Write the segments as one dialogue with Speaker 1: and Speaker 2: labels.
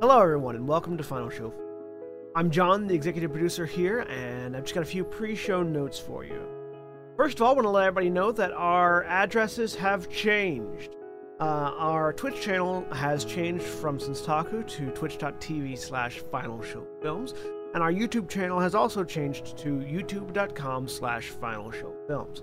Speaker 1: Hello, everyone, and welcome to Final Show. I'm John, the executive producer here, and I've just got a few pre show notes for you. First of all, I want to let everybody know that our addresses have changed. Uh, our Twitch channel has changed from Senstaku to twitch.tv slash Final Show Films, and our YouTube channel has also changed to youtube.com slash Final Show Films.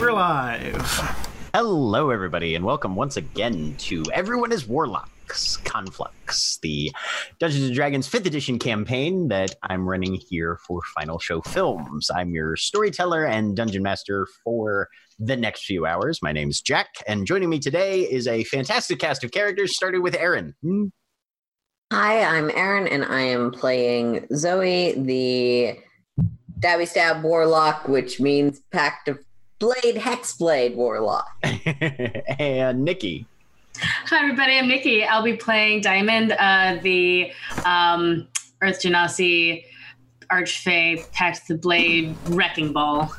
Speaker 1: We're live.
Speaker 2: Hello, everybody, and welcome once again to Everyone is Warlocks Conflux, the Dungeons and Dragons 5th edition campaign that I'm running here for Final Show Films. I'm your storyteller and dungeon master for the next few hours. My name's Jack, and joining me today is a fantastic cast of characters, starting with Aaron. Hmm,
Speaker 3: Hi, I'm Erin, and I am playing Zoe, the Dabby Stab Warlock, which means Pact of Blade, Hexblade Warlock.
Speaker 2: and Nikki.
Speaker 4: Hi, everybody. I'm Nikki. I'll be playing Diamond, uh, the um, Earth Genasi Archfey Pact the Blade Wrecking Ball.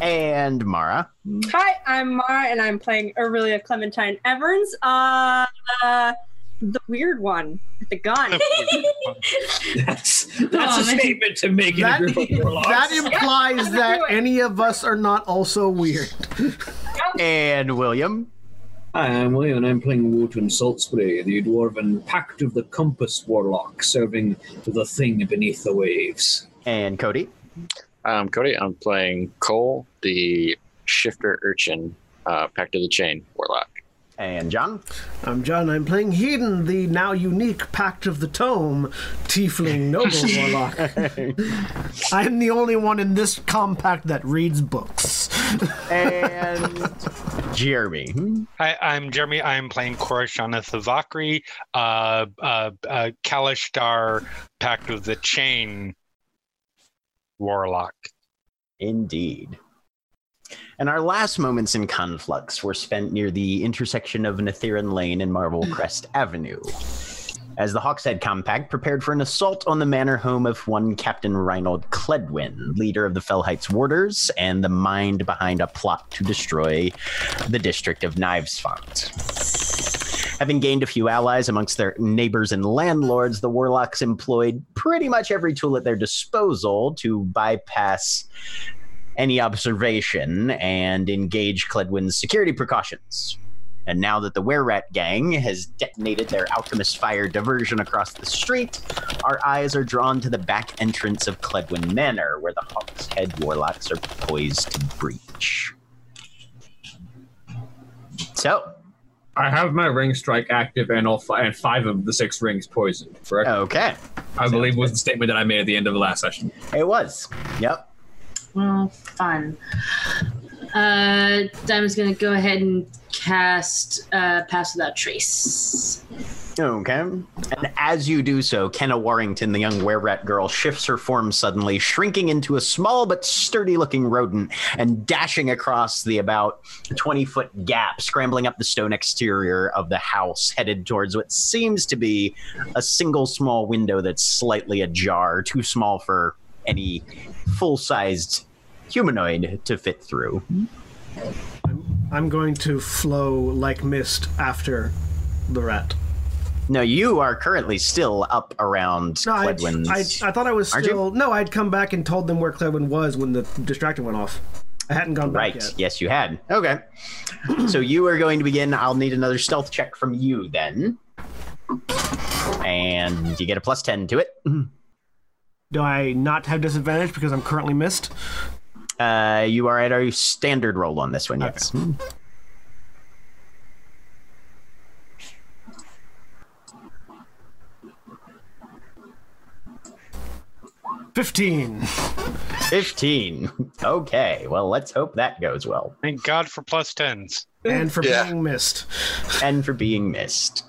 Speaker 2: And Mara.
Speaker 5: Hi, I'm Mara, and I'm playing Aurelia Clementine Evans, uh, uh, the weird one with the gun.
Speaker 6: That's
Speaker 4: Oh,
Speaker 6: that's a
Speaker 4: man.
Speaker 6: statement to make in a
Speaker 1: That,
Speaker 6: group of warlocks.
Speaker 1: that implies that any of us are not also weird.
Speaker 2: And William.
Speaker 6: Hi, I'm William, and I'm playing Wotan Salisbury, the dwarven Pact of the Compass Warlock, serving the thing beneath the waves.
Speaker 2: And Cody.
Speaker 7: Um, Cody, I'm playing Cole, the shifter urchin, uh, Pact of the Chain warlock.
Speaker 2: And John.
Speaker 1: I'm John. I'm playing Hedon, the now unique Pact of the Tome Tiefling Noble Warlock. I'm the only one in this compact that reads books.
Speaker 2: And Jeremy. Hmm.
Speaker 8: Hi, I'm Jeremy. I'm playing Korashana Thavakri, uh, uh, uh, Kalishtar Pact of the Chain Warlock.
Speaker 2: Indeed. And our last moments in Conflux were spent near the intersection of Netheran Lane and Marble Crest Avenue. As the Hawkshead Compact prepared for an assault on the manor home of one Captain Reynold Cledwin, leader of the Fell Heights Warders, and the mind behind a plot to destroy the district of Knivesfont. Having gained a few allies amongst their neighbors and landlords, the warlocks employed pretty much every tool at their disposal to bypass any observation and engage Cledwyn's security precautions. And now that the Were Rat Gang has detonated their alchemist fire diversion across the street, our eyes are drawn to the back entrance of Cledwyn Manor, where the Hawk's Head Warlocks are poised to breach. So,
Speaker 9: I have my ring strike active and all fi- and five of the six rings poisoned. Correct.
Speaker 2: okay.
Speaker 9: I believe was the statement that I made at the end of the last session.
Speaker 2: It was. Yep.
Speaker 4: Well, fun. Uh, Diamond's going to go ahead and cast uh, Pass Without Trace.
Speaker 2: Okay. And as you do so, Kenna Warrington, the young were rat girl, shifts her form suddenly, shrinking into a small but sturdy looking rodent and dashing across the about 20 foot gap, scrambling up the stone exterior of the house, headed towards what seems to be a single small window that's slightly ajar, too small for any full sized humanoid to fit through.
Speaker 1: I'm going to flow like mist after the rat.
Speaker 2: Now, you are currently still up around
Speaker 1: No, I,
Speaker 2: Cledwyn's.
Speaker 1: I, I thought I was
Speaker 2: Aren't you?
Speaker 1: still. No, I'd come back and told them where Cledwin was when the distractor went off. I hadn't gone back
Speaker 2: Right.
Speaker 1: yet.
Speaker 2: Yes, you had. Okay. so you are going to begin. I'll need another stealth check from you then. And you get a plus 10 to it.
Speaker 1: Do I not have disadvantage because I'm currently missed?
Speaker 2: Uh, you are at our standard roll on this one, yes.
Speaker 1: Fifteen.
Speaker 2: 15. Okay. Well, let's hope that goes well.
Speaker 8: Thank God for plus tens.
Speaker 1: and for
Speaker 7: Yeah.
Speaker 1: being missed.
Speaker 2: and for being missed.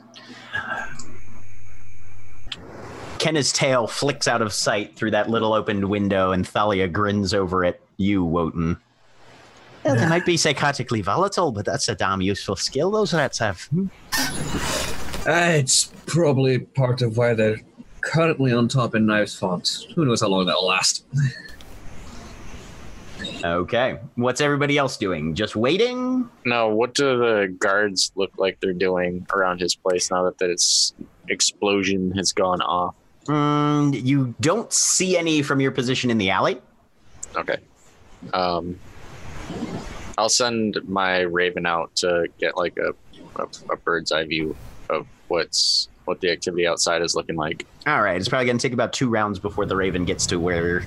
Speaker 2: Kenna's tail flicks out of sight through that little opened window, and Thalia grins over at you, Wotan. Well, they might be psychotically volatile, but that's a damn useful skill those rats have. Hmm.
Speaker 6: Uh, it's probably part of why they're currently on top in Knives Font. Who knows how long that'll last?
Speaker 2: Okay. What's everybody else doing? Just waiting?
Speaker 7: Now, what do the guards look like they're doing around his place now that this explosion has gone off?
Speaker 2: Mm, you don't see any from your position in the alley.
Speaker 7: Okay. Um, I'll send my raven out to get like a, a, a bird's eye view of what's what the activity outside is looking like.
Speaker 2: All right. It's probably going to take about two rounds before the Raven gets to where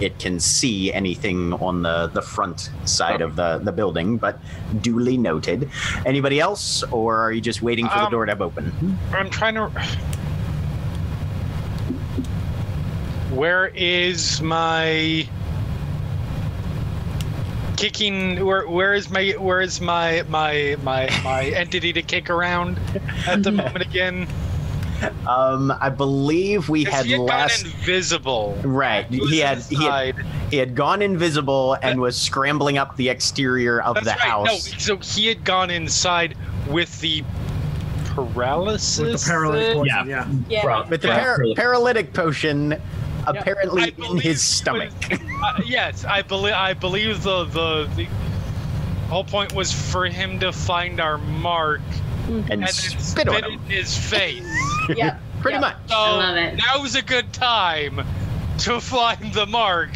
Speaker 2: it can see anything on the, the front side of the, the building, but duly noted. Anybody else, or are you just waiting for the
Speaker 8: Um,
Speaker 2: door to open?
Speaker 8: I'm trying to. Where is my kicking? Where where is my where is my my my my entity to kick around at the moment again?
Speaker 2: Um, I believe we
Speaker 8: 'Cause
Speaker 2: had
Speaker 8: he had
Speaker 2: last.
Speaker 8: gone invisible.
Speaker 2: Right,
Speaker 8: was
Speaker 2: he had, he had
Speaker 8: inside.
Speaker 2: he had gone invisible and was scrambling up the exterior of
Speaker 8: That's
Speaker 2: the
Speaker 8: right.
Speaker 2: house.
Speaker 8: No, so he had gone inside with the paralysis.
Speaker 1: With the paralytic
Speaker 8: thing?
Speaker 1: poison, yeah.
Speaker 5: Yeah.
Speaker 6: Right.
Speaker 2: With the
Speaker 6: Right.
Speaker 2: par- paralytic potion
Speaker 8: I
Speaker 2: apparently in
Speaker 8: believe it
Speaker 2: his
Speaker 8: was-
Speaker 2: stomach.
Speaker 8: uh, yes, I believe. I believe the, the the whole point was for him to find our mark
Speaker 10: Mm-hmm.
Speaker 2: and,
Speaker 8: and then
Speaker 2: spit on him.
Speaker 8: in his face.
Speaker 5: Yeah.
Speaker 2: Pretty
Speaker 5: Yeah.
Speaker 2: much.
Speaker 8: So
Speaker 4: love it.
Speaker 8: now's a good time to find the mark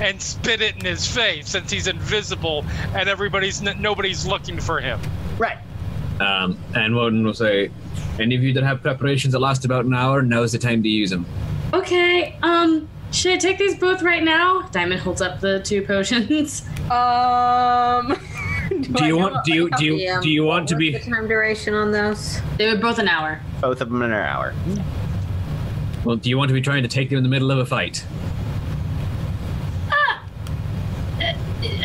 Speaker 8: and spit it in his face since he's invisible and everybody's n- nobody's looking for him.
Speaker 2: Right.
Speaker 9: Um, and Woden will say, any of you that have preparations that last about an hour, now is the time to use them.
Speaker 4: Okay, um, should I take these both right now? Diamond holds up the two potions.
Speaker 5: Um.
Speaker 9: Do
Speaker 5: I
Speaker 9: you
Speaker 5: know
Speaker 9: want?
Speaker 5: what
Speaker 9: Do you do
Speaker 3: The,
Speaker 9: you
Speaker 3: um,
Speaker 9: do you want
Speaker 3: what
Speaker 9: to
Speaker 3: was
Speaker 9: be?
Speaker 3: the time duration on those?
Speaker 4: They were both an hour.
Speaker 2: Both of them in an hour.
Speaker 9: Well, do you want to be trying to take them in the middle of a fight?
Speaker 4: Uh,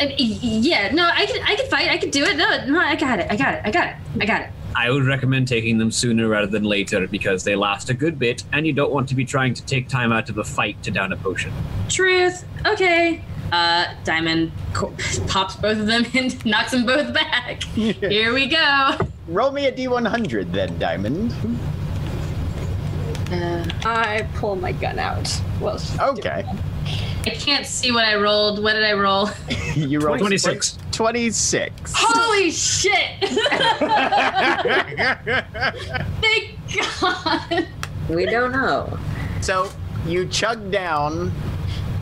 Speaker 4: y- yeah, no, I could, I could fight. I could do it. No, no, I got it. I got it. I got it. I got it.
Speaker 9: I would recommend taking them sooner rather than later because they last a good bit, and you don't want to be trying to take time out of a fight to down a potion.
Speaker 4: Truth. Okay. Uh, Diamond co- pops both of them and knocks them both back. Here we go.
Speaker 2: Roll me a D100 then, Diamond.
Speaker 4: Uh,
Speaker 5: I pull my gun out. Well,
Speaker 2: Okay.
Speaker 4: I can't see what I rolled. What did I roll?
Speaker 2: You rolled
Speaker 9: 26.
Speaker 2: 26.
Speaker 4: Holy shit! Thank God.
Speaker 3: We don't know.
Speaker 2: so you chug down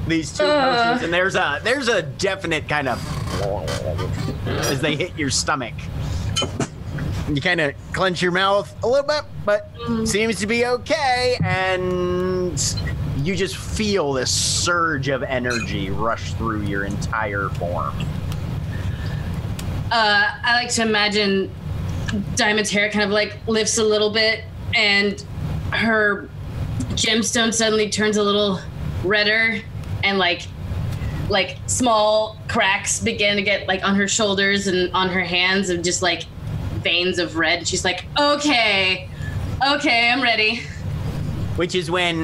Speaker 2: these two
Speaker 3: Uh.
Speaker 2: potions, and there's a there's a definite kind of as they hit your stomach. You kind of clench your mouth a little bit, but
Speaker 3: Mm.
Speaker 2: seems to be okay, and you just feel this surge of energy rush through your entire form.
Speaker 4: uh, I like to imagine Diamond's hair kind of like lifts a little bit, and her gemstone suddenly turns a little redder, and like like small cracks begin to get like on her shoulders and on her hands of just like veins of red. And she's like, "Okay, okay, I'm ready."
Speaker 2: Which is when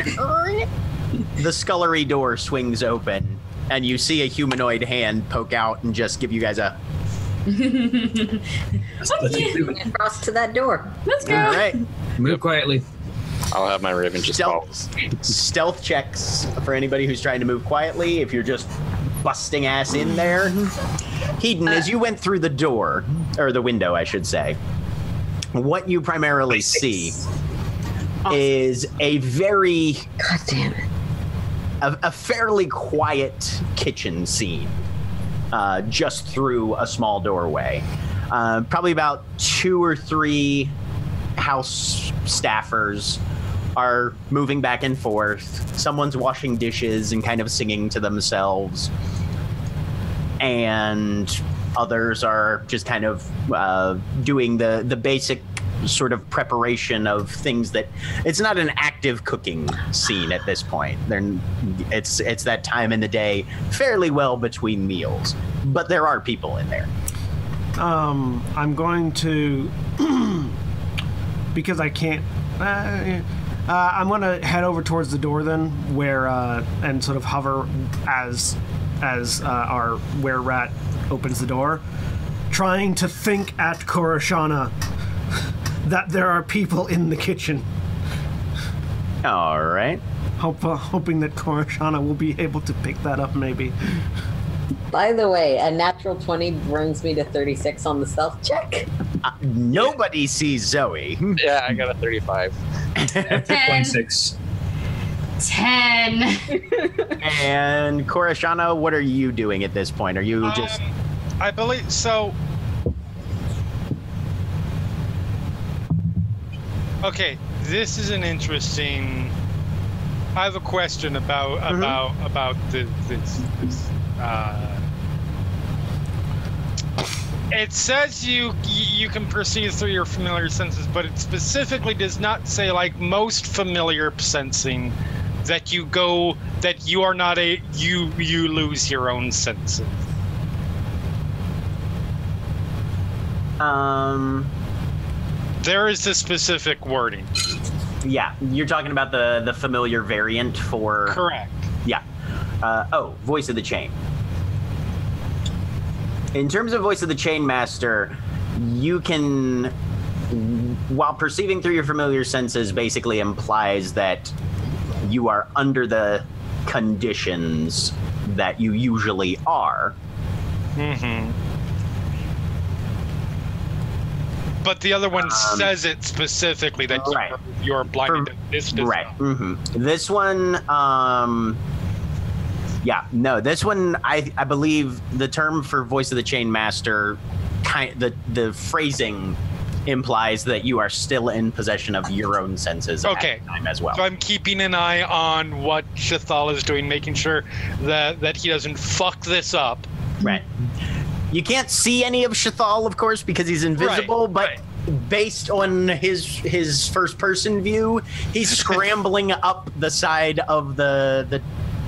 Speaker 2: the scullery door swings open and you see a humanoid hand poke out and just give you guys a
Speaker 4: Fuck you.
Speaker 3: Across to that door.
Speaker 4: Let's go.
Speaker 2: all right.
Speaker 9: Move quietly.
Speaker 7: I'll have my raven just follow.
Speaker 2: Stealth, stealth checks for anybody who's trying to move quietly. If you're just busting ass in there, Heaton, as you went through the door or the window, I should say, what you primarily see is a very
Speaker 3: God damn it.
Speaker 2: a, a fairly quiet kitchen scene. uh, just through a small doorway. Uh, probably about two or three house staffers are moving back and forth. Someone's washing dishes and kind of singing to themselves. And others are just kind of uh, doing the, the basic sort of preparation of things that it's not an active cooking scene at this point. They're, it's it's that time in the day fairly well between meals, but there are people in there.
Speaker 1: Um, I'm going to because I can't. Uh, eh, uh, I'm gonna head over towards the door then, where uh, and sort of hover as as uh, our where rat opens the door, trying to think at Koroshana that there are people in the kitchen.
Speaker 2: All right.
Speaker 1: Hope, uh, hoping that Koroshana will be able to pick that up, maybe.
Speaker 3: By the way, a natural 20 brings me to 36 on the stealth check.
Speaker 2: Uh, nobody sees Zoe.
Speaker 7: Yeah, I got a 35.
Speaker 4: Ten.
Speaker 6: 26.
Speaker 4: Ten.
Speaker 2: and Koroshana, what are you doing at this point? Are you just
Speaker 8: Um, I believe so. Okay, this is an interesting. I have a question about about about the, this. this uh, it says you you can perceive through your familiar senses, but it specifically does not say like most familiar sensing that you go that you are not a you you lose your own senses.
Speaker 2: um
Speaker 8: There is a specific wording.
Speaker 2: yeah, you're talking about the the familiar variant for
Speaker 8: Correct.
Speaker 2: Yeah. Uh, oh, Voice of the Chain. In terms of Voice of the Chain Master, you can, while perceiving through your familiar senses, basically implies that you are under the conditions that you usually are.
Speaker 8: hmm But the other one says it specifically that
Speaker 2: Um, Right.
Speaker 8: you're, you're blinded. this does
Speaker 2: right.
Speaker 8: not.
Speaker 2: hmm This one, um, yeah, no, this one, I, I believe the term for voice of the chain master, kind the the phrasing implies that you are still in possession of your own senses
Speaker 8: Okay.
Speaker 2: at the time as well.
Speaker 8: So I'm keeping an eye on what Shathal is doing, making sure that that he doesn't fuck this up.
Speaker 2: Right. You can't see any of Shathal, of course, because he's invisible, but
Speaker 8: right.
Speaker 2: based on his his first person view, he's scrambling up the side of the the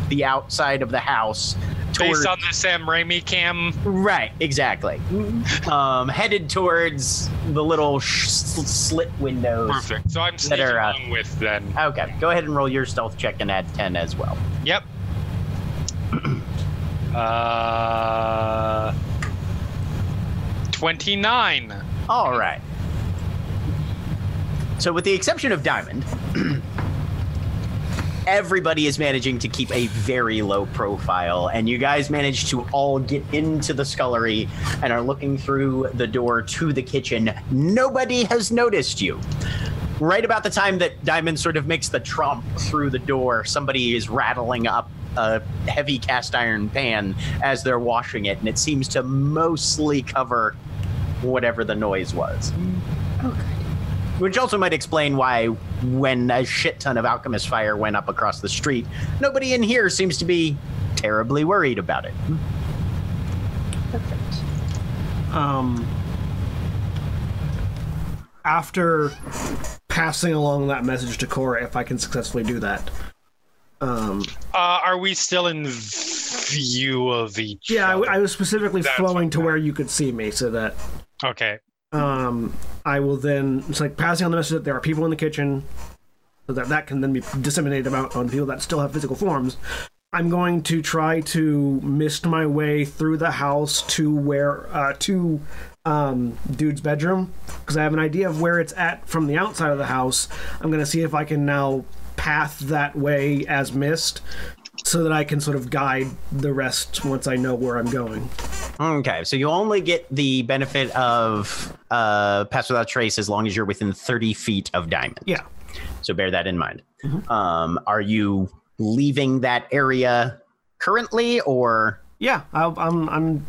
Speaker 2: the outside of the house towards
Speaker 8: Based on the Sam Raimi cam,
Speaker 2: Right, exactly. Um, headed towards the little sh- sl- slit windows.
Speaker 8: perfect. So I'm sneaking
Speaker 2: are, uh,
Speaker 8: along with then.
Speaker 2: Okay, go ahead and roll your stealth check and add 10 as well.
Speaker 8: Yep. uh, twenty-nine.
Speaker 2: All right. So, with the exception of Diamond, everybody is managing to keep a very low profile, and you guys manage to all get into the scullery and are looking through the door to the kitchen. Nobody has noticed you. Right about the time that Diamond sort of makes the tromp through the door, somebody is rattling up a heavy cast iron pan as they're washing it, and it seems to mostly cover whatever the noise was. Which also might explain why, when a shit ton of alchemist fire went up across the street, nobody in here seems to be terribly worried about it.
Speaker 5: Perfect.
Speaker 1: um, after passing along that message to Cora, if I can successfully do that. Um,
Speaker 8: Uh, are we still in view of each?
Speaker 1: yeah,
Speaker 8: other?
Speaker 1: I, I was specifically
Speaker 8: That's
Speaker 1: flowing to
Speaker 8: okay.
Speaker 1: where you could see me, so that
Speaker 8: okay.
Speaker 1: um, I will then it's like passing on the message that there are people in the kitchen, so that that can then be disseminated about on people that still have physical forms. I'm going to try to mist my way through the house to where uh, to um, dude's bedroom because I have an idea of where it's at from the outside of the house. I'm going to see if I can now path that way as mist so that I can sort of guide the rest once I know where I'm going.
Speaker 2: Okay, so you only get the benefit of uh, Pass Without Trace as long as you're within 30 feet of Diamond.
Speaker 1: Yeah. Mm-hmm.
Speaker 2: So bear that in mind. Um, are you leaving that area currently, or
Speaker 1: Yeah, uh, I, I'm I'm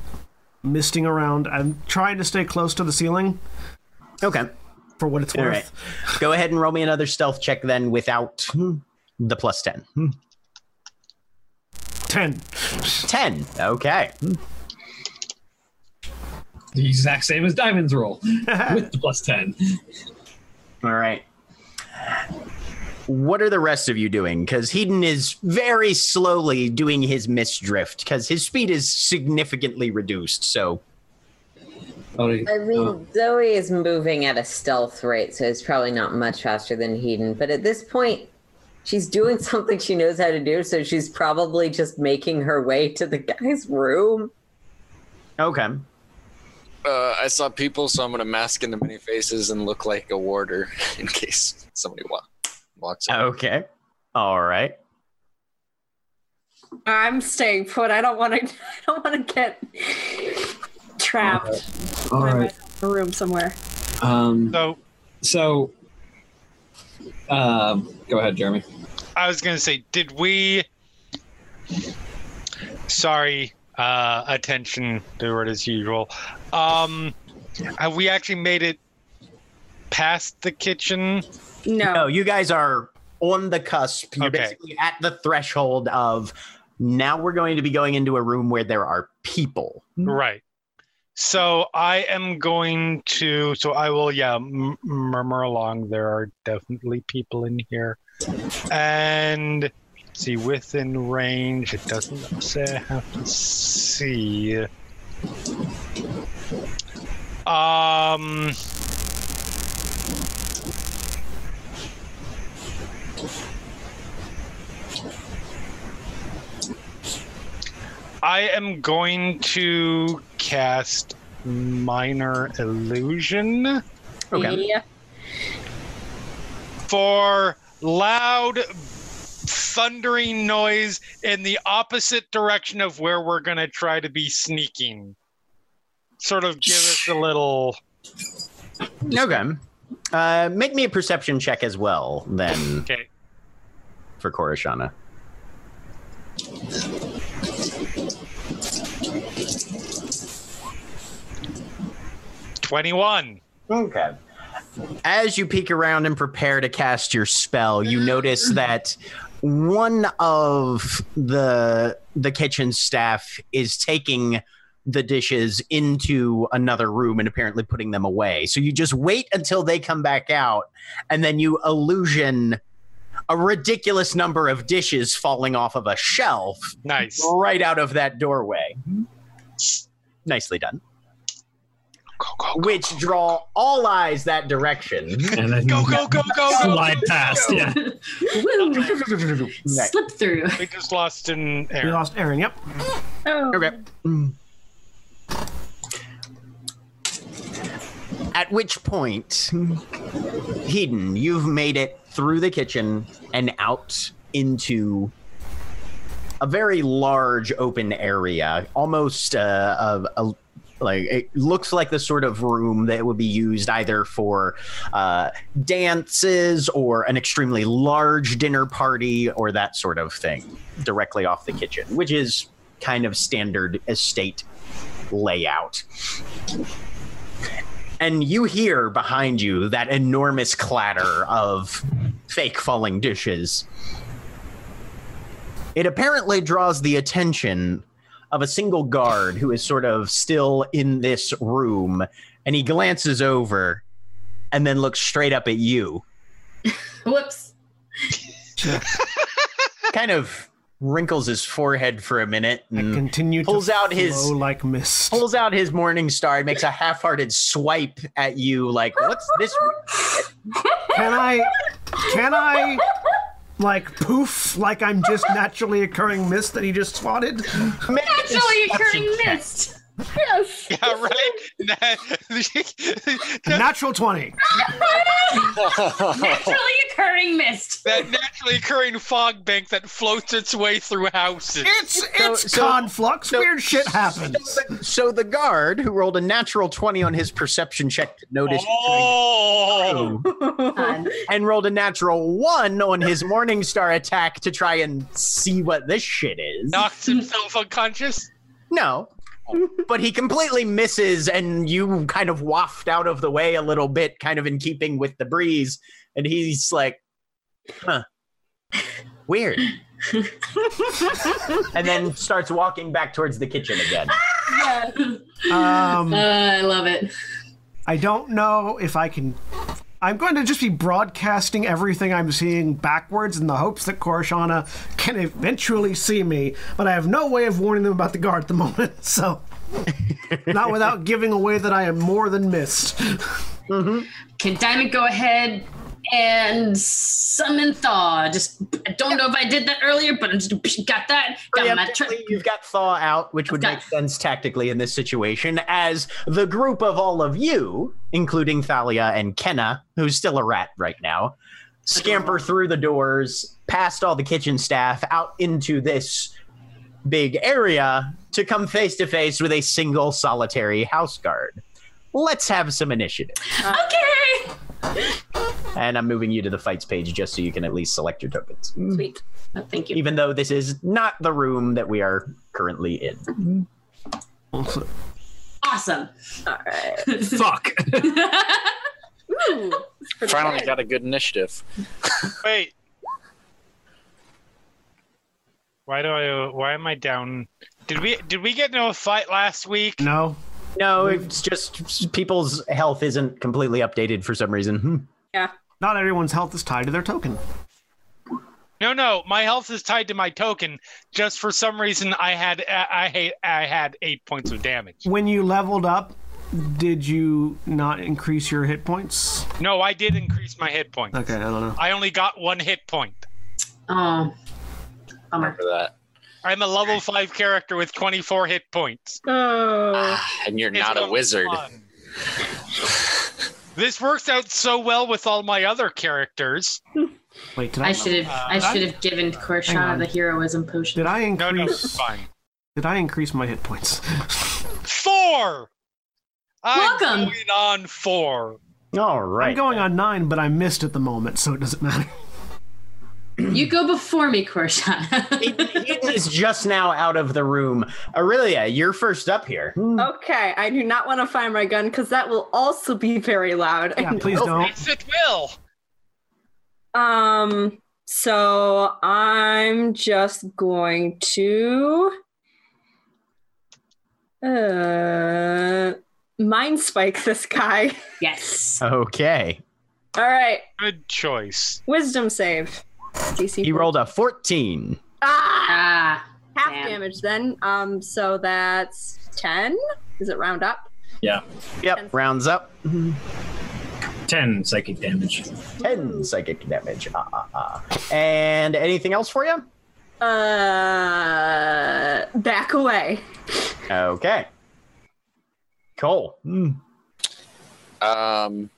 Speaker 1: misting around. I'm trying to stay close to the ceiling
Speaker 2: Okay.
Speaker 1: for what it's
Speaker 2: All right.
Speaker 1: worth.
Speaker 2: Go ahead and roll me another stealth check then without hmm, the plus 10. Hmm.
Speaker 1: Ten.
Speaker 2: 10. Okay. Hmm.
Speaker 6: The exact same as Diamond's roll with the plus 10.
Speaker 2: All right. What are the rest of you doing? Because Hedon is very slowly doing his mist drift because his speed is significantly reduced. So,
Speaker 6: Sorry.
Speaker 3: I mean,
Speaker 2: Uh-huh.
Speaker 3: Zoe is moving at a stealth rate, so it's probably not much faster than Heaton. But at this point, she's doing something she knows how to do, so she's probably just making her way to the guy's room.
Speaker 2: okay.
Speaker 7: Uh, I saw people, so I'm gonna mask into many faces and look like a warder in case somebody wa- walks. up.
Speaker 2: Okay. All right.
Speaker 5: I'm staying put. I don't want to. I don't want to get trapped
Speaker 6: All
Speaker 5: in
Speaker 6: right.
Speaker 5: a room somewhere.
Speaker 6: Um,
Speaker 8: So
Speaker 6: so, um, go ahead, Jeremy.
Speaker 8: I was gonna say, did we? Sorry, uh, attention Stewart as usual. Um, have we actually made it past the kitchen?
Speaker 5: No.
Speaker 2: No, you guys are on the cusp. You're
Speaker 8: Okay.
Speaker 2: basically at the threshold of now we're going to be going into a room where there are people.
Speaker 8: Right. So I am going to. So I will. Yeah, m- murmur along. There are definitely people in here, and see within range. It doesn't say I have to see. Um. I am going to cast minor illusion
Speaker 2: Okay.
Speaker 5: Yeah.
Speaker 8: for loud thundering noise in the opposite direction of where we're going to try to be sneaking. Sort of give us a little
Speaker 2: Okay. Uh, make me a perception check as well, then,
Speaker 8: okay.
Speaker 2: for Koroshana.
Speaker 8: Twenty-one.
Speaker 2: Okay. As you peek around and prepare to cast your spell, you notice that one of the the kitchen staff is taking the dishes into another room and apparently putting them away. So you just wait until they come back out and then you illusion a ridiculous number of dishes falling off of a shelf
Speaker 8: Nice.
Speaker 2: right out of that doorway. Nicely done.
Speaker 8: Go go
Speaker 2: Which draw all eyes that direction.
Speaker 6: And then
Speaker 8: go go go go. go,
Speaker 6: slide
Speaker 8: go.
Speaker 6: past. Yeah.
Speaker 4: Woo!
Speaker 2: Right.
Speaker 4: Slip through.
Speaker 8: We just lost an
Speaker 1: We
Speaker 8: air.
Speaker 1: lost Aaron. Yep.
Speaker 5: Oh.
Speaker 2: Okay. At which point, Hedon, you've made it through the kitchen and out into a very large open area, almost uh, of a like it looks like the sort of room that would be used either for uh, dances or an extremely large dinner party or that sort of thing directly off the kitchen which is kind of standard estate layout and you hear behind you that enormous clatter of fake falling dishes it apparently draws the attention of a single guard who is sort of still in this room and he glances over and then looks straight up at you
Speaker 4: Whoops.
Speaker 2: kind of wrinkles his forehead for a minute
Speaker 1: I
Speaker 2: and
Speaker 1: continue
Speaker 2: Pulls
Speaker 1: to
Speaker 2: out his-
Speaker 1: flow like mist.
Speaker 2: pulls out his morning star and makes a half-hearted swipe at you like what's this
Speaker 1: Can I? Can I? Like poof, like I'm just naturally occurring mist that he just swatted.
Speaker 2: man
Speaker 4: Actually, occurring mist.
Speaker 5: Yes.
Speaker 8: Yeah, right.
Speaker 1: Natural twenty.
Speaker 4: Naturally occurring mist.
Speaker 8: that naturally occurring fog bank that floats its way through houses.
Speaker 1: It's it's
Speaker 2: so-
Speaker 1: conflux.
Speaker 2: so-
Speaker 1: Weird shit happens.
Speaker 2: so the guard who rolled a natural 20 on his perception check to notice
Speaker 8: Oh,
Speaker 2: you and rolled a natural one on his morning star attack to try and see what this shit is
Speaker 8: knocks himself unconscious.
Speaker 2: No. but he completely misses, and you kind of waft out of the way a little bit, kind of in keeping with the breeze. And he's like, huh, weird. and then starts walking back towards the kitchen again.
Speaker 5: Yeah.
Speaker 1: Um,
Speaker 4: Uh, I love it.
Speaker 1: I don't know if I can. I'm going to just be broadcasting everything I'm seeing backwards in the hopes that Koroshana can eventually see me, but I have no way of warning them about the guard at the moment, so. Not without giving away that I am more than missed.
Speaker 4: Can Diamond go ahead and summon Thaw? Just I don't know if I did that earlier, but I'm just got that. Got my tri-
Speaker 2: Preemptively, you've got Thaw out, which would
Speaker 4: Got-
Speaker 2: make sense tactically in this situation, as the group of all of you, including Thalia and Kenna, who's still a rat right now, scamper through the doors, past all the kitchen staff, out into this big area to come face to face with a single solitary house guard. Let's have some initiative.
Speaker 4: okay.
Speaker 2: And I'm moving you to the fights page just so you can at least select your tokens,
Speaker 10: Mm.
Speaker 4: Sweet. Oh, thank you.
Speaker 2: even though this is not the room that we are currently in.
Speaker 10: Mm.
Speaker 4: Awesome.
Speaker 5: All right.
Speaker 9: Fuck.
Speaker 5: Ooh, it's pretty
Speaker 7: Finally
Speaker 5: good.
Speaker 7: got a good initiative.
Speaker 8: Wait. Why do I? Why am I down? Did we? Did we get into a fight last week?
Speaker 1: No?
Speaker 2: No, it's just people's health isn't completely updated for some reason. Hmm.
Speaker 5: Yeah.
Speaker 1: Not everyone's health is tied to their token.
Speaker 8: No, no. My health is tied to my token. Just for some reason, I had I hate I had eight points of damage.
Speaker 1: When you leveled up, did you not increase your hit points?
Speaker 8: No, I did increase my hit point.
Speaker 1: Okay, I don't know.
Speaker 8: I only got one hit point.
Speaker 4: Oh, bummer.
Speaker 7: Remember that.
Speaker 8: I'm a level five character with 24 hit points.
Speaker 5: Oh.
Speaker 7: And you're
Speaker 8: It's
Speaker 7: not a
Speaker 8: gonna be
Speaker 7: wizard.
Speaker 8: fun. this works out so well with all my other characters. Uh,
Speaker 1: Wait, did I,
Speaker 4: I should have. I should have given
Speaker 1: Hang on.
Speaker 4: Korshana the heroism potion.
Speaker 1: did I
Speaker 8: No, no,
Speaker 1: increase?
Speaker 8: it's fine.
Speaker 1: Did I increase my hit points?
Speaker 8: Four. I'm
Speaker 4: Welcome.
Speaker 8: going on four.
Speaker 2: All right.
Speaker 1: I'm going on nine, but I missed at the moment, so it doesn't matter.
Speaker 4: You go before me, Korshana.
Speaker 2: Eden is just now out of the room. Aurelia, you're first up here. Hmm.
Speaker 5: Okay. I do not want to find my gun because that will also be very loud.
Speaker 1: Yeah, please don't.
Speaker 8: Yes, it will.
Speaker 5: Um, so I'm just going to uh mind spike this guy.
Speaker 4: yes.
Speaker 2: Okay.
Speaker 5: All right,
Speaker 8: Good choice.
Speaker 5: wisdom save. DC
Speaker 2: He rolled a 14.
Speaker 5: ah,
Speaker 4: Ah.
Speaker 5: half
Speaker 4: Damn.
Speaker 5: damage then. Um, so that's ten. Is it round up?
Speaker 9: yeah.
Speaker 2: Yep, rounds up.
Speaker 9: 10 psychic damage.
Speaker 2: 10 psychic damage. Ah, ah, ah. And anything else for you?
Speaker 5: Uh, back away.
Speaker 2: Okay. Cole. Hmm.
Speaker 7: Um,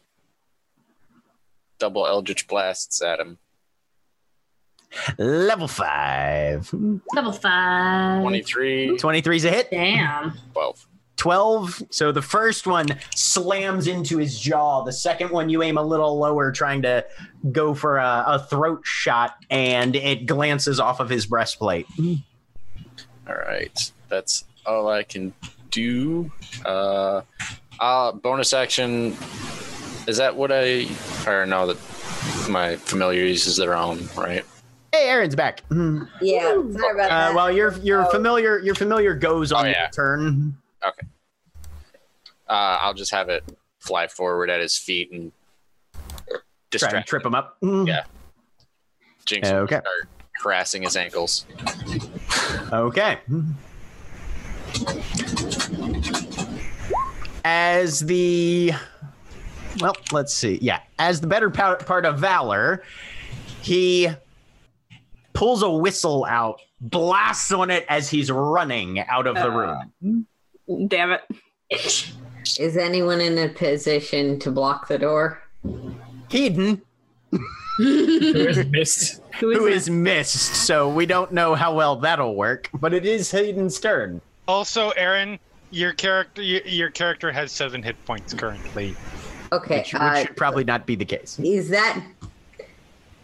Speaker 7: double Eldritch blasts at him.
Speaker 2: Level 5. Hmm.
Speaker 4: Level five.
Speaker 7: 23,
Speaker 2: 23's a hit.
Speaker 4: Damn.
Speaker 7: 12.
Speaker 2: 12. So the first one slams into his jaw. The second one, you aim a little lower, trying to go for a, a throat shot, and it glances off of his breastplate.
Speaker 3: Mm.
Speaker 7: All right. That's all I can do. Uh, uh bonus action. Is that what I or no, that my familiar uses their own, right?
Speaker 2: Hey, Aaron's back. Uh,
Speaker 3: Yeah. Sorry about that.
Speaker 2: well, your your
Speaker 3: Oh.
Speaker 2: familiar your familiar goes on
Speaker 7: Oh,
Speaker 2: your
Speaker 7: yeah.
Speaker 2: turn.
Speaker 7: Uh, I'll just have it fly forward at his feet and
Speaker 2: Try and
Speaker 7: distract
Speaker 2: trip him up. Mm.
Speaker 7: Yeah. Jinx. will
Speaker 2: Okay.
Speaker 7: Start harassing his ankles.
Speaker 2: Okay. Mm. As the well, let's see. Yeah, as the better pow- part of valor, he pulls a whistle out, blasts on it as he's running out of
Speaker 5: Uh.
Speaker 2: the room.
Speaker 5: Damn it.
Speaker 3: Is anyone in a position to block the door?
Speaker 2: Heaton,
Speaker 9: missed.
Speaker 5: Who is,
Speaker 2: who
Speaker 5: it?
Speaker 2: is missed, so we don't know how well that'll work, but it is Hayden's turn.
Speaker 8: Also, Aaron, your character your, your character has seven hit points currently.
Speaker 3: Okay.
Speaker 2: Which, which
Speaker 3: Uh,
Speaker 2: should probably not be the case.
Speaker 3: is that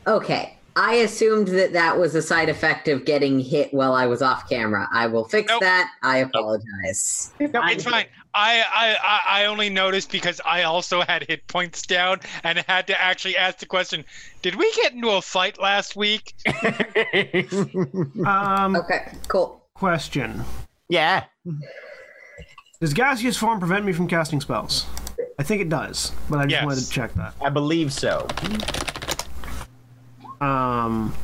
Speaker 3: okay? I assumed that that was a side effect of getting hit while I was off camera. I will fix
Speaker 8: Nope.
Speaker 3: that. I apologize.
Speaker 8: It's fine. I, I I I only noticed because I also had hit points down and had to actually ask the question: Did we get into a fight last week?
Speaker 1: Um,
Speaker 3: Okay, cool.
Speaker 1: question:
Speaker 2: yeah.
Speaker 1: Does gaseous form prevent me from casting spells? I think it does, but I just
Speaker 8: Yes.
Speaker 1: wanted to check that.
Speaker 2: I believe so.
Speaker 1: Um,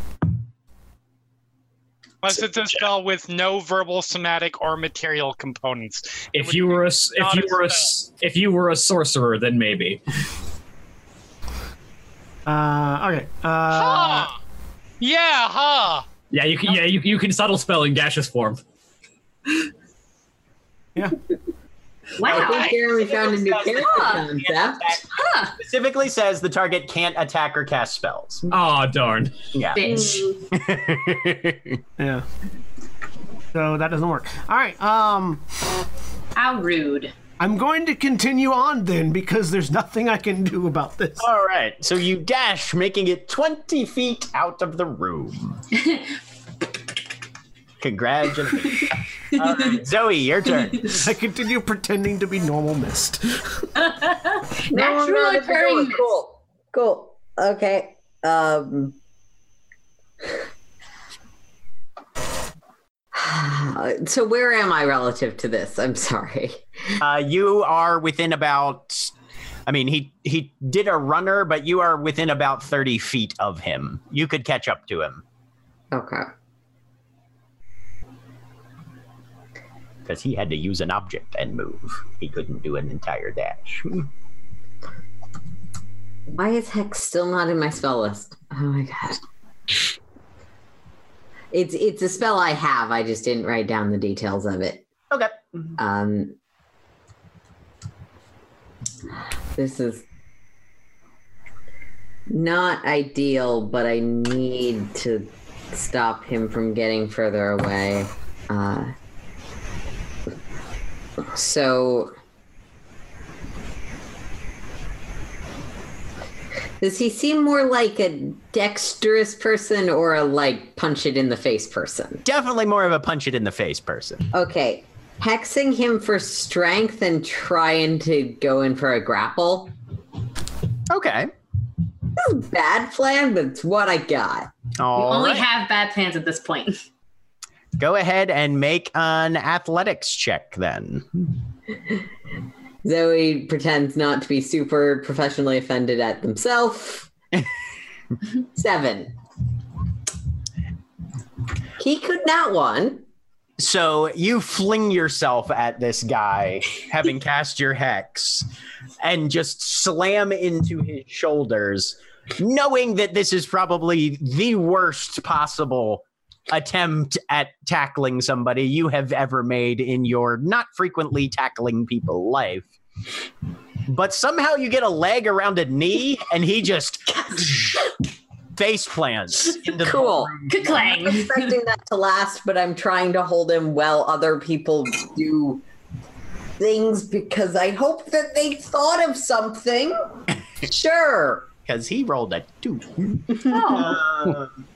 Speaker 8: Unless it's a spell with no verbal, somatic, or material components. It
Speaker 9: If
Speaker 8: would
Speaker 9: you
Speaker 8: be
Speaker 9: were a s- if
Speaker 8: not
Speaker 9: you
Speaker 8: a
Speaker 9: were a s- if you were a sorcerer, then maybe.
Speaker 1: uh, okay. Uh,
Speaker 8: Huh. Yeah, huh.
Speaker 9: Yeah, you can. Yeah, you, you can subtle spell in gaseous form.
Speaker 1: yeah.
Speaker 3: I
Speaker 4: Wow.
Speaker 3: think Jeremy found a new character
Speaker 2: Yeah.
Speaker 3: concept.
Speaker 2: Specifically says the target can't attack or cast spells.
Speaker 9: Oh darn.
Speaker 2: Yeah.
Speaker 4: Bitch.
Speaker 1: Yeah. So that doesn't work. All right. Um,
Speaker 4: How rude.
Speaker 1: I'm going to continue on then because there's nothing I can do about this.
Speaker 2: All right. So you dash, making it 20 feet out of the room. Congratulations. All right, Zoe, your turn.
Speaker 1: I continue pretending to be normal mist.
Speaker 4: Natural occurring. mist.
Speaker 3: Cool. Cool. Okay. Um. So where am I relative to this? I'm sorry.
Speaker 2: Uh, you are within about. I mean, he he did a runner, but you are within about 30 feet of him. You could catch up to him
Speaker 3: Okay.
Speaker 2: because he had to use an object and move. He couldn't do an entire dash.
Speaker 3: Why is Hex still not in my spell list? Oh my god. It's it's a spell I have. I just didn't write down the details of it.
Speaker 2: Okay.
Speaker 3: Um, this is not ideal, but I need to stop him from getting further away. Uh, so. Does he seem more like a dexterous person or a like punch it in the face person?
Speaker 2: Definitely more of a punch it in the face person.
Speaker 3: Okay. Hexing him for strength and trying to go in for a grapple.
Speaker 2: Okay.
Speaker 3: This is a bad plan, but it's what I got.
Speaker 4: We
Speaker 2: All
Speaker 4: only
Speaker 2: right.
Speaker 4: have bad plans at this point.
Speaker 2: Go ahead and make an athletics check then.
Speaker 3: Zoe pretends not to be super professionally offended at themselves. Seven. He could not one.
Speaker 2: So you fling yourself at this guy, having cast your hex, and just slam into his shoulders, knowing that this is probably the worst possible attempt at tackling somebody you have ever made in your not frequently tackling people life. But somehow you get a leg around a knee, and he just face plants into the
Speaker 3: Cool. I'm
Speaker 4: Clang.
Speaker 3: expecting that to last, but I'm trying to hold him while other people do things because I hope that they thought of something. Sure.
Speaker 2: because he rolled a two.
Speaker 4: Oh.
Speaker 2: Um,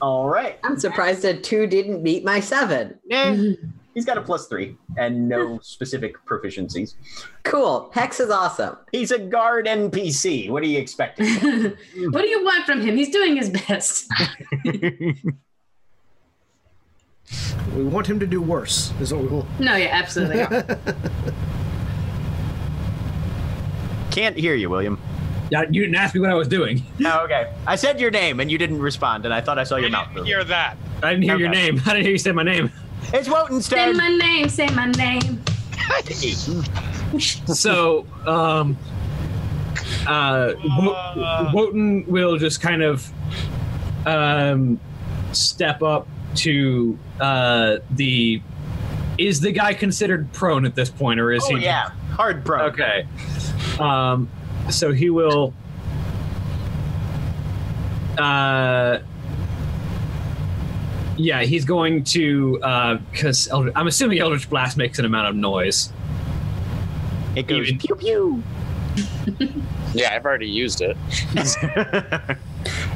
Speaker 2: all right.
Speaker 3: I'm surprised a two didn't beat my seven.
Speaker 2: Eh, he's got a plus three and no specific proficiencies.
Speaker 3: Cool. Hex is awesome.
Speaker 2: He's a guard NPC. What are you expecting?
Speaker 4: what do you want from him? He's doing his best.
Speaker 1: We want him to do worse. Is what we want.
Speaker 4: No, yeah, absolutely. not.
Speaker 2: Can't hear you, William.
Speaker 9: Yeah, you didn't ask me what I was doing.
Speaker 2: Oh, okay. I said your name and you didn't respond, and I thought I saw your
Speaker 8: I
Speaker 2: mouth
Speaker 8: didn't
Speaker 2: move.
Speaker 8: hear that.
Speaker 9: I didn't hear your
Speaker 2: Okay.
Speaker 9: name. I didn't hear you say my name.
Speaker 2: It's Wotan's
Speaker 4: say
Speaker 2: turn.
Speaker 4: my name. Say my name.
Speaker 9: So, um, uh, Wo-
Speaker 8: Uh.
Speaker 9: Wotan will just kind of um, step up to uh, the. Is the guy considered prone at this point, or is
Speaker 2: Oh,
Speaker 9: he?
Speaker 2: yeah. Hard pro.
Speaker 9: Okay. Um, so he will. Uh, yeah, he's going to because I'm assuming Eldritch Blast makes an amount of noise.
Speaker 2: It goes
Speaker 9: Even-
Speaker 2: pew pew.
Speaker 7: Yeah, I've already used it.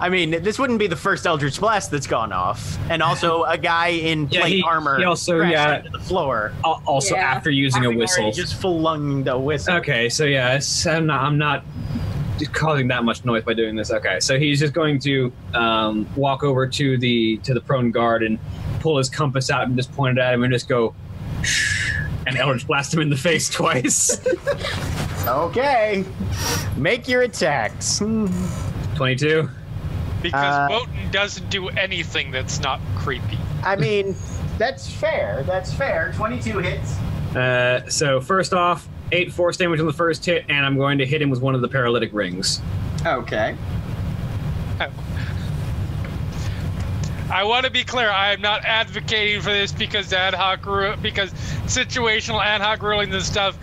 Speaker 2: I mean, this wouldn't be the first Eldritch Blast that's gone off, and also a guy in
Speaker 9: Yeah,
Speaker 2: plate
Speaker 9: he-
Speaker 2: armor
Speaker 9: he also-
Speaker 2: crashed
Speaker 9: yeah.
Speaker 2: onto the floor.
Speaker 9: Al- Also,
Speaker 5: Yeah.
Speaker 9: after using a
Speaker 2: Having
Speaker 9: whistle.
Speaker 2: already just flung the whistle.
Speaker 9: Okay, so yeah, it's, I'm not. I'm not causing that much noise by doing this. Okay, so he's just going to um, walk over to the to the prone guard and pull his compass out and just point it at him and just go, and Eldritch blast him in the face twice.
Speaker 2: Okay. Make your attacks.
Speaker 9: Twenty-two.
Speaker 8: because
Speaker 2: Uh,
Speaker 8: Wotan doesn't do anything that's not creepy.
Speaker 2: I mean, that's fair. That's fair. 22 hits.
Speaker 9: Uh, so first off, eight force damage on the first hit, and I'm going to hit him with one of the paralytic rings.
Speaker 2: Okay.
Speaker 8: I want to be clear. I am not advocating for this because ad hoc ru- because situational ad hoc rulings and stuff.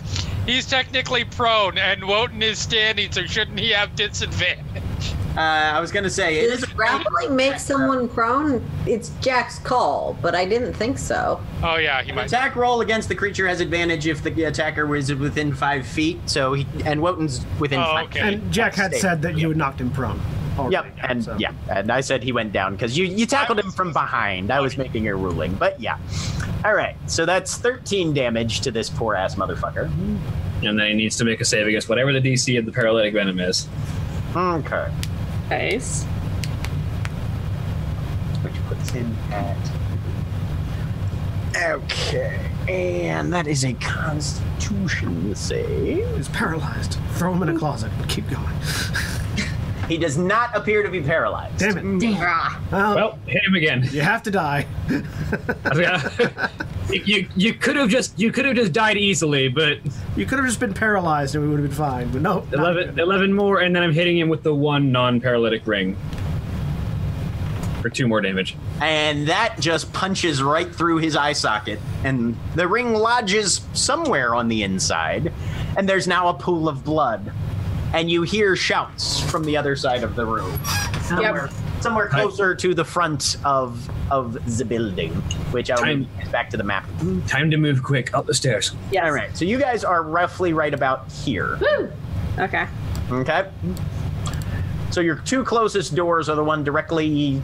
Speaker 8: He's technically prone, and Wotan is standing, so shouldn't he have disadvantage?
Speaker 2: Uh, I was gonna say it is.
Speaker 3: Does grappling make someone prone? It's Jack's call, but I didn't think so.
Speaker 8: Oh yeah, he might.
Speaker 2: Attack roll against the creature has advantage if the attacker was within five feet. So he and Wotan's within.
Speaker 8: Oh,
Speaker 2: five
Speaker 8: okay.
Speaker 2: feet.
Speaker 8: Hey,
Speaker 1: And Jack had
Speaker 2: stay.
Speaker 1: said that you had knocked him prone.
Speaker 2: Yep,
Speaker 1: already,
Speaker 2: and
Speaker 1: so-
Speaker 2: yeah, and I said he went down because you you tackled
Speaker 8: I was-
Speaker 2: him from behind. I was making a ruling, but yeah. All right, so that's 13 damage to this poor ass motherfucker.
Speaker 9: And then he needs to make a save against whatever the DC of the paralytic venom is.
Speaker 2: Okay,
Speaker 5: Nice.
Speaker 2: which puts him at. Okay, and that is a Constitution save.
Speaker 1: He's paralyzed. Throw him in a closet. Keep going.
Speaker 2: He does not appear to be paralyzed.
Speaker 1: Damn it.
Speaker 3: Ah,
Speaker 1: Well,
Speaker 9: Well, hit him again.
Speaker 1: you have to die.
Speaker 9: you you could have just you could have just died easily, but
Speaker 1: You could have just been paralyzed and we would have been fine, but no. not
Speaker 9: 11, 11 more, and then I'm hitting him with the one non-paralytic ring for two more damage.
Speaker 2: and that just punches right through his eye socket and the ring lodges somewhere on the inside and there's now a pool of blood and you hear shouts from the other side of the room somewhere, somewhere closer to the front of of the building which i'll
Speaker 9: Time-
Speaker 2: move back to the map
Speaker 9: Time to move quick up the stairs.
Speaker 5: Yes.
Speaker 2: all right so you guys are roughly right about here
Speaker 5: Okay.
Speaker 2: okay so your two closest doors are the one directly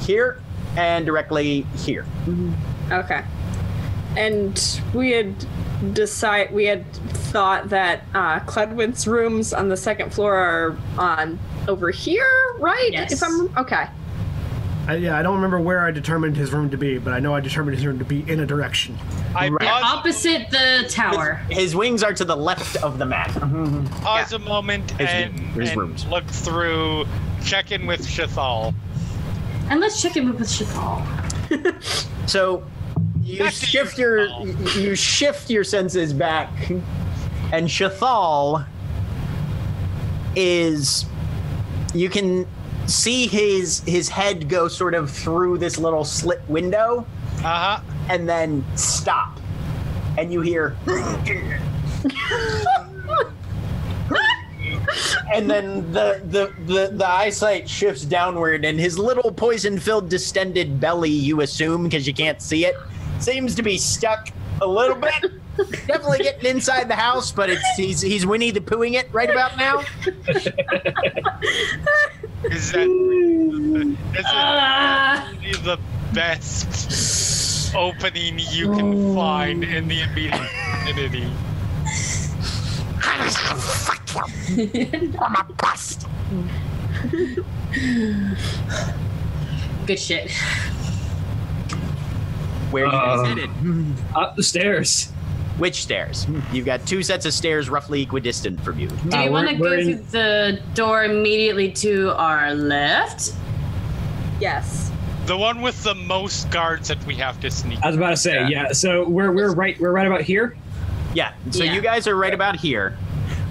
Speaker 2: here and directly here
Speaker 5: Okay. And we had decide we had thought that uh, Cledwin's rooms on the second floor are on over here, right?
Speaker 4: Yes.
Speaker 5: If I'm okay.
Speaker 1: I, yeah, I don't remember where I determined his room to be, but I know I determined his room to be in a direction.
Speaker 8: I pause,
Speaker 4: Opposite the tower. Mm-hmm.
Speaker 2: His wings are to the left of the map.
Speaker 1: Mm-hmm.
Speaker 8: pause a moment
Speaker 2: His-
Speaker 8: and,
Speaker 2: his
Speaker 8: and
Speaker 2: rooms.
Speaker 8: look through, check in with Shathal.
Speaker 4: And let's check in with Chappelle.
Speaker 2: So you
Speaker 8: Back to
Speaker 2: shift
Speaker 8: your-
Speaker 2: your you shift your senses back, and Shathal is you can see his his head go sort of through this little slit window
Speaker 8: Uh huh.
Speaker 2: and then stop, and you hear. And then the, the, the, the eyesight shifts downward, and his little poison filled, distended belly, you assume, because you can't see it, seems to be stuck a little bit. Definitely getting inside the house, but it's he's, he's Winnie the Poohing it right about now.
Speaker 8: Is that is it
Speaker 5: Ah.
Speaker 4: Uh,
Speaker 8: really the best opening you
Speaker 5: Oh.
Speaker 8: can find in the immediate vicinity?
Speaker 4: good shit.
Speaker 2: Where you
Speaker 9: Uh.
Speaker 2: guys headed?
Speaker 9: Up the stairs.
Speaker 2: Which stairs? You've got two sets of stairs roughly equidistant from you.
Speaker 4: Do
Speaker 9: Uh,
Speaker 4: you want to
Speaker 9: we're-
Speaker 4: go
Speaker 9: we're in-
Speaker 4: through the door immediately to our left?
Speaker 5: Yes.
Speaker 8: The one with the most guards that we have to sneak.
Speaker 9: I was about to say, yeah. so we're we're right we're right about here.
Speaker 2: Yeah. So
Speaker 4: Yeah.
Speaker 2: you guys are right about here.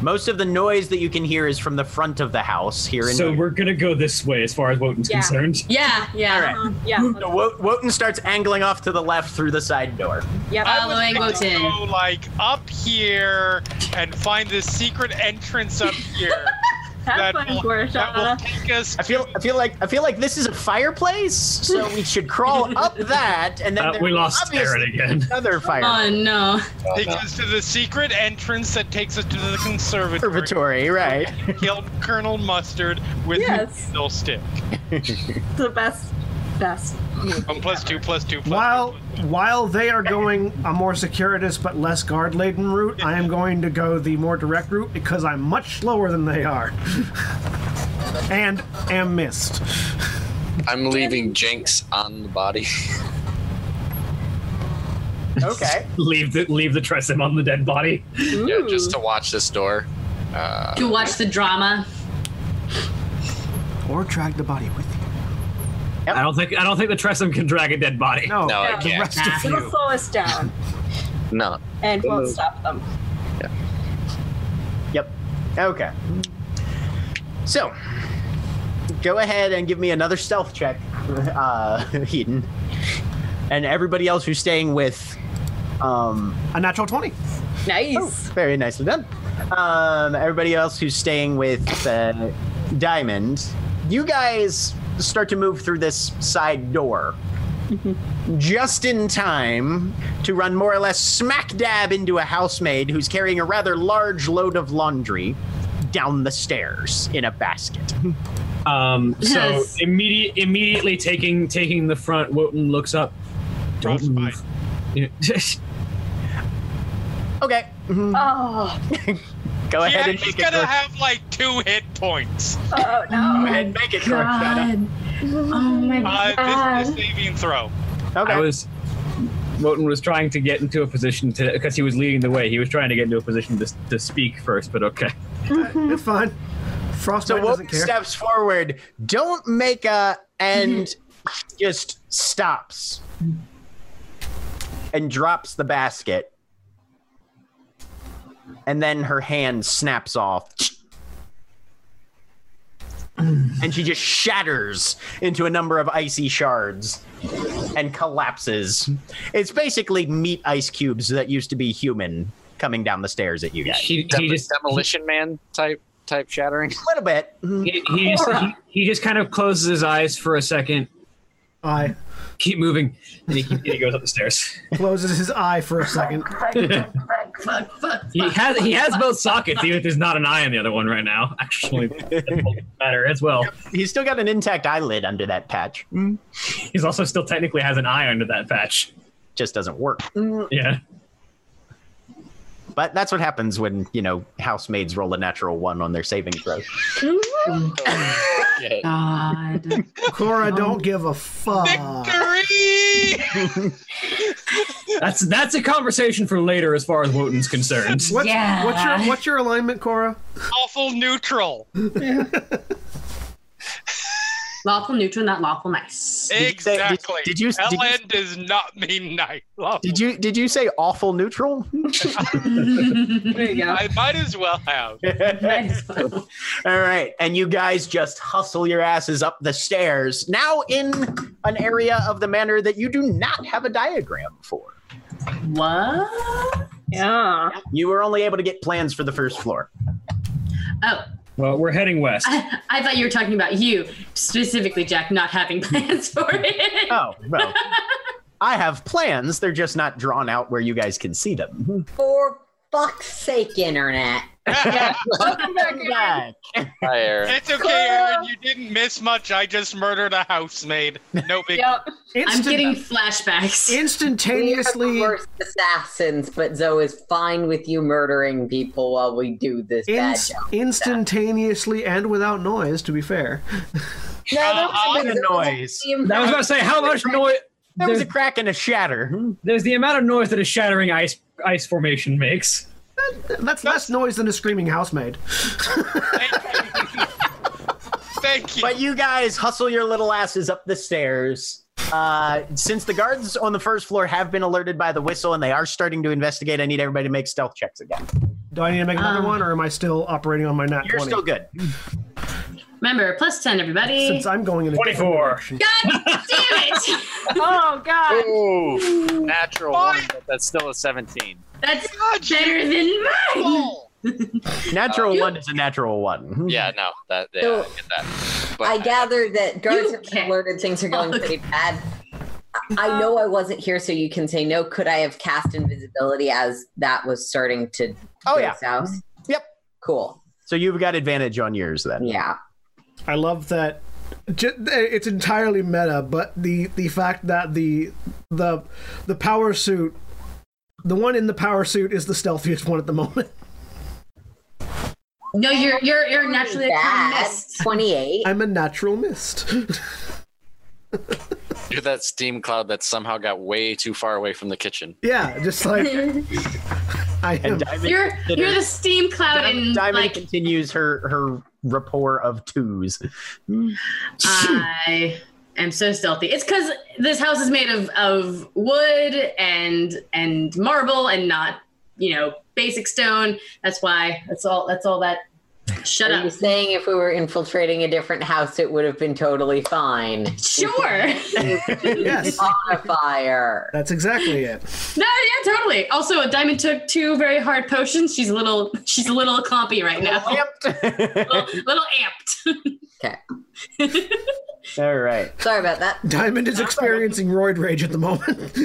Speaker 2: Most of the noise that you can hear is from the front of the house here in
Speaker 9: So we're gonna go this way as far as Wotan's
Speaker 5: Yeah.
Speaker 9: concerned.
Speaker 4: Yeah, yeah.
Speaker 2: All right.
Speaker 5: Uh, yeah.
Speaker 2: So Wo- Wotan starts angling off to the left through the side door.
Speaker 5: Yeah.
Speaker 8: I
Speaker 4: Uh,
Speaker 8: was
Speaker 4: Luang
Speaker 8: thinking
Speaker 4: Wotan.
Speaker 8: Go, like up here and find this secret entrance up here. that
Speaker 5: happen,
Speaker 8: will, that will
Speaker 5: Portia.
Speaker 8: take us
Speaker 2: I feel I feel like I feel like this is a fireplace, so we should crawl up that, and then
Speaker 9: Uh,
Speaker 2: there
Speaker 9: we
Speaker 2: will
Speaker 9: lost Aaron
Speaker 2: obviously be
Speaker 9: again.
Speaker 2: Another fire
Speaker 4: Oh no.
Speaker 8: Take us to the secret entrance that takes us to the conservatory.
Speaker 2: observatory, right?
Speaker 8: Killed Colonel Mustard with
Speaker 5: Yes.
Speaker 8: a needle stick.
Speaker 5: the best, best.
Speaker 8: One plus two plus two plus
Speaker 1: While
Speaker 8: two.
Speaker 1: while they are going a more securitous but less guard laden route, I am going to go the more direct route because I'm much slower than they are, and am missed.
Speaker 7: I'm leaving Jinx on the body.
Speaker 2: Okay.
Speaker 9: leave the leave the tressum on the dead body.
Speaker 7: yeah, just to watch this door. Uh,
Speaker 4: You watch the drama.
Speaker 1: Or drag the body with you.
Speaker 9: I don't think I don't think the tressum can drag a dead body.
Speaker 1: No,
Speaker 7: No, I
Speaker 1: the
Speaker 7: can't.
Speaker 1: rest of
Speaker 5: It'll
Speaker 1: you.
Speaker 5: slow us down
Speaker 7: No,
Speaker 5: and won't stop them.
Speaker 2: Yep. Okay. So, go ahead and give me another stealth check, uh, Heaton, and everybody else who's staying with. Um, Oh,
Speaker 1: A natural twenty.
Speaker 5: Nice.
Speaker 2: very nicely done. Um, everybody else who's staying with uh, Diamond, you guys start to move through this side door. Just in time to run more or less smack dab into a housemaid who's carrying a rather large load of laundry down the stairs in a basket.
Speaker 9: Um, so
Speaker 4: Yes.
Speaker 9: immediate, immediately taking taking the front, Wotan looks up. Don't
Speaker 8: Frostbite.
Speaker 9: move. Yeah.
Speaker 7: Uh,
Speaker 2: Okay, mhm,
Speaker 5: Oh,
Speaker 2: go ahead
Speaker 8: Yeah,
Speaker 2: and
Speaker 8: he's
Speaker 2: make it.
Speaker 8: gonna
Speaker 2: Gor-
Speaker 8: have like two hit points.
Speaker 5: oh
Speaker 2: go
Speaker 5: no.
Speaker 2: ahead and make it, Gorkana.
Speaker 4: God. Oh my
Speaker 8: Uh,
Speaker 4: god.
Speaker 8: this is a saving throw.
Speaker 2: Okay.
Speaker 9: I was. Wotan was trying to get into a position to because he was leading the way. He was trying to get into a position to, to speak first, but okay.
Speaker 1: You're fine. Frostbite
Speaker 2: Mm-hmm. So
Speaker 1: doesn't
Speaker 2: Wotan
Speaker 1: care.
Speaker 2: steps forward, don't make a, and
Speaker 1: Mm-hmm.
Speaker 2: just stops and drops the basket. And then her hand snaps off.
Speaker 1: Mm.
Speaker 2: And she just shatters into a number of icy shards and collapses. It's basically meat ice cubes that used to be human coming down the stairs at you guys.
Speaker 9: He,
Speaker 7: Dem-
Speaker 9: he just
Speaker 7: demolition man type type shattering.
Speaker 2: A little bit. Mm-hmm.
Speaker 9: he, he just he, he just kind of closes his eyes for a second,
Speaker 1: Eye
Speaker 9: keep moving, and he, and he goes up the stairs.
Speaker 1: closes his eye for a second.
Speaker 9: He has he has both sockets, even if there's not an eye on the other one right now. Actually, that doesn't matter as well.
Speaker 2: He's still got an intact eyelid under that patch.
Speaker 9: He's also still technically has an eye under that patch.
Speaker 2: Just doesn't work.
Speaker 9: Yeah.
Speaker 2: But that's what happens when, you know, housemaids roll a natural one on their saving throw.
Speaker 7: Yeah.
Speaker 4: God.
Speaker 1: Cora don't give a fuck.
Speaker 8: Victory!
Speaker 9: That's that's a conversation for later as far as Wotan's concerned.
Speaker 1: What's,
Speaker 4: Yeah.
Speaker 1: what's your what's your alignment, Cora?
Speaker 8: Awful neutral.
Speaker 4: lawful neutral, not lawful nice.
Speaker 2: Did you say- did-
Speaker 8: Exactly.
Speaker 2: did you- did you-
Speaker 8: LN does not mean night.
Speaker 2: Did you did you say awful neutral?
Speaker 5: There you go.
Speaker 8: I might as well have.
Speaker 4: Might as well.
Speaker 2: All right. And you guys just hustle your asses up the stairs, now in an area of the manor that you do not have a diagram for.
Speaker 4: what?
Speaker 5: Yeah.
Speaker 2: You were only able to get plans for the first floor.
Speaker 4: Oh,
Speaker 9: Well, we're heading west.
Speaker 4: I, I thought you were talking about you specifically, Jack, not having plans for it.
Speaker 2: Oh, well. I have plans. They're just not drawn out where you guys can see them.
Speaker 3: For fuck's sake, internet.
Speaker 2: Back.
Speaker 7: Hi, Aaron.
Speaker 8: It's okay, Aaron. You didn't miss much. I just murdered a housemaid. No big.
Speaker 5: Yep.
Speaker 4: I'm
Speaker 1: Instant-
Speaker 4: getting flashbacks.
Speaker 3: We are the
Speaker 1: instantaneously
Speaker 3: worst assassins, but Zoe is fine with you murdering people while we do this bad
Speaker 1: inst-
Speaker 3: job.
Speaker 1: instantaneously and without noise to be fair
Speaker 2: No, there was a bit of
Speaker 3: Uh,
Speaker 2: noise.
Speaker 9: I was about to say how much noise.
Speaker 2: There was
Speaker 9: There's, Hmm?
Speaker 2: a crack and a shatter.
Speaker 9: there's the amount of noise that a shattering ice ice formation makes.
Speaker 1: that's less noise than a screaming housemaid
Speaker 8: Thank you. Thank you.
Speaker 2: But you guys hustle your little asses up the stairs. Uh, since the guards on the first floor have been alerted by the whistle and they are starting to investigate, I need everybody to make stealth checks again.
Speaker 1: do i need to make another
Speaker 4: Um,
Speaker 1: one or am i still operating on my nat
Speaker 2: You're
Speaker 1: 20
Speaker 2: still good.
Speaker 4: Remember, plus 10, everybody.
Speaker 1: since i'm going in a different
Speaker 9: 24.
Speaker 1: direction.
Speaker 4: God damn it!
Speaker 5: Oh God.
Speaker 7: Ooh, natural one, but that's still a 17.
Speaker 4: That's
Speaker 8: God, you
Speaker 4: better than mine!
Speaker 8: fool.
Speaker 2: Natural one is a natural one.
Speaker 7: Yeah, no, that yeah,
Speaker 3: So-
Speaker 7: I get that. But
Speaker 3: I gather that guards
Speaker 4: You
Speaker 3: have been
Speaker 4: can't
Speaker 3: alerted things are going pretty bad. I- I know I wasn't here, so you can say no. Could I have cast invisibility as that was starting to
Speaker 2: Oh,
Speaker 3: go
Speaker 2: yeah.
Speaker 3: south?
Speaker 2: Yep.
Speaker 3: Cool.
Speaker 2: So you've got advantage on yours then.
Speaker 3: Yeah.
Speaker 1: I love that. ju- eh, It's entirely meta, but the the fact that the the the power suit, the one in the power suit, is the stealthiest one at the moment.
Speaker 4: No, you're you're you're naturally a kind
Speaker 3: Bad.
Speaker 4: mist.
Speaker 3: Twenty-eight.
Speaker 1: I'm a natural mist.
Speaker 7: you're that steam cloud that somehow got way too far away from the kitchen.
Speaker 1: yeah, just like I am.
Speaker 2: And Diamond,
Speaker 4: You're you're the steam cloud
Speaker 2: Diamond,
Speaker 4: and
Speaker 2: Diamond
Speaker 4: like
Speaker 2: continues her her rapport of twos.
Speaker 4: I am so stealthy. It's because this house is made of of wood and and marble and not you know basic stone. That's why. That's all. That's all that. Shut
Speaker 3: Are you
Speaker 4: up.
Speaker 3: saying if we were infiltrating a different house, it would have been totally fine?
Speaker 4: Sure.
Speaker 1: Yes,
Speaker 3: On a fire.
Speaker 1: that's exactly it.
Speaker 4: No, yeah, totally. Also, Diamond took two very hard potions. She's a little, she's a little clumpy right now.
Speaker 2: Amped.
Speaker 4: Little, little amped.
Speaker 2: All right.
Speaker 3: Sorry about that.
Speaker 1: Diamond is experiencing roid rage at the moment.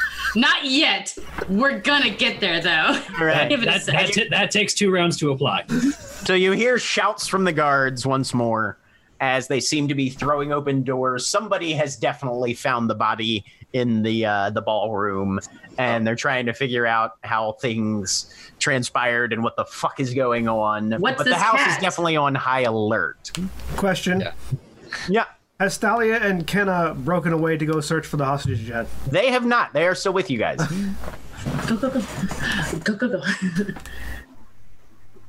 Speaker 4: Not yet. We're gonna get there though.
Speaker 2: All right.
Speaker 4: Give it a
Speaker 6: That,
Speaker 4: sec.
Speaker 6: that, that takes two rounds to apply.
Speaker 2: So you hear shouts from the guards once more as they seem to be throwing open doors. Somebody has definitely found the body in the uh, the ballroom, and they're trying to figure out how things transpired and what the fuck is going on.
Speaker 4: What's
Speaker 2: but the
Speaker 4: this
Speaker 2: house is
Speaker 4: cat?
Speaker 2: definitely on high alert.
Speaker 1: Question:
Speaker 7: Yeah.
Speaker 2: Yeah,
Speaker 1: Has Thalia and Kenna broken away to go search for the hostages yet?
Speaker 2: they have not. They are still with you guys.
Speaker 4: Go go go go go go.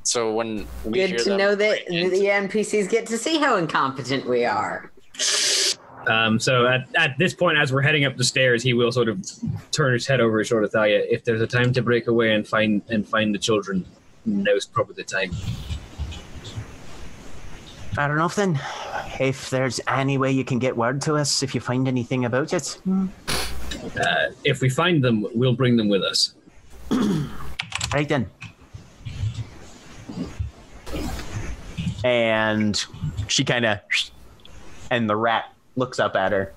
Speaker 7: So when we
Speaker 3: Good
Speaker 7: hear
Speaker 3: to
Speaker 7: them
Speaker 3: know that
Speaker 7: break
Speaker 3: the
Speaker 7: in-
Speaker 3: NPCs get to see how incompetent we are.
Speaker 9: Um, so at, at this point, as we're heading up the stairs, he will sort of turn his head over his shoulder, Thalia. If there's a time to break away and find and find the children, now's probably the time.
Speaker 2: I don't know if then, if there's any way you can get word to us if you find anything about it.
Speaker 4: Hmm.
Speaker 9: Uh, If we find them, we'll bring them with us.
Speaker 2: Right then. And she kind of, and the rat looks up at her,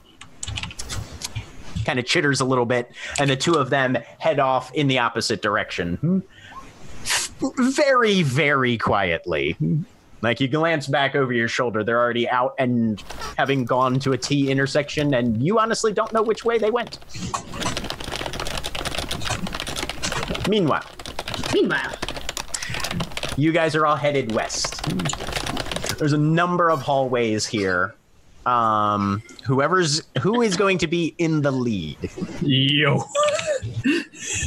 Speaker 2: kind of chitters a little bit, and the two of them head off in the opposite direction. Very, very quietly. Like you glance back over your shoulder, they're already out and having gone to a T intersection, and you honestly don't know which way they went. Meanwhile,
Speaker 4: Meanwhile,
Speaker 2: you guys are all headed west. There's a number of hallways here. Um, whoever's who is going to be in the lead,
Speaker 9: Yo.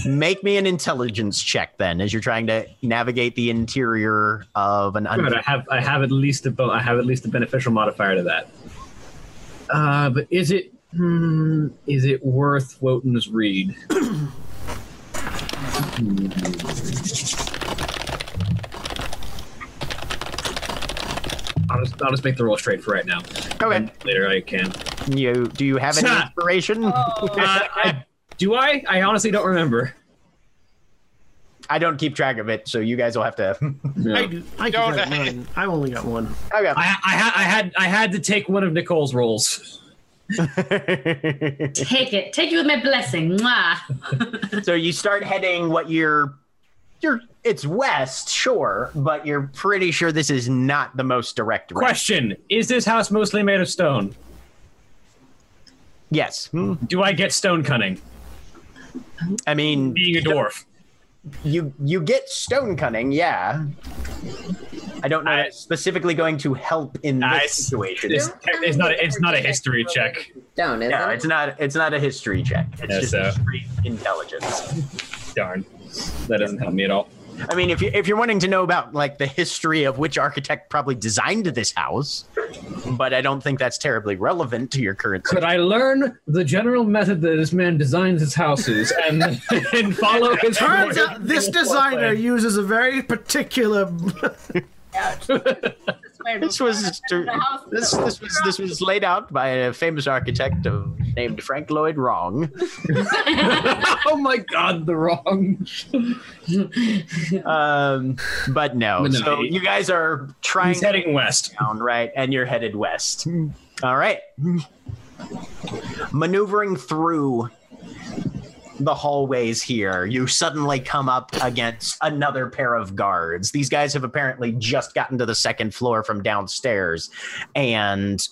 Speaker 2: make me an intelligence check then, as you're trying to navigate the interior of an.
Speaker 9: Good. I
Speaker 2: Un-
Speaker 9: have I have at least a bo- I have at least a beneficial modifier to that. Uh, but is it hmm, is it worth Wotan's read? I'll just, I'll just make the roll straight for right now.
Speaker 2: okay.
Speaker 9: And later I can.
Speaker 2: You do you have any
Speaker 9: Snap.
Speaker 2: inspiration?
Speaker 9: Uh, I- do I? I honestly don't remember.
Speaker 2: I don't keep track of it, so you guys will have to.
Speaker 9: No.
Speaker 1: I, I
Speaker 8: Don't
Speaker 1: can have
Speaker 8: I?
Speaker 1: mine. I've only got one.
Speaker 9: I, I, ha- I had I had to take one of Nicole's rolls.
Speaker 2: Okay.
Speaker 4: take it. Take it with my blessing. Mwah.
Speaker 2: so you start heading what you're you're it's west sure but you're pretty sure this is not the most direct route.
Speaker 9: Question: Is this house mostly made of stone?
Speaker 2: yes Hmm.
Speaker 9: Do I get stone cunning?
Speaker 2: i mean
Speaker 9: Being a dwarf.
Speaker 2: you you get stone cunning yeah i don't know
Speaker 9: I-
Speaker 2: that's specifically going to help in this
Speaker 9: I-
Speaker 2: situation
Speaker 9: It's, it's not. It's not a history check.
Speaker 3: Don't, is
Speaker 2: no
Speaker 3: it?
Speaker 2: it's not it's not a history check it's
Speaker 9: Yeah,
Speaker 2: just
Speaker 9: so-
Speaker 2: straight intelligence
Speaker 9: Darn, that doesn't help me at all.
Speaker 2: i mean if you if you're wanting to know about like the history of which architect probably designed this house but i don't think that's terribly relevant to your current
Speaker 6: Could I learn the general method that this man designs his houses and, and follow his
Speaker 1: Turns out this designer uses a very particular.
Speaker 5: declared
Speaker 2: This
Speaker 5: before.
Speaker 2: was this this was this was laid out by a famous architect of, named Frank Lloyd Wrong.
Speaker 6: oh my god, the wrong.
Speaker 2: Um, but no,
Speaker 6: But no,
Speaker 2: so
Speaker 6: he-
Speaker 2: you guys are trying
Speaker 9: He's heading west.
Speaker 2: down right, and you're headed west. All right, maneuvering through the hallways here, you suddenly come up against another pair of guards. These guys have apparently just gotten to the second floor from downstairs, and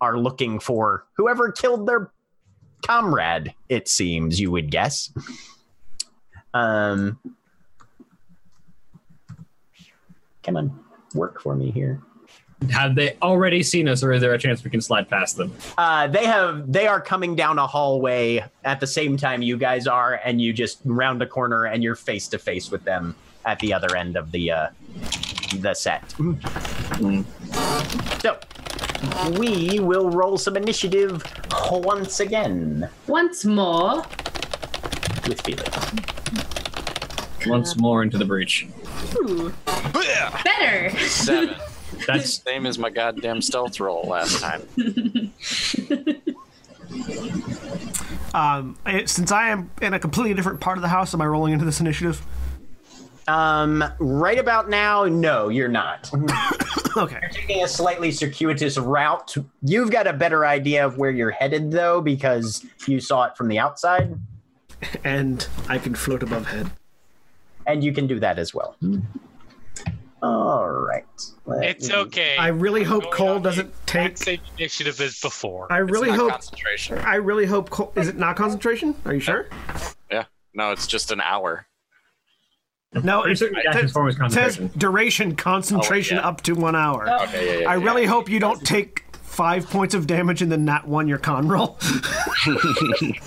Speaker 2: are looking for whoever killed their comrade. It seems you would guess. Um, come on, work for me here.
Speaker 9: Have they already seen us, or is there a chance we can slide past them?
Speaker 2: Uh, they have they are coming down a hallway at the same time you guys are, and you just round a corner and you're face to face with them at the other end of the uh, the set. So we will roll some initiative once again
Speaker 4: Once more.
Speaker 2: with Felix.
Speaker 9: Once more into the breach.
Speaker 4: Better.
Speaker 7: Seven.
Speaker 9: That's
Speaker 7: Same as my goddamn stealth roll last time.
Speaker 1: Um, I, since I am in a completely different part of the house, am I rolling into this initiative?
Speaker 2: Um, right about now, no, you're not.
Speaker 1: Okay.
Speaker 2: taking a slightly circuitous route. You've got a better idea of where you're headed, though, because you saw it from the outside,
Speaker 1: And I can float above head.
Speaker 2: and you can do that as well. All right. Let
Speaker 8: It's
Speaker 2: me-
Speaker 8: okay.
Speaker 1: I really hope
Speaker 8: Going
Speaker 1: Cole
Speaker 8: on
Speaker 1: doesn't
Speaker 8: the
Speaker 1: take.
Speaker 8: exact Same initiative as before.
Speaker 1: I
Speaker 7: it's
Speaker 1: really
Speaker 7: not
Speaker 1: hope.
Speaker 7: concentration.
Speaker 1: I really hope. Cole, is it not concentration? Are you sure?
Speaker 7: Yeah. No, it's just an hour.
Speaker 1: No, it
Speaker 9: certain actions form is
Speaker 1: it says
Speaker 9: concentration.
Speaker 1: duration concentration
Speaker 7: Oh, yeah. Oh.
Speaker 1: up to one hour.
Speaker 7: Okay, yeah, yeah,
Speaker 1: I
Speaker 7: yeah.
Speaker 1: really hope you don't take five points of damage and then not one your con roll. it's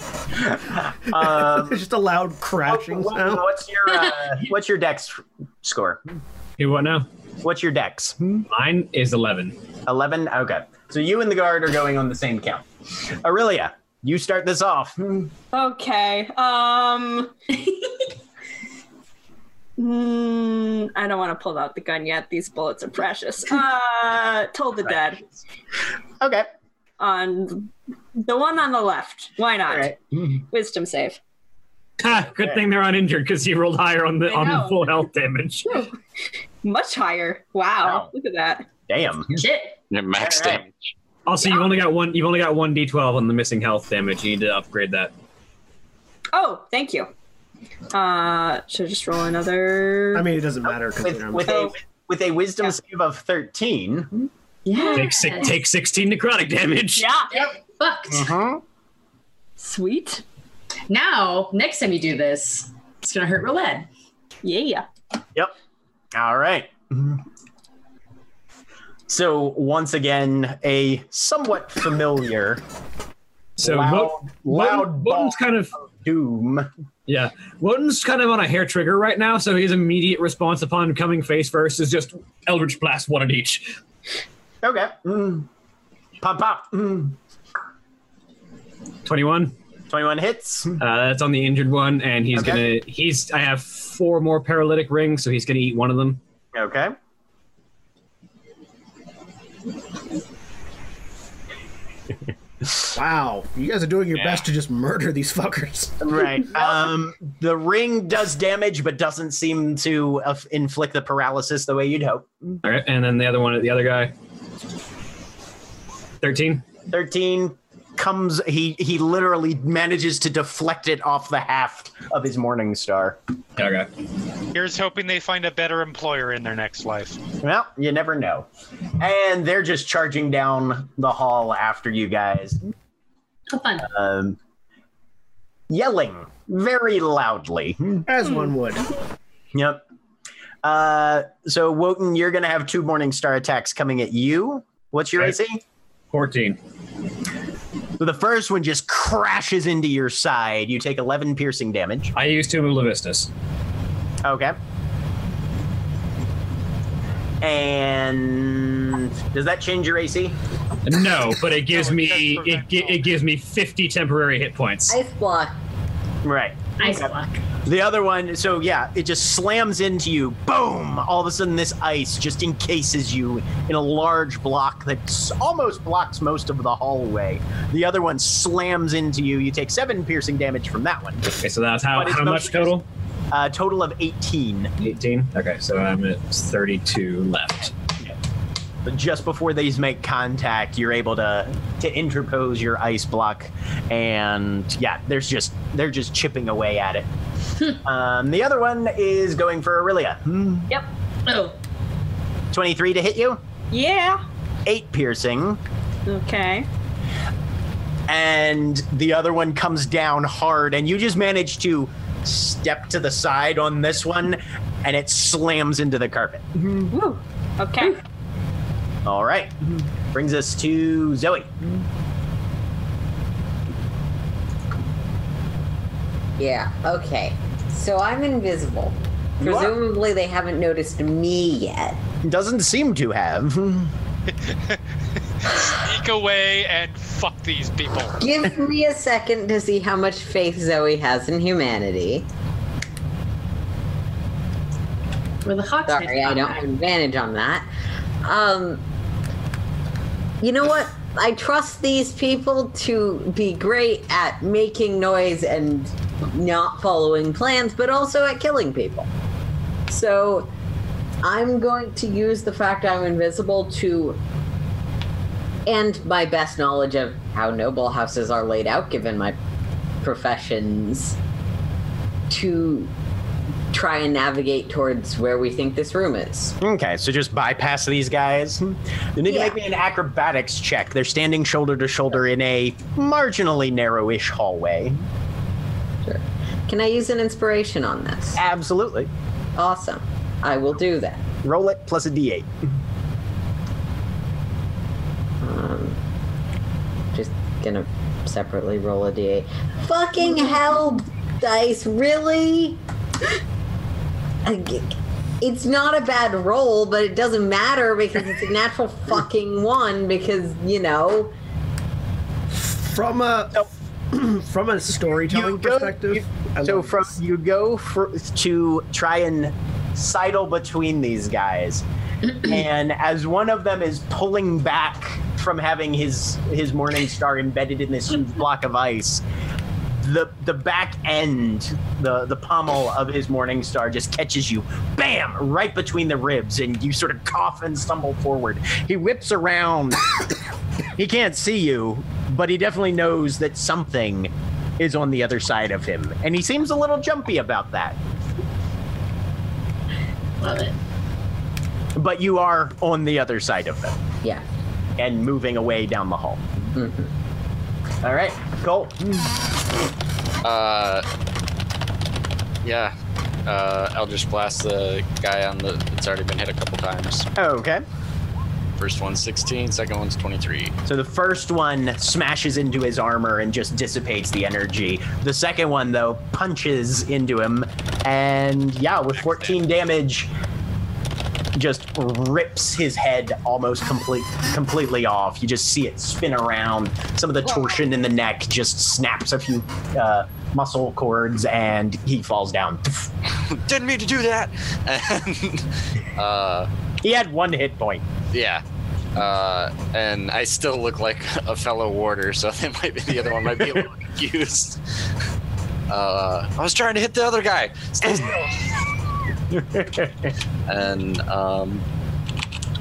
Speaker 1: just a loud crashing
Speaker 2: Um, What-
Speaker 1: sound.
Speaker 2: What's your uh, what's your dex score?
Speaker 9: you what now?
Speaker 2: What's your dex?
Speaker 9: Mine is eleven.
Speaker 2: Eleven. Okay. So you and the guard are going on the same count. Aurelia, you start this off.
Speaker 5: Okay. Um. mm, I don't want to pull out the gun yet. These bullets are precious. Uh, told the dead
Speaker 2: Okay.
Speaker 5: on the one on the left. Why not?
Speaker 2: All right.
Speaker 5: Wisdom
Speaker 9: Ha,
Speaker 5: save.
Speaker 9: Mm-hmm. Ah, Good thing they're uninjured because he rolled higher on the
Speaker 5: I
Speaker 9: on the
Speaker 5: know.
Speaker 9: full health damage.
Speaker 5: Much higher.
Speaker 2: Wow.
Speaker 5: Wow. Look at that.
Speaker 2: Damn.
Speaker 4: Shit.
Speaker 7: Yeah, max
Speaker 2: All right.
Speaker 7: damage.
Speaker 9: Also, you've only got one. You've only got one d12 on the missing health damage. You need to upgrade that.
Speaker 5: Oh, thank you. Uh, should I just roll another?
Speaker 1: I mean, it doesn't matter because
Speaker 2: With with a with a wisdom save of thirteen.
Speaker 4: Yeah.
Speaker 9: Take six, take 16 necrotic damage.
Speaker 5: yeah.
Speaker 4: Fucked.
Speaker 2: Uh-huh.
Speaker 5: Sweet.
Speaker 4: Now, next time you do this, it's gonna hurt real bad.
Speaker 5: Yeah.
Speaker 2: Yep. All right. So once again, a somewhat familiar
Speaker 9: So
Speaker 2: loud, loud
Speaker 9: Woden, Woden's
Speaker 2: ball
Speaker 9: kind of
Speaker 2: of doom.
Speaker 9: yeah. Woden's kind of on a hair trigger right now. So his immediate response upon coming face first is just Eldritch Blast, one at each.
Speaker 2: Okay. Mm. Pop pop. Mm.
Speaker 9: 21.
Speaker 2: Twenty-one hits.
Speaker 9: Uh, that's on the injured one, and he's
Speaker 2: Okay.
Speaker 9: gonna. He's. I have four more paralytic rings, so he's gonna eat one of them.
Speaker 2: Okay.
Speaker 1: wow, you guys are doing your best to just murder these fuckers.
Speaker 2: Right. Um, the ring does damage, but doesn't seem to uh, inflict the paralysis the way you'd hope.
Speaker 9: All right, and then the other one, the other guy. Thirteen.
Speaker 2: 13 comes he he literally manages to deflect it off the haft of his morning star
Speaker 9: Okay.
Speaker 8: Here's hoping they find a better employer in their next life.
Speaker 2: well you never know and they're just charging down the hall after you guys
Speaker 4: Have fun.
Speaker 2: um yelling
Speaker 9: Hmm.
Speaker 2: very loudly
Speaker 1: As one would.
Speaker 2: yep uh so wotan you're gonna have two morning star attacks coming at you what's your
Speaker 9: Okay.
Speaker 2: ac
Speaker 9: Fourteen.
Speaker 2: so the first one just crashes into your side you take 11 piercing damage
Speaker 9: I used two of Levistus.
Speaker 2: Okay. And does that change your AC?
Speaker 9: No, but it gives
Speaker 8: No, it
Speaker 9: me
Speaker 8: does
Speaker 9: it,
Speaker 8: prevent
Speaker 9: gi- it gives me fifty temporary hit points.
Speaker 3: Ice block.
Speaker 2: Right.
Speaker 4: Ice block.
Speaker 2: The other one, so yeah, it just slams into you. Boom! All of a sudden, this ice just encases you in a large block that s- almost blocks most of the hallway. The other one slams into you. You take seven piercing damage from that one.
Speaker 9: Okay, so that's how,
Speaker 2: But it's
Speaker 9: how much
Speaker 2: mostly
Speaker 9: total?
Speaker 2: A Uh, total of 18.
Speaker 9: 18. Okay, so I'm at 32 left.
Speaker 2: But just before these make contact, you're able to to interpose your ice block, and yeah, there's just they're just chipping away at it. um, the other one is going for Aurelia. Hmm.
Speaker 4: Yep. Oh,
Speaker 2: 23 to hit you,
Speaker 5: Yeah.
Speaker 2: eight piercing,
Speaker 5: Okay.
Speaker 2: and the other one comes down hard, and you just manage to step to the side on this one, and it slams into the carpet.
Speaker 5: Woo. Okay.
Speaker 2: All right, brings us to Zoe.
Speaker 3: Yeah, okay. So I'm invisible.
Speaker 2: You are.
Speaker 3: Presumably they haven't noticed me yet.
Speaker 2: Doesn't seem to have.
Speaker 8: Sneak away and fuck these people.
Speaker 3: Give me a second to see how much faith Zoe has in humanity.
Speaker 4: where the hawks.
Speaker 3: Sorry, I don't have advantage on that. Um, you know what? I trust these people to be great at making noise and not following plans, but also at killing people. So I'm going to use the fact I'm invisible to, and my best knowledge of how noble houses are laid out, given my professions, to try and navigate towards where we think this room is.
Speaker 2: Okay, so just bypass these guys. You need to
Speaker 3: Yeah.
Speaker 2: make me an acrobatics check. They're standing shoulder to shoulder in a marginally narrowish hallway.
Speaker 3: Can I use an inspiration on this?
Speaker 2: Absolutely.
Speaker 3: Awesome. I will do that.
Speaker 2: Roll it plus a d8.
Speaker 3: Um, just gonna separately roll a d8. Fucking hell, dice, really? I g- It's not a bad roll, but it doesn't matter because it's a natural fucking one because, you know.
Speaker 1: From a from a storytelling perspective. I
Speaker 2: so
Speaker 1: love
Speaker 2: from
Speaker 1: this.
Speaker 2: you go for, to try and sidle between these guys, and as one of them is pulling back from having his his morning star embedded in this huge block of ice, the the back end, the the pommel of his morning star just catches you, bam, right between the ribs, and you sort of cough and stumble forward. He whips around. he can't see you, but he definitely knows that something is on the other side of him, and he seems a little jumpy about that.
Speaker 4: Love it.
Speaker 2: But you are on the other side of them
Speaker 3: Yeah.
Speaker 2: and moving away down the hall. All right, Cole.
Speaker 7: Uh, yeah. Uh, Eldritch Blast the guy on the that's already been hit a couple times.
Speaker 2: Okay.
Speaker 7: First one's 16, second one's 23.
Speaker 2: So the first one smashes into his armor and just dissipates the energy. The second one, though, punches into him and, yeah, with 14 damage, just rips his head almost complete, completely off. You just see it spin around. Some of the torsion in the neck just snaps a few uh, muscle cords and he falls down.
Speaker 7: Didn't mean to do that! And, uh,
Speaker 2: He had one hit point.
Speaker 7: yeah. Uh, and I still look like a fellow warder, so that might be the other one might be a little confused. Uh, I was trying to hit the other guy. Stay still. and um,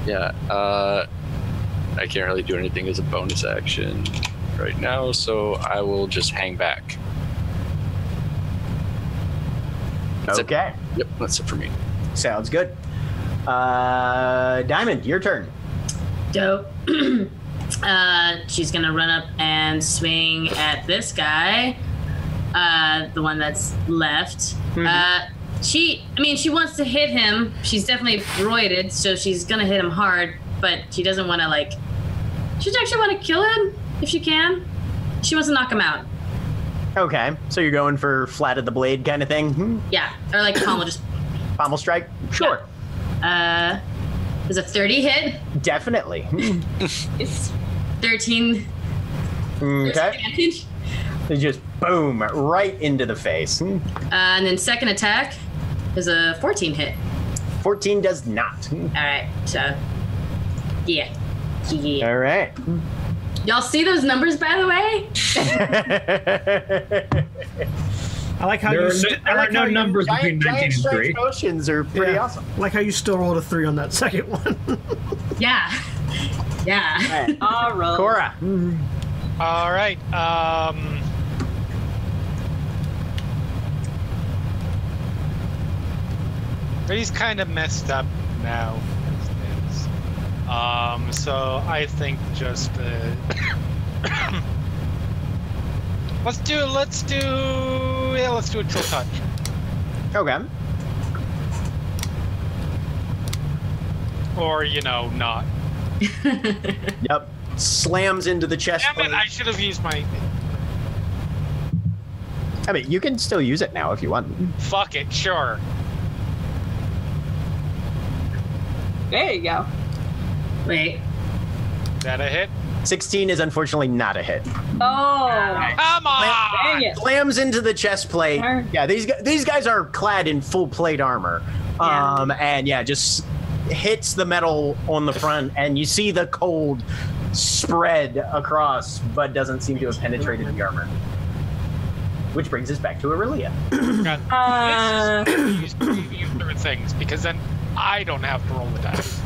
Speaker 7: yeah, uh, I can't really do anything as a bonus action right now, so I will just hang back. That's it.
Speaker 2: okay.
Speaker 7: Yep, that's it for me.
Speaker 2: Sounds good. Uh, Diamond, your turn.
Speaker 4: Dope. uh, she's gonna run up and swing at this guy, uh, the one that's left. Uh, she, I mean, she wants to hit him. She's definitely roided, so she's gonna hit him hard, but she doesn't want to like. She'd actually want to kill him if she can. She wants to knock him out.
Speaker 2: Okay, so you're going for flat of the blade kind of thing? Hmm?
Speaker 4: Yeah, or like Pommel just.
Speaker 2: Pommel strike? Sure,
Speaker 4: Uh, there's a 30 hit,
Speaker 2: definitely. Hmm.
Speaker 4: 13
Speaker 2: okay,
Speaker 4: disadvantage.
Speaker 2: They just boom right into the face. Hmm.
Speaker 4: Uh, and then second attack is a 14 hit.
Speaker 2: 14 does not. Hmm.
Speaker 4: All right, so yeah, yeah.
Speaker 2: All right.
Speaker 4: Y'all see those numbers, by the way?
Speaker 1: I like how
Speaker 9: There
Speaker 1: you.
Speaker 9: are no,
Speaker 1: st- I
Speaker 9: there
Speaker 1: like
Speaker 9: are no
Speaker 1: how you-
Speaker 9: numbers between
Speaker 2: Giant,
Speaker 9: 19
Speaker 2: giant
Speaker 9: and
Speaker 2: strange
Speaker 9: 3.
Speaker 2: potions are pretty
Speaker 1: yeah,
Speaker 2: awesome.
Speaker 1: Like how you still rolled a three on that second one.
Speaker 4: Yeah, yeah.
Speaker 5: All right.
Speaker 2: Cora.
Speaker 8: All right. Um, but he's kind of messed up now. as it is. Um, so I think just uh, let's do let's do yeah let's do a trill touch.
Speaker 2: Okay.
Speaker 8: Or you know not.
Speaker 2: Yep. Slams into the chest.
Speaker 8: Damn it!
Speaker 2: plate.
Speaker 8: I should have used my.
Speaker 2: I mean, you can still use it now if you want.
Speaker 8: Fuck it. Sure.
Speaker 5: There you go.
Speaker 4: Wait,
Speaker 8: That a hit?
Speaker 2: 16 is unfortunately not a hit.
Speaker 5: Oh,
Speaker 8: Come on.
Speaker 5: dang it.
Speaker 2: Slams into the chest plate.
Speaker 5: Sure.
Speaker 2: Yeah, these gu- these guys are clad in full plate armor.
Speaker 5: Yeah.
Speaker 2: Um, and yeah, just hits the metal on the front, and you see the cold spread across, but doesn't seem to have penetrated the armor. Which brings us back to Aurelia.
Speaker 5: Uh,
Speaker 8: use preview for things because then I don't have to roll the dice.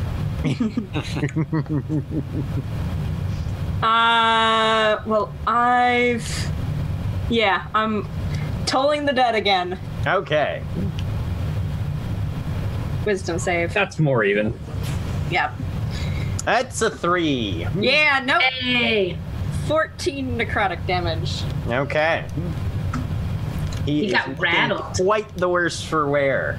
Speaker 5: uh, well, I've. Yeah, I'm tolling the dead again.
Speaker 2: Okay.
Speaker 5: Wisdom save.
Speaker 9: That's more even.
Speaker 5: Yeah.
Speaker 2: That's a three.
Speaker 5: Yeah, nope.
Speaker 4: hey,
Speaker 5: 14 necrotic damage.
Speaker 2: Okay.
Speaker 4: He
Speaker 2: is
Speaker 4: got
Speaker 2: looking
Speaker 4: rattled.
Speaker 2: Quite the worse for wear.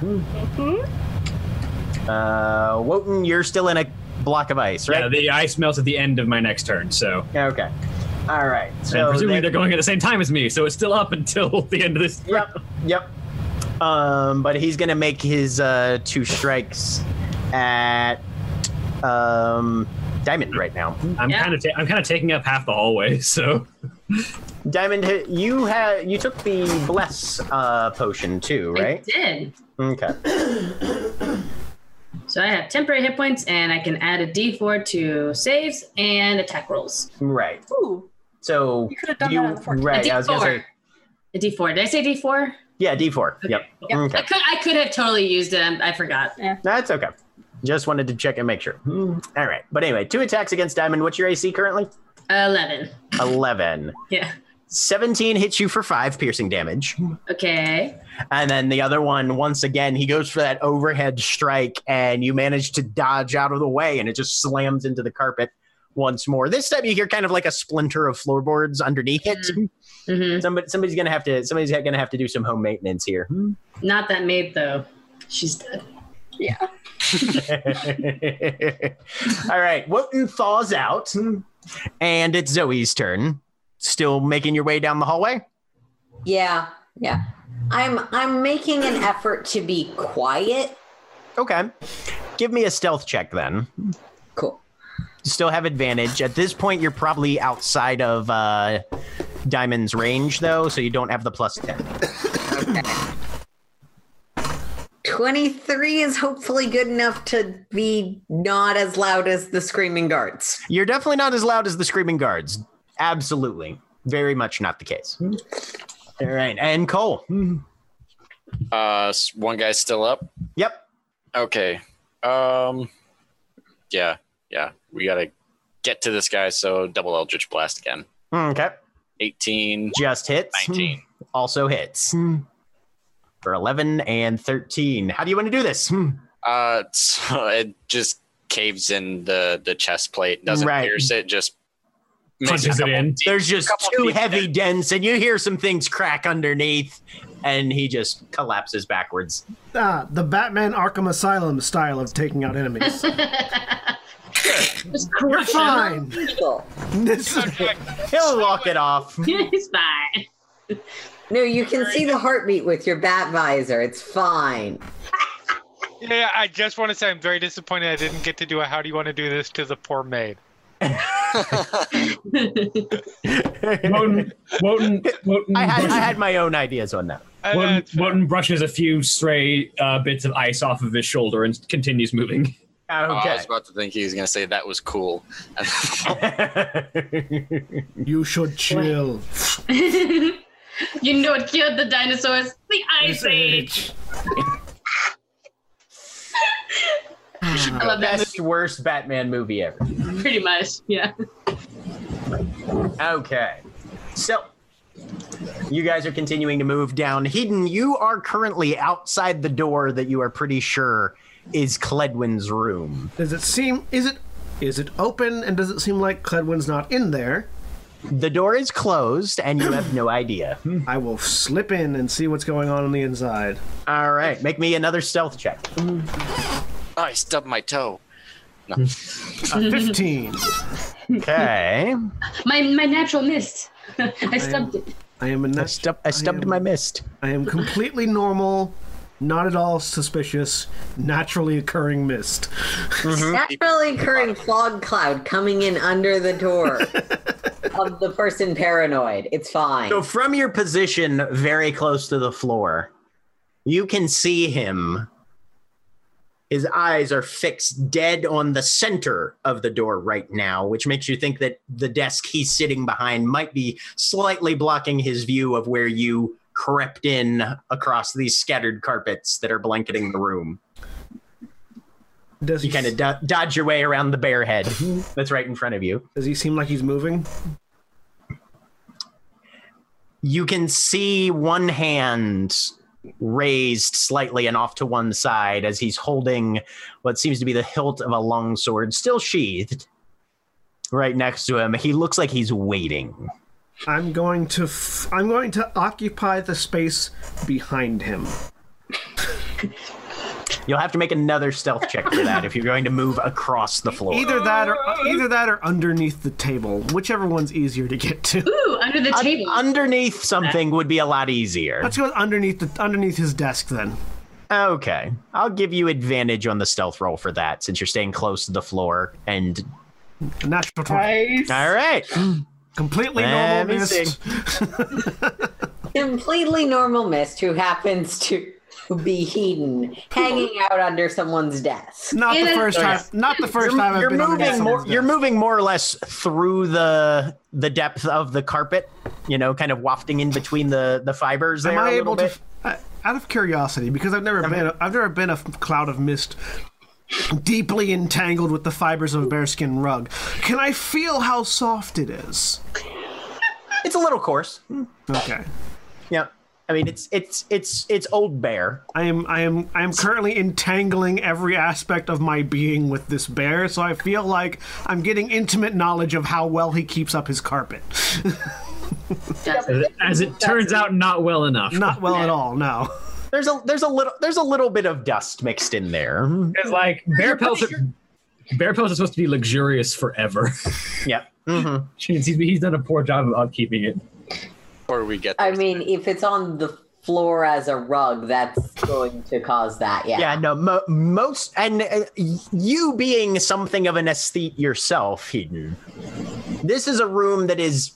Speaker 2: Uh, Wotan, you're still in a block of ice,
Speaker 9: Yeah,
Speaker 2: right?
Speaker 9: the ice melts at the end of my next turn, so.
Speaker 2: okay. All right.
Speaker 9: and
Speaker 2: So
Speaker 9: presumably
Speaker 2: that-
Speaker 9: they're going at the same time as me, so it's still up until the end of this.
Speaker 2: Yep. Yep. Um, but he's gonna make his uh, two strikes at um, Diamond right now.
Speaker 9: I'm
Speaker 4: Yeah.
Speaker 9: kind of ta- I'm kind of taking up half the hallway, so
Speaker 2: Diamond, you had you took the bless uh, potion too,
Speaker 4: I
Speaker 2: right?
Speaker 4: did.
Speaker 2: Okay.
Speaker 4: So I have temporary hit points, and I can add a D4 to saves and attack rolls.
Speaker 2: Right.
Speaker 5: Ooh.
Speaker 2: So
Speaker 5: You could have done
Speaker 2: do you,
Speaker 5: that on the 14th.
Speaker 2: right?
Speaker 4: a
Speaker 2: I was gonna
Speaker 4: D4.
Speaker 2: say
Speaker 4: A D4. Did I say D4?
Speaker 2: yeah, D four. Yep.
Speaker 4: I
Speaker 2: Okay.
Speaker 4: could I could have totally used it. I, I forgot.
Speaker 2: That's okay. Just wanted to check and make sure. Mm, All right. But anyway, two attacks against Diamond. What's your AC currently?
Speaker 4: Eleven.
Speaker 2: 11.
Speaker 4: Yeah.
Speaker 2: 17 hits you for five piercing damage.
Speaker 4: Okay.
Speaker 2: And then the other one, once again, he goes for that overhead strike, and you manage to dodge out of the way, and it just slams into the carpet once more. This time, you hear kind of like a splinter of floorboards underneath it.
Speaker 4: hmm
Speaker 2: Somebody, somebody's gonna have to, somebody's gonna have to do some home maintenance here.
Speaker 4: Not that maid though. She's dead.
Speaker 2: All right, Wotan thaws out, and it's Zoe's turn. Still making your way down the hallway.
Speaker 3: Yeah, yeah. I'm I'm making an effort to be quiet.
Speaker 2: Okay, give me a stealth check then.
Speaker 3: Cool.
Speaker 2: still have advantage. At this point, you're probably outside of uh, Diamond's range, though, so you don't have the plus 10.
Speaker 3: 23 is hopefully good enough to be not as loud as the screaming guards.
Speaker 2: You're definitely not as loud as the Screaming Guards. Absolutely. Very much not the case. All right. And Cole.
Speaker 7: Uh, s- one guy's still up.
Speaker 2: Yep.
Speaker 7: Okay. Um. Yeah. Yeah. We gotta get to this guy. So double Eldritch Blast again.
Speaker 2: Okay.
Speaker 7: 18,
Speaker 2: Just hits. Hmm.
Speaker 7: 19.
Speaker 2: Also hits.
Speaker 4: Hmm.
Speaker 2: For 11 and 13. How do you want to do this? Hmm.
Speaker 7: Uh, so it just caves in the the chest plate. Doesn't
Speaker 2: Right.
Speaker 7: pierce it. Just makes
Speaker 9: punches
Speaker 7: a
Speaker 9: it
Speaker 7: couple
Speaker 9: in.
Speaker 7: deep-
Speaker 2: There's just
Speaker 7: couple
Speaker 2: two
Speaker 7: deep
Speaker 2: heavy dents, and you hear some things crack underneath, and he just collapses backwards.
Speaker 1: ah, the Batman Arkham Asylum style of taking out enemies. You're fine.
Speaker 3: Cool.
Speaker 1: This is
Speaker 2: He'll walk it off.
Speaker 4: It's fine.
Speaker 3: No, you can see the heartbeat with your bat visor. It's fine.
Speaker 8: Yeah, I just want to say I'm very disappointed I didn't get to do a how do you want to do this to the poor maid.
Speaker 6: Woden, Woden, Woden,
Speaker 2: I had,
Speaker 6: brushes,
Speaker 2: I had my own ideas on that.
Speaker 8: Uh,
Speaker 6: Woden,
Speaker 8: that's-
Speaker 6: Woden brushes a few stray uh, bits of ice off of his shoulder and continues moving.
Speaker 7: Oh, I
Speaker 2: Okay.
Speaker 7: was about to think he was going to say that was cool.
Speaker 1: You should chill.
Speaker 4: you know what killed the dinosaurs? The Ice Age. I love that
Speaker 2: Best worst Batman movie ever.
Speaker 4: movie pretty much. Yeah.
Speaker 2: Okay. So you guys are continuing to move down. Hidden, you are currently outside the door that you are pretty sure is Cledwyn's room.
Speaker 1: Does it seem? Is it? Is it open? And does it seem like Cledwyn's not in there?
Speaker 2: The door is closed and you have no idea.
Speaker 1: I will slip in and see what's going on on the inside.
Speaker 2: All right, make me another stealth check.
Speaker 7: oh, I stubbed my toe.
Speaker 1: A Uh, Fifteen.
Speaker 2: Okay.
Speaker 4: My my natural mist. I stubbed it.
Speaker 1: I am a
Speaker 2: I,
Speaker 1: nat-
Speaker 2: stub- I stubbed my mist.
Speaker 1: I am completely normal, not at all suspicious, naturally occurring mist.
Speaker 4: Mm-hmm.
Speaker 3: Naturally occurring fog cloud coming in under the door of the person paranoid. It's fine.
Speaker 2: So from your position very close to the floor, you can see him. His eyes are fixed dead on the center of the door right now, which makes you think that the desk he's sitting behind might be slightly blocking his view of where you crept in across these scattered carpets that are blanketing the room.
Speaker 1: Does
Speaker 2: You
Speaker 1: he
Speaker 2: kind of do- dodge your way around the bear head that's right in front of you.
Speaker 1: Does he seem like he's moving?
Speaker 2: you can see one hand raised slightly and off to one side as he's holding what seems to be the hilt of a long sword still sheathed right next to him he looks like he's waiting
Speaker 1: I'm going to f- I'm going to occupy the space behind him.
Speaker 2: you'll have to make another stealth check for that if you're going to move across the floor
Speaker 1: Either that or either that or underneath the table, whichever one's easier to get to.
Speaker 4: Ooh, under the
Speaker 2: Un-
Speaker 4: table.
Speaker 2: underneath something would be a lot easier
Speaker 1: Let's go underneath the underneath his desk then.
Speaker 2: okay i'll give you advantage on the stealth roll for that since you're staying close to the floor and
Speaker 1: A Natural twenty.
Speaker 5: Nice.
Speaker 2: all right
Speaker 1: Completely
Speaker 2: Let
Speaker 1: normal
Speaker 2: me see.
Speaker 1: mist.
Speaker 3: Completely normal mist who happens to be hidden, hanging out under someone's desk.
Speaker 1: Not the
Speaker 4: It is-
Speaker 1: first time. Not the 1st time I've
Speaker 2: you're
Speaker 1: been underneath
Speaker 2: moving more
Speaker 1: someone's
Speaker 2: you're
Speaker 1: desk.
Speaker 2: moving more or less through the the depth of the carpet you know kind of wafting in between the the fibers there
Speaker 1: Am I
Speaker 2: a
Speaker 1: able
Speaker 2: little
Speaker 1: to?
Speaker 2: bit
Speaker 1: f- I- out of curiosity, because I've never been, I've never been a f- cloud of mist deeply entangled with the fibers of a bearskin rug. Can I feel how soft it is?
Speaker 2: it's a little coarse
Speaker 1: Okay.
Speaker 2: yeah i mean it's it's it's it's old bear
Speaker 1: I am I am I am currently entangling every aspect of my being with this bear, so I feel like I'm getting intimate knowledge of how well he keeps up his carpet.
Speaker 9: As it turns out, not well enough.
Speaker 1: Not well at all, no.
Speaker 2: there's a there's a little there's a little bit of dust mixed in there
Speaker 9: Because like bear pelts, are, bear pelts are supposed to be luxurious forever.
Speaker 2: yeah hmm
Speaker 9: he's, he's done a poor job of upkeeping it.
Speaker 7: Or we get
Speaker 3: I
Speaker 7: there.
Speaker 3: mean, if it's on the floor as a rug, that's going to cause that. Yeah.
Speaker 2: yeah no mo- most and uh, y- you being something of an aesthete yourself Heaton, this is a room that is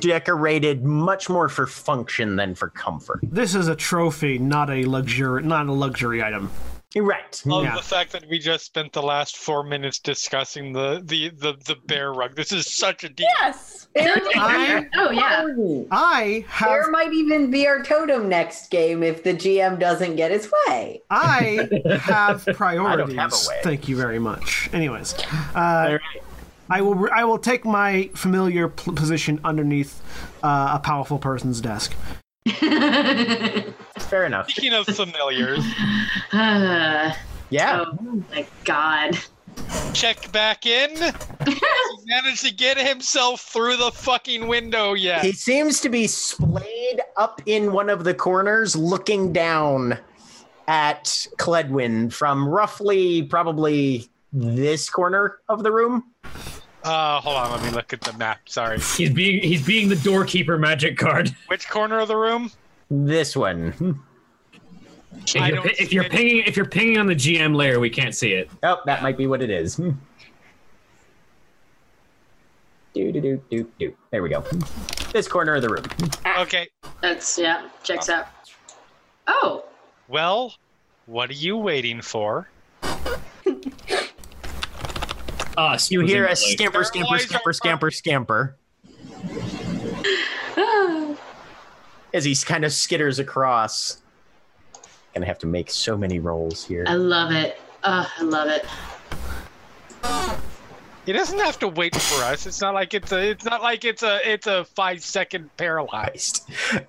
Speaker 2: decorated much more for function than for comfort
Speaker 1: This is a trophy, not a luxury not a luxury item.
Speaker 2: Right.
Speaker 8: Love
Speaker 1: Yeah.
Speaker 8: the fact that we just spent the last four minutes discussing the the the, the bear rug. This is such a deep.
Speaker 5: Yes.
Speaker 1: I
Speaker 4: oh yeah.
Speaker 3: Garden.
Speaker 1: I have
Speaker 3: There might even be our totem next game if the GM doesn't get his way.
Speaker 1: I have priorities.
Speaker 2: have a way.
Speaker 1: Thank you very much. Anyways, uh, I will I will take my familiar pl- position underneath uh, a powerful person's desk.
Speaker 2: Fair enough.
Speaker 8: Speaking of familiars,
Speaker 4: Uh,
Speaker 2: Yeah.
Speaker 4: oh my god.
Speaker 8: check back in. he managed to get himself through the fucking window yet.
Speaker 2: He seems to be splayed up in one of the corners, looking down at Cledwyn from roughly probably this corner of the room.
Speaker 8: Uh, hold on, let me look at the map. Sorry,
Speaker 9: He's being he's being the doorkeeper magic card.
Speaker 8: which corner of the room?
Speaker 2: This one.
Speaker 9: If
Speaker 8: I
Speaker 9: you're,
Speaker 8: don't
Speaker 9: pi- if
Speaker 8: see
Speaker 9: you're
Speaker 8: it.
Speaker 9: pinging if you're pinging on the GM
Speaker 2: Hmm.
Speaker 9: layer, we can't see it.
Speaker 2: Oh, that might be what it is. Do, do, do, do, do. There we go. This corner of the room.
Speaker 8: Okay.
Speaker 4: Ah. That's yeah, checks out. Oh,
Speaker 8: Well, what are you waiting for?
Speaker 9: Us.
Speaker 2: You hear a
Speaker 9: presumably.
Speaker 2: scamper, scamper, scamper, scamper, scamper as he kind of skitters across. Gonna have to make so many rolls here.
Speaker 4: I love it. Oh, I love it.
Speaker 8: It doesn't have to wait for us. It's not like it's a. It's not like it's a. It's a five second paralyzed.
Speaker 2: Christ.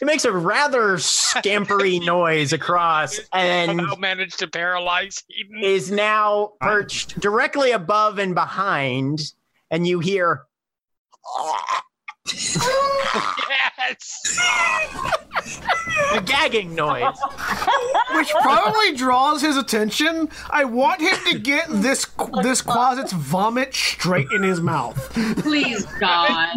Speaker 2: It makes a rather scampery noise across and
Speaker 8: Somehow managed to paralyze Eden.
Speaker 2: is now perched directly above and behind, and you hear
Speaker 8: Yes.
Speaker 2: a gagging noise.
Speaker 1: which probably draws his attention. I want him to get this this closet's vomit straight in his mouth.
Speaker 4: Please, God.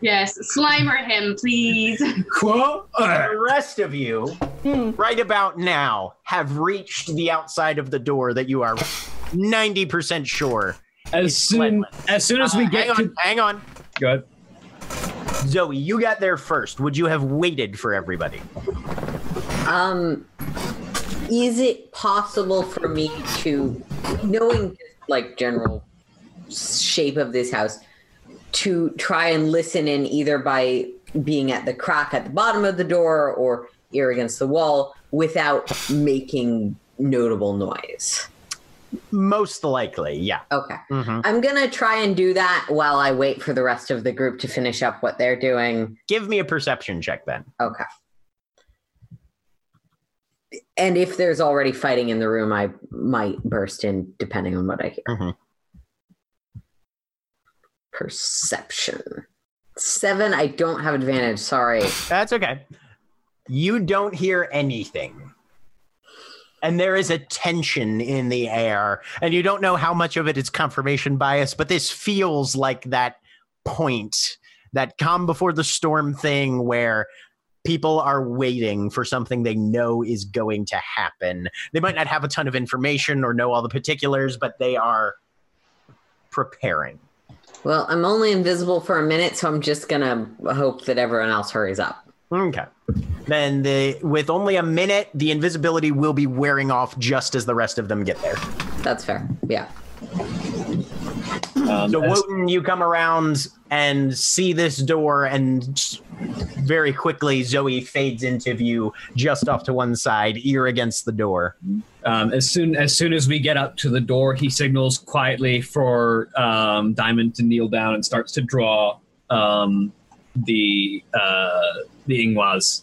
Speaker 4: yes, Slimer him, please.
Speaker 2: The rest of you, right about now, have reached the outside of the door that you are 90% sure. Uh,
Speaker 9: As soon as soon as we
Speaker 2: Hang
Speaker 9: get to
Speaker 2: on, hang on.
Speaker 9: Go ahead.
Speaker 2: Zoe, you got there first. Would you have waited for everybody?
Speaker 3: Um, is it possible for me to, knowing like general shape of this house, to try and listen in either by being at the crack at the bottom of the door or ear against the wall without making notable noise?
Speaker 2: Most likely, yeah.
Speaker 3: Okay.
Speaker 2: Mhm.
Speaker 3: I'm going to try and do that while I wait for the rest of the group to finish up what they're doing.
Speaker 2: Give me a perception check then.
Speaker 3: Okay. And if there's already fighting in the room, I might burst in depending on what I hear.
Speaker 2: Mhm.
Speaker 3: Perception. Seven, I don't have advantage. Sorry.
Speaker 2: That's okay. You don't hear anything. And there is a tension in the air. And you don't know how much of it is confirmation bias, but this feels like that point, that calm before the storm thing where people are waiting for something they know is going to happen. They might not have a ton of information or know all the particulars, but they are preparing.
Speaker 3: Well, I'm only invisible for a minute, so I'm just going to hope that everyone else hurries up.
Speaker 2: Okay. Then the with only a minute, the invisibility will be wearing off just as the rest of them get there.
Speaker 3: That's fair. Yeah.
Speaker 9: Um,
Speaker 2: So
Speaker 9: as-
Speaker 2: Wotan, you come around and see this door, and very quickly Zoe fades into view, just off to one side, ear against the door.
Speaker 9: Um, as soon as soon as we get up to the door, he signals quietly for um, Diamond to kneel down and starts to draw um, the uh, the ingwas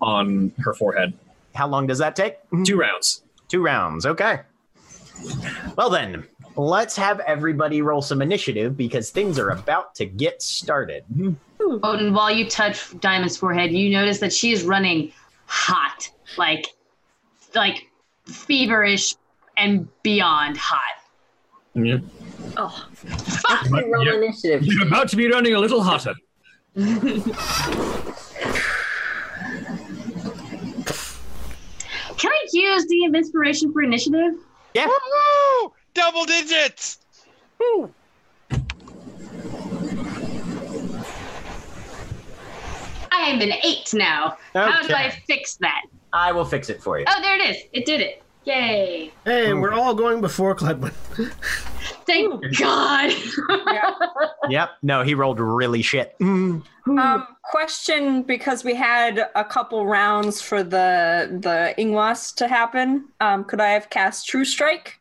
Speaker 9: on her forehead.
Speaker 2: How long does that take?
Speaker 9: Two rounds.
Speaker 2: Two rounds. Okay. Well then, let's have everybody roll some initiative because things are about to get started.
Speaker 4: Odin, while you touch Diamond's forehead, you notice that she is running hot, like, like feverish and beyond hot.
Speaker 2: Hmm.
Speaker 5: Oh,
Speaker 3: Okay, roll
Speaker 9: You're-
Speaker 3: initiative.
Speaker 9: You're about to be running a little hotter.
Speaker 4: Can I use the inspiration for initiative?
Speaker 2: Yeah.
Speaker 8: Woo! Double digits.
Speaker 4: I am an eight now. How do
Speaker 2: Okay.
Speaker 4: I fix that?
Speaker 2: I will fix it for you.
Speaker 4: Oh, there it is. It did it. Yay.
Speaker 1: Hey, we're all going before Cledwin.
Speaker 4: Thank God.
Speaker 2: Yep. No, he rolled really shit.
Speaker 5: Um, question because we had a couple rounds for the the Ingwas to happen. Um, could I have cast True Strike?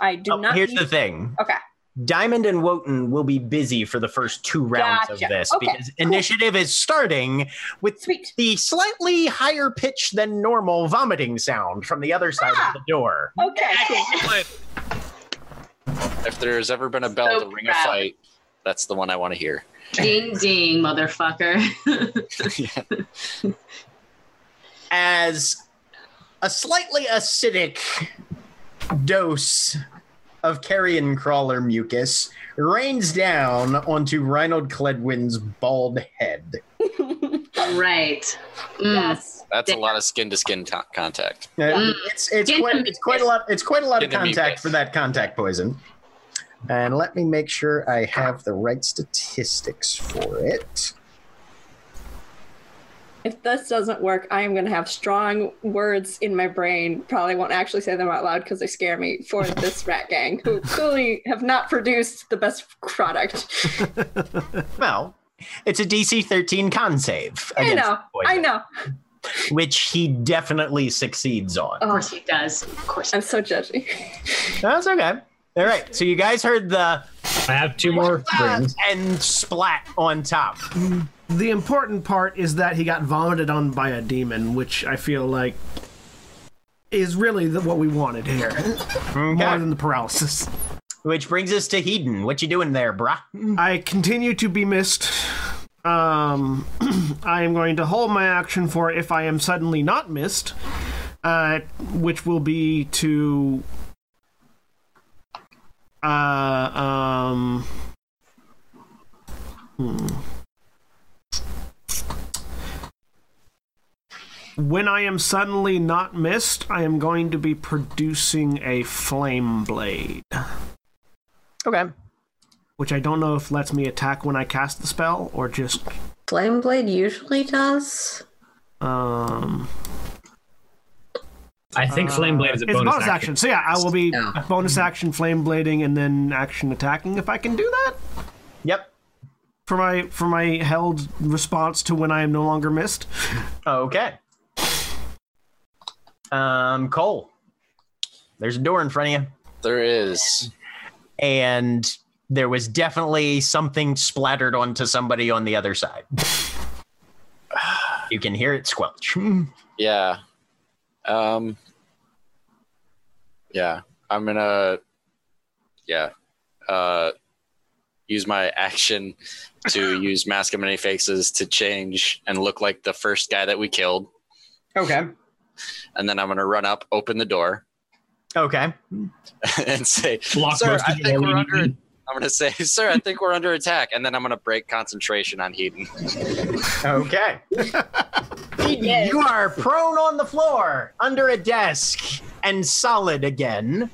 Speaker 5: I do
Speaker 2: Oh,
Speaker 5: not.
Speaker 2: here's
Speaker 5: need-
Speaker 2: the thing.
Speaker 5: Okay.
Speaker 2: Diamond and Wotan will be busy for the first two rounds of
Speaker 5: Gotcha.
Speaker 2: this
Speaker 5: Okay,
Speaker 2: because initiative is starting with
Speaker 5: Sweet.
Speaker 2: the slightly higher pitch than normal vomiting sound from the other side
Speaker 5: Ah.
Speaker 2: of the door.
Speaker 5: Okay. Cool.
Speaker 7: If there's ever been a bell
Speaker 4: So
Speaker 7: to ring
Speaker 4: proud.
Speaker 7: a fight, that's the one I want to hear.
Speaker 4: ding, ding, motherfucker.
Speaker 2: As a slightly acidic dose of carrion crawler mucus rains down onto Reynold Cledwin's bald head.
Speaker 4: right. Mm.
Speaker 5: Yes.
Speaker 7: That's a lot of skin to skin contact.
Speaker 2: Uh, It's it's
Speaker 4: Get
Speaker 2: quite
Speaker 4: him,
Speaker 2: it's quite a lot it's quite a lot of
Speaker 7: Get him, you
Speaker 2: contact
Speaker 7: bitch.
Speaker 2: for that contact poison.
Speaker 11: And let me make sure I have the right statistics for it.
Speaker 5: If this doesn't work, I am going to have strong words in my brain. Probably won't actually say them out loud because they scare me for this rat gang who clearly have not produced the best product.
Speaker 2: Well, it's a DC 13 con save.
Speaker 5: I
Speaker 2: against
Speaker 5: know. I
Speaker 2: poison,
Speaker 5: know.
Speaker 2: Which he definitely succeeds on.
Speaker 4: Of course he does. Of course.
Speaker 5: I'm so judgy.
Speaker 2: That's okay. All right. So you guys heard the
Speaker 9: I have two more rings.
Speaker 2: and splat on top.
Speaker 1: The important part is that he got vomited on by a demon, which I feel like is really the, what we wanted here, more
Speaker 2: Okay.
Speaker 1: than the paralysis.
Speaker 2: Which brings us to Hedon. What you doing there, brah?
Speaker 1: I continue to be missed. Um, I am going to hold my action for if I am suddenly not missed, uh, which will be to. Uh, um. hmm. When I am suddenly not missed, I am going to be producing a flame blade
Speaker 2: Okay.
Speaker 1: which I don't know if lets me attack when I cast the spell or just
Speaker 3: Flame blade usually does.
Speaker 1: um uh,
Speaker 9: I think Flame Blade is a
Speaker 1: it's
Speaker 9: bonus, action. Mm-hmm.
Speaker 1: So yeah, I will be
Speaker 3: Yeah.
Speaker 1: bonus action flame blading and then action attacking if I can do that
Speaker 2: Yep.
Speaker 1: for my for my held response to when I am no longer missed.
Speaker 2: Okay. Um, Cole. There's a door in front of you.
Speaker 7: There is.
Speaker 2: And there was definitely something splattered onto somebody on the other side. you can hear it squelch.
Speaker 7: Yeah. Um. Yeah, I'm gonna. Yeah. Uh, use my action to use mask of many faces to change and look like the first guy that we killed,
Speaker 2: Okay.
Speaker 7: and then I'm gonna run up, open the door,
Speaker 2: Okay.
Speaker 7: and say,
Speaker 9: Block
Speaker 7: "Sir,
Speaker 9: most
Speaker 7: I
Speaker 9: of it
Speaker 7: think we're
Speaker 9: already.
Speaker 7: under." I'm gonna say, "Sir, I think we're under attack," and then I'm gonna break concentration on Heaton.
Speaker 2: Okay.
Speaker 5: Yes.
Speaker 2: You are prone on the floor, under a desk, and solid again.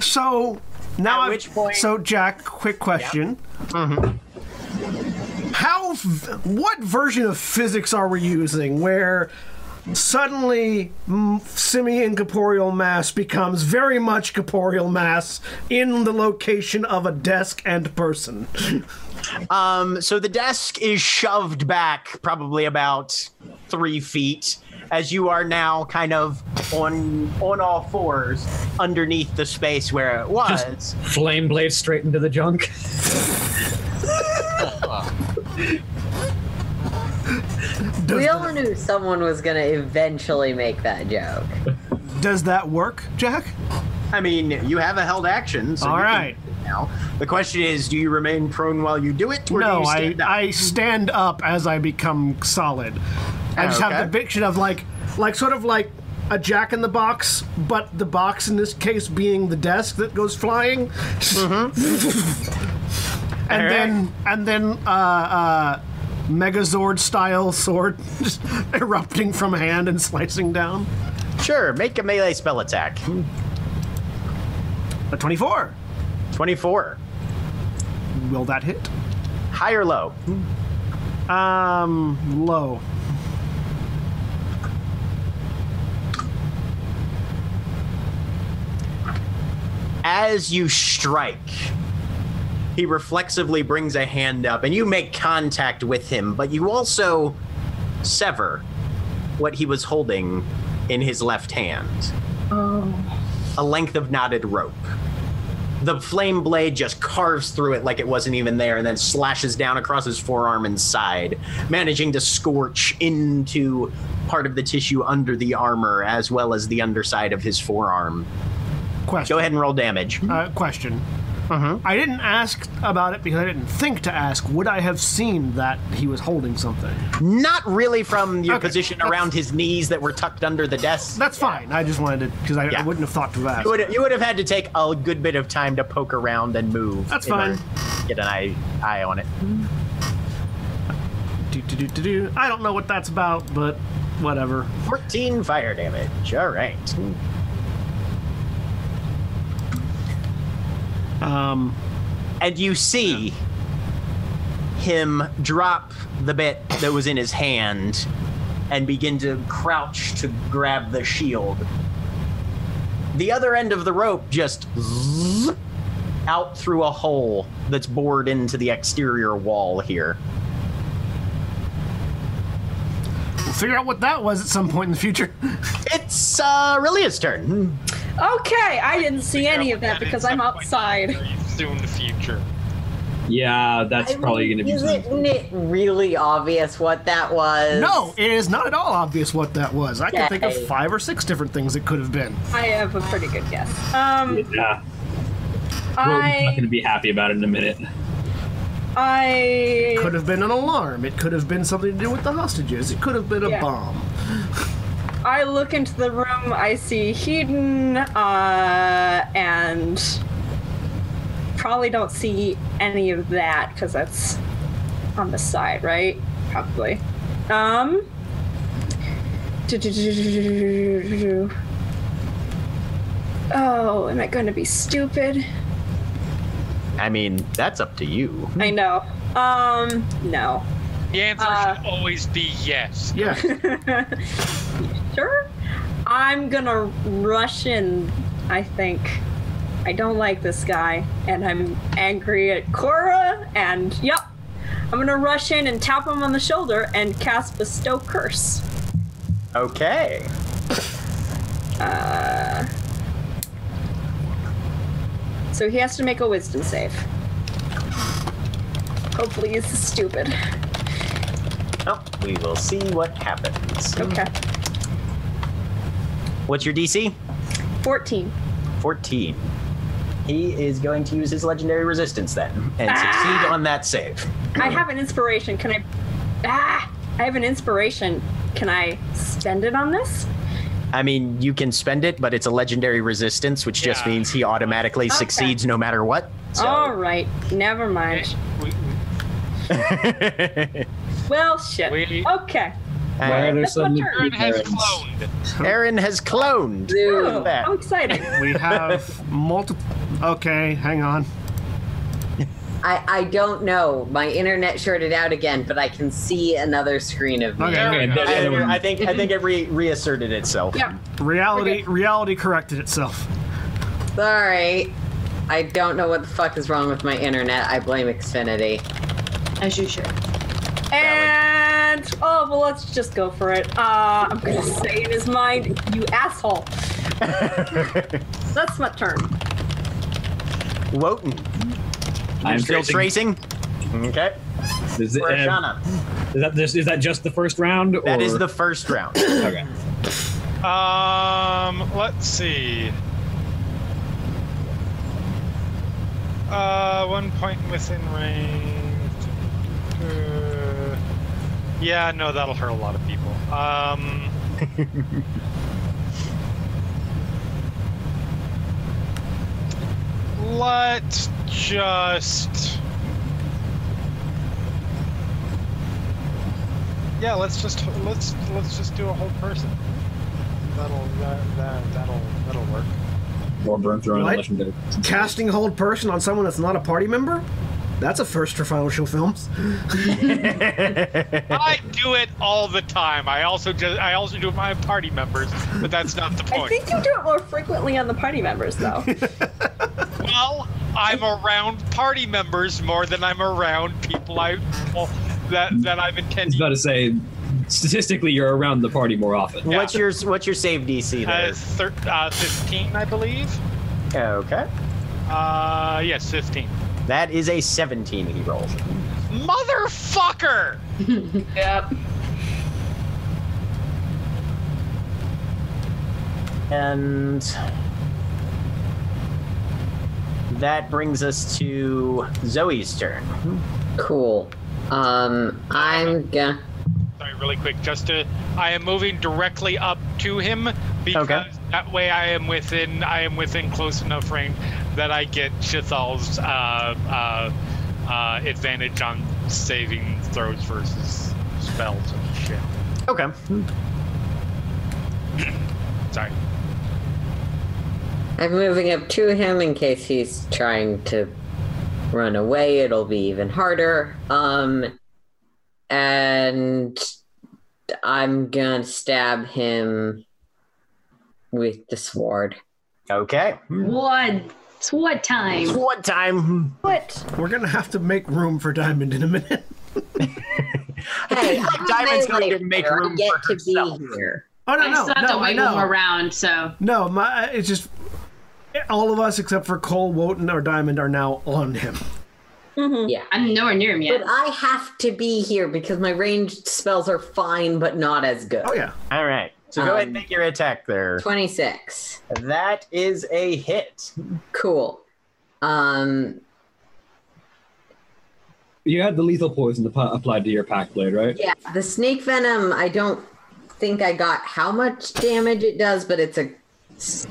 Speaker 1: So now
Speaker 2: At
Speaker 1: I've-
Speaker 2: which point- Mm-hmm.
Speaker 1: So Jack, quick question. How? v- What version of physics are we using where suddenly mm, semi-incorporeal mass becomes very much corporeal mass in the location of a desk and person?
Speaker 2: Um, so the desk is shoved back probably about three feet as you are now kind of on on all fours underneath the space where it was.
Speaker 9: Flame Blade straight into the junk.
Speaker 3: We all knew someone was going to eventually make that joke.
Speaker 1: Does that work, Jack?
Speaker 2: I mean, you have a held action. So
Speaker 1: All
Speaker 2: you can
Speaker 1: right.
Speaker 2: do it Now the question is, do you remain prone while you do it, or do
Speaker 1: no,
Speaker 2: you
Speaker 1: I,
Speaker 2: stand up?
Speaker 1: I stand up as I become solid. I just
Speaker 2: Okay.
Speaker 1: have the vision of like, like sort of like a jack in the box, but the box in this case being the desk that goes flying.
Speaker 2: Mm-hmm.
Speaker 1: and then and then uh, uh, Megazord style sword just erupting from hand and slicing down.
Speaker 2: Sure, make a melee spell attack.
Speaker 1: A twenty-four.
Speaker 2: Twenty-four,
Speaker 1: Will that hit?
Speaker 2: high or low?
Speaker 1: Um, low.
Speaker 2: as you strike, he reflexively brings a hand up and you make contact with him, but you also sever what he was holding in his left hand
Speaker 4: Oh.
Speaker 2: a length of knotted rope. The flame blade just carves through it like it wasn't even there and then slashes down across his forearm and side, managing to scorch into part of the tissue under the armor as well as the underside of his forearm.
Speaker 1: Question.
Speaker 2: Go ahead and roll damage.
Speaker 1: uh, question.
Speaker 2: Mm-hmm.
Speaker 1: I didn't ask about it because I didn't think to ask. Would I have seen that he was holding something?
Speaker 2: Not really from your
Speaker 1: Okay,
Speaker 2: position
Speaker 1: that's-
Speaker 2: around his knees that were tucked under the desk.
Speaker 1: That's fine. I just wanted to because I, I
Speaker 2: Yeah.
Speaker 1: wouldn't have thought to ask.
Speaker 2: You would, you would have had to take a good bit of time to poke around and move.
Speaker 1: That's
Speaker 2: in order
Speaker 1: fine.
Speaker 2: to Get an eye, eye on it.
Speaker 1: Do, do, do, do, do. I don't know what that's about, but whatever.
Speaker 2: 14 fire damage. All right.
Speaker 1: Um,
Speaker 2: and you see him drop the bit that was in his hand and begin to crouch to grab the shield. The other end of the rope just zzz, out through a hole that's bored into the exterior wall here.
Speaker 1: we'll figure out what that was at some point in the future.
Speaker 2: It's uh, Relia's turn.
Speaker 5: Okay, I didn't see any of that because I'm outside.
Speaker 8: Very soon the future.
Speaker 9: Yeah, that's
Speaker 3: I
Speaker 9: probably going
Speaker 3: mean,
Speaker 9: to be.
Speaker 3: Isn't it really obvious what that was?
Speaker 1: No, it is not at all obvious what that was. I can think of
Speaker 3: Yay.
Speaker 1: five or six different things it could have been.
Speaker 5: I have a pretty good guess. Um,
Speaker 9: Yeah, we're not going
Speaker 5: I
Speaker 9: to be happy about it in a minute.
Speaker 1: Could
Speaker 5: I
Speaker 1: have been an alarm. It could have been something to do with the hostages. It could have been a
Speaker 5: Yeah.
Speaker 1: bomb.
Speaker 5: I look into the room. I see Heaton, uh, and probably don't see any of that because that's on the side, right? Probably. Um. Oh, am I going to be stupid?
Speaker 2: I mean, that's up to you.
Speaker 5: I know. Um, no.
Speaker 8: The answer
Speaker 5: Uh,
Speaker 8: should always be yes.
Speaker 1: Yeah.
Speaker 5: sure. I'm gonna rush in, I think. I don't like this guy, and I'm angry at Cora, and yep. I'm gonna rush in and tap him on the shoulder and cast Bestow Curse.
Speaker 2: Okay.
Speaker 5: Uh, So he has to make a wisdom save. Hopefully, he's stupid.
Speaker 2: Well, we will see what happens.
Speaker 5: Okay.
Speaker 2: What's your DC?
Speaker 5: 14.
Speaker 2: 14. He is going to use his legendary resistance then and
Speaker 5: Ah!
Speaker 2: succeed on that save.
Speaker 5: I have an inspiration. Can I. Ah! I have an inspiration. Can I spend it on this?
Speaker 2: I mean, you can spend it, but it's a legendary resistance, which just
Speaker 8: Yeah.
Speaker 2: means he automatically
Speaker 5: Okay. Oh,
Speaker 2: succeeds no matter what. So, uh,
Speaker 5: All right, never
Speaker 8: We,
Speaker 5: mind.
Speaker 8: we-
Speaker 5: Well, shit.
Speaker 8: We-
Speaker 5: okay.
Speaker 9: Why are
Speaker 2: Uh,
Speaker 9: there
Speaker 5: That's
Speaker 9: so many
Speaker 5: what
Speaker 8: Aaron has
Speaker 9: Karens?
Speaker 8: cloned.
Speaker 2: Aaron has cloned.
Speaker 5: Oh,
Speaker 2: that.
Speaker 5: I'm excited.
Speaker 1: we have multiple. Okay, hang on.
Speaker 3: I, I don't know. My internet shorted out again, but I can see another screen of me.
Speaker 1: Okay.
Speaker 8: There we
Speaker 9: Okay,
Speaker 8: go.
Speaker 9: that-
Speaker 2: I, I think I think it re- reasserted itself.
Speaker 5: yeah.
Speaker 1: Reality,
Speaker 5: Okay.
Speaker 1: reality corrected itself.
Speaker 3: Sorry. I don't know what the fuck is wrong with my internet. I blame Xfinity.
Speaker 4: As you should.
Speaker 5: And oh well, let's just go for it. Uh, I'm gonna say in his mind, you asshole. That's my turn.
Speaker 2: Wotan,
Speaker 9: I'm
Speaker 2: you're still tracing. Okay.
Speaker 9: Is, it,
Speaker 2: For
Speaker 9: uh,
Speaker 2: Ashana.
Speaker 9: is that just, is that just the first round? Or?
Speaker 2: That is the first round.
Speaker 9: okay.
Speaker 8: Um, let's see. Uh, one point within range. Uh, yeah, no, that'll hurt a lot of people. Um. let's just. Yeah, let's just let's let's just do a whole person. That'll that, that that'll that'll work.
Speaker 9: Or burn through
Speaker 1: What?
Speaker 9: another legendary.
Speaker 1: Casting hold person on someone that's not a party member? That's a first for Final Show Films.
Speaker 8: I do it all the time. I also just I also do it with my party members, but that's not the
Speaker 5: I
Speaker 8: point.
Speaker 5: think you do it more frequently on the party members, though.
Speaker 8: Well, I'm around party members more than I'm around people I well, that that I'm
Speaker 9: I was
Speaker 8: intending.
Speaker 9: about to say, statistically, you're around the party more often.
Speaker 8: Yeah.
Speaker 2: What's your what's your save DC there?
Speaker 8: Uh, thir- uh, 15, I believe.
Speaker 2: okay.
Speaker 8: Uh, yes, 15.
Speaker 2: That is a 17 he rolls.
Speaker 8: Motherfucker!
Speaker 4: Yep.
Speaker 2: And that brings us to Zoe's turn.
Speaker 3: Cool. Um, I'm gonna.
Speaker 8: Sorry, really quick, just to I am moving directly up to him because
Speaker 2: Okay.
Speaker 8: that way I am within I am within close enough range that I get Chithal's uh, uh, uh, advantage on saving throws versus spells and shit.
Speaker 2: Okay.
Speaker 8: Sorry.
Speaker 3: I'm moving up to him in case he's trying to run away. It'll be even harder. Um, and I'm gonna stab him with the sword.
Speaker 2: Okay.
Speaker 4: What? It's what time?
Speaker 2: What time?
Speaker 10: What?
Speaker 1: We're gonna have to make room for Diamond in a minute.
Speaker 3: Hey, I'm
Speaker 2: Diamond's
Speaker 3: my
Speaker 2: going to
Speaker 3: life
Speaker 2: make
Speaker 3: here. I
Speaker 2: room
Speaker 3: get
Speaker 2: for
Speaker 3: to be
Speaker 2: herself.
Speaker 3: here.
Speaker 1: Oh no,
Speaker 4: I
Speaker 1: no,
Speaker 4: still have
Speaker 1: no,
Speaker 4: to
Speaker 1: I
Speaker 4: wiggle
Speaker 1: know.
Speaker 4: him around, so
Speaker 1: No, my it's just all of us except for Cole Wotan or Diamond are now on him.
Speaker 3: Yeah.
Speaker 4: Mm-hmm. I'm nowhere near him yet.
Speaker 3: But I have to be here because my ranged spells are fine, but not as good.
Speaker 1: Oh yeah,
Speaker 2: All right. So go ahead
Speaker 3: Um,
Speaker 2: and make your attack there.
Speaker 3: 26.
Speaker 2: That is a hit.
Speaker 3: Cool. Um,
Speaker 9: You had the lethal poison app- applied to your pack blade, right?
Speaker 3: yeah, the snake venom, I don't think I got how much damage it does, but it's a s-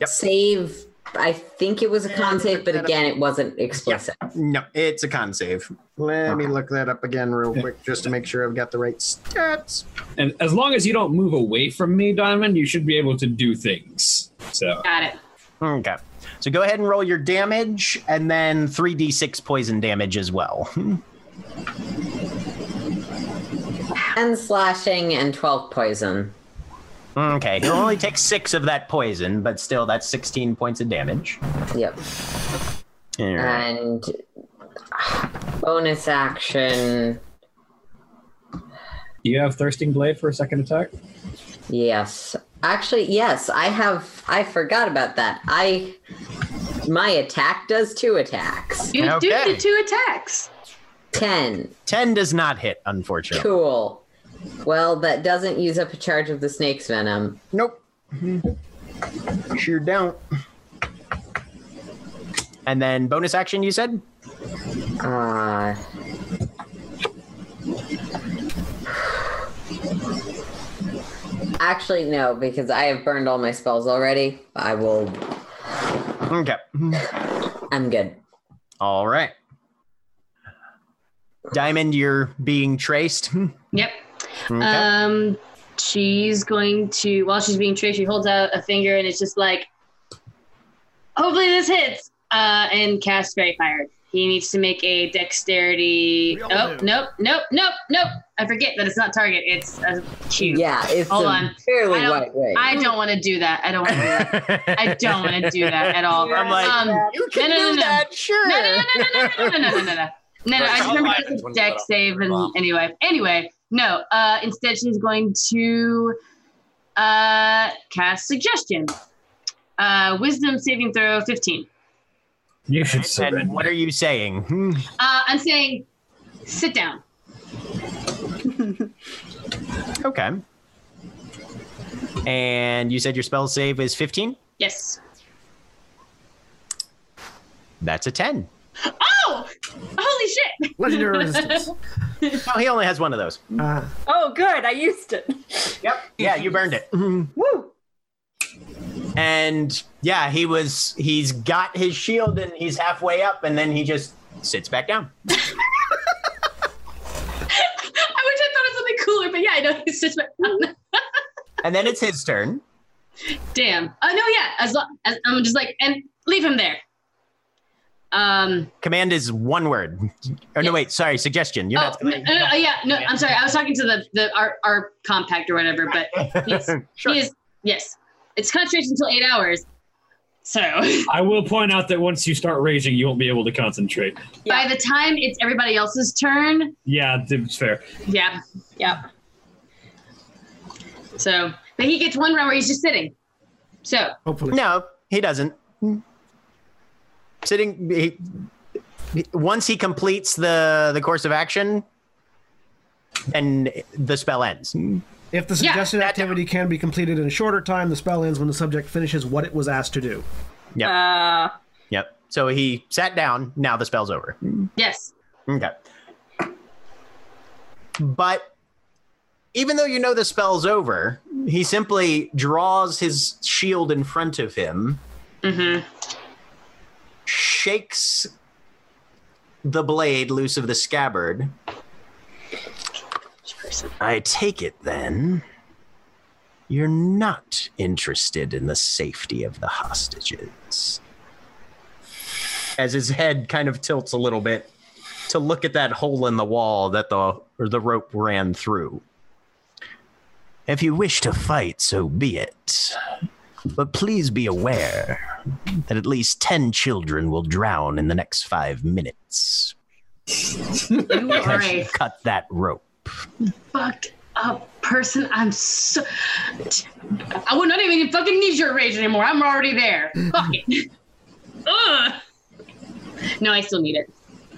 Speaker 2: Yep.
Speaker 3: save. I think it was a con save, but
Speaker 12: that up.
Speaker 3: again, it wasn't explicit.
Speaker 2: No, it's a con save.
Speaker 12: Let me look that up again real quick just to make sure I've got the right stats.
Speaker 9: And as long as you don't move away from me, Diamond, you should be able to do things. So
Speaker 4: Got it.
Speaker 2: Okay. So go ahead and roll your damage and then 3d6 poison damage as well.
Speaker 3: And slashing and 12 poison.
Speaker 2: okay. He'll only take six of that poison, but still, that's 16 points of damage.
Speaker 3: Yep. Uh,
Speaker 2: All right.
Speaker 3: And bonus action.
Speaker 9: you have thirsting blade for a second attack.
Speaker 3: Yes. Actually, yes, I have I forgot about that. I my attack does two attacks.
Speaker 4: You
Speaker 2: Okay.
Speaker 4: do the two attacks.
Speaker 3: 10.
Speaker 2: 10 does not hit, unfortunately.
Speaker 3: Cool. Well, that doesn't use up a charge of the snake's venom.
Speaker 2: Nope. Sure don't. And then bonus action, you said?
Speaker 3: Uh Actually, no, because I have burned all my spells already. I will.
Speaker 2: Okay.
Speaker 3: I'm good.
Speaker 2: All right. Diamond, you're being traced.
Speaker 4: Yep.
Speaker 2: Okay.
Speaker 4: Um, she's going to while she's being traced, she holds out a finger and it's just like, hopefully this hits. Uh, and cast spray fire. He needs to make a dexterity.
Speaker 1: We all
Speaker 4: Oh,
Speaker 1: do.
Speaker 4: nope, nope, nope, nope. I forget that it's not target. It's a cube.
Speaker 3: Yeah, it's
Speaker 4: Hold
Speaker 3: a
Speaker 4: on.
Speaker 3: fairly
Speaker 4: I don't-
Speaker 3: wide range.
Speaker 4: I don't want to do that. I don't want to do that. I don't want to do that at all.
Speaker 2: I'm like,
Speaker 4: um,
Speaker 2: you
Speaker 4: no, no, no, no.
Speaker 2: sure.
Speaker 4: No, no, no, no, no, no, no, no, no, no, no. No, no, I just remember it was a deck save and anyway. Anyway, no. Uh instead she's going to uh cast suggestion. Uh wisdom saving throw 15.
Speaker 9: You should
Speaker 2: And
Speaker 9: surrender.
Speaker 2: what are you saying? Hmm.
Speaker 4: Uh I'm saying sit down.
Speaker 2: Okay. And you said your spell save is 15?
Speaker 4: Yes.
Speaker 2: That's a 10.
Speaker 4: Oh! Holy shit.
Speaker 1: legendary resistance.
Speaker 2: Oh, he only has one of those.
Speaker 1: Uh,
Speaker 10: Oh, good. I used it.
Speaker 2: Yep. Yeah, you burned it.
Speaker 10: Woo.
Speaker 2: And yeah, he was, he's got his shield and he's halfway up and then he just sits back down.
Speaker 4: I wish I thought of something cooler, but yeah, I know it's just
Speaker 2: And then it's his turn.
Speaker 4: damn. Oh no, yeah. As, lo- as I'm just like and leave him there. Um
Speaker 2: Command is one word. Or no,
Speaker 4: Yeah.
Speaker 2: wait, sorry, suggestion. You're
Speaker 4: oh,
Speaker 2: not.
Speaker 4: no, no, no, yeah, no, I'm sorry. I was talking to the, the our, our compact or whatever, but he's,
Speaker 2: Sure.
Speaker 4: he is, yes, it's concentration until eight hours. So
Speaker 9: I will point out that once you start raging, you won't be able to concentrate.
Speaker 4: by the time it's everybody else's turn,
Speaker 9: Yeah, it's fair.
Speaker 4: yeah,
Speaker 10: Yep.
Speaker 4: so but he gets one round where he's just sitting. So
Speaker 1: hopefully,
Speaker 2: No, he doesn't. Sitting. He, he- once he completes the the course of action, and the spell ends.
Speaker 1: if the
Speaker 4: Yeah,
Speaker 1: suggested
Speaker 4: that-
Speaker 1: activity can be completed in a shorter time, the spell ends when the subject finishes what it was asked to do.
Speaker 10: Uh,
Speaker 2: Yep. So he sat down. Now the spell's over.
Speaker 4: yes,
Speaker 2: Okay. But even though you know the spell's over, he simply draws his shield in front of him,
Speaker 4: mm-hmm.
Speaker 2: shakes the blade loose of the scabbard. I take it then You're not interested in the safety of the hostages. As his head kind of tilts a little bit to look at that hole in the wall that the or the rope ran through. If you wish to fight, so be it. But please be aware that at least 10 children will drown in the next five minutes.
Speaker 10: You are
Speaker 2: As you
Speaker 10: a
Speaker 2: cut that rope.
Speaker 10: fucked up person. I'm so. I would not even fucking need your rage anymore. I'm already there. Fuck it. Ugh. No, I still need it.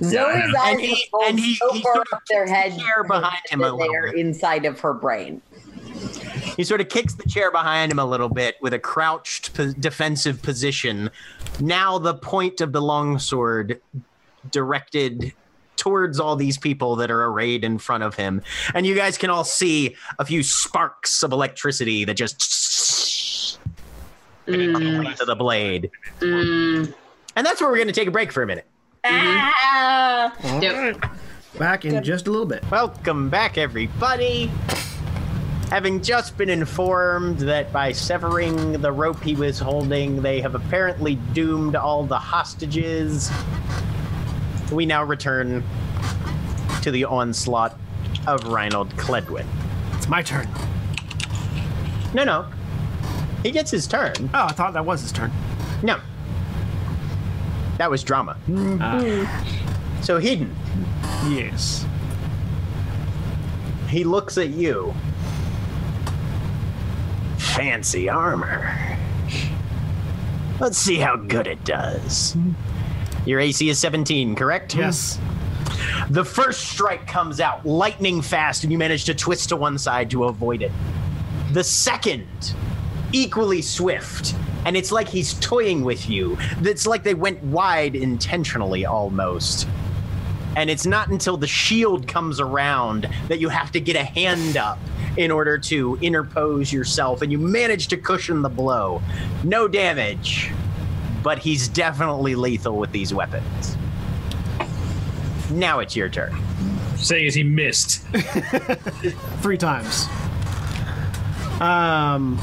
Speaker 3: Zoe's eyes
Speaker 2: And he-
Speaker 3: have rolled
Speaker 2: and he-
Speaker 3: so
Speaker 2: he
Speaker 3: far
Speaker 2: sort
Speaker 3: up their head
Speaker 2: chair behind him a
Speaker 3: that they
Speaker 2: little
Speaker 3: are inside of her brain.
Speaker 2: He sort of kicks the chair behind him a little bit with a crouched po- defensive position. Now the point of the longsword directed towards all these people that are arrayed in front of him. And you guys can all see a few sparks of electricity that just to the blade. And that's where we're going to take a break for a minute.
Speaker 5: Ah!
Speaker 2: Back in just a little bit. Welcome back, everybody. Having just been informed that by severing the rope he was holding, they have apparently doomed all the hostages, we now return to the onslaught of Reynold Cledwin. It's
Speaker 1: my turn.
Speaker 2: No, no. He gets his turn.
Speaker 1: Oh, I thought that was his turn.
Speaker 2: No. That was drama. So, Hidden.
Speaker 1: Ah. Yes.
Speaker 2: He looks at you. Fancy armor. Let's see how good it does. Your AC is 17, correct? Yes. The first strike comes out lightning fast, and you manage to twist to one side to avoid it. The second, equally swift, and it's like he's toying with you. It's like they went wide intentionally almost and it's not until the shield comes around that you have to get a hand up in order to interpose yourself and you manage to cushion the blow no damage but he's definitely lethal with these weapons now it's your turn
Speaker 9: Say as he missed.
Speaker 1: three times. Um,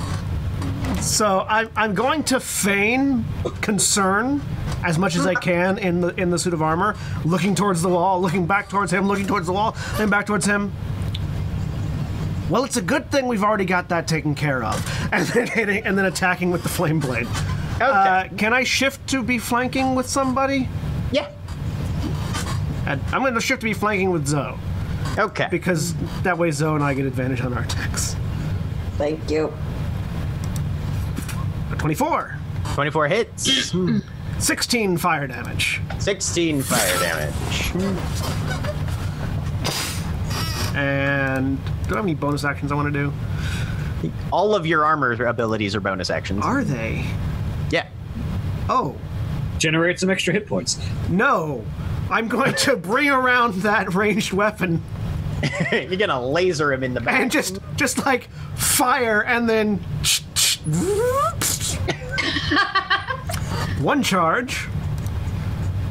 Speaker 1: so I'm, I'm going to feign concern as much as I can in the in the suit of armor, looking towards the wall, looking back towards him, looking towards the wall, then back towards him. Well, it's a good thing we've already got that taken care of, and then hitting, and then attacking with the flame blade. Uh, can I shift to be flanking with somebody?
Speaker 2: Yeah.
Speaker 1: I'm going to shift to be flanking with Zoe.
Speaker 2: Okay.
Speaker 1: Because that way Zoe and I get advantage on our attacks.
Speaker 3: Thank you.
Speaker 1: A 24.
Speaker 2: 24 hits.
Speaker 1: 16 fire damage.
Speaker 2: 16 fire damage.
Speaker 1: And do I have any bonus actions I want to do?
Speaker 2: all of your armor abilities are bonus actions
Speaker 1: are they
Speaker 2: yeah
Speaker 1: oh
Speaker 9: generate some extra hit points
Speaker 1: No. I'm going to bring around that ranged weapon.
Speaker 2: You're gonna laser him in the back.
Speaker 1: And just just like fire and then one charge.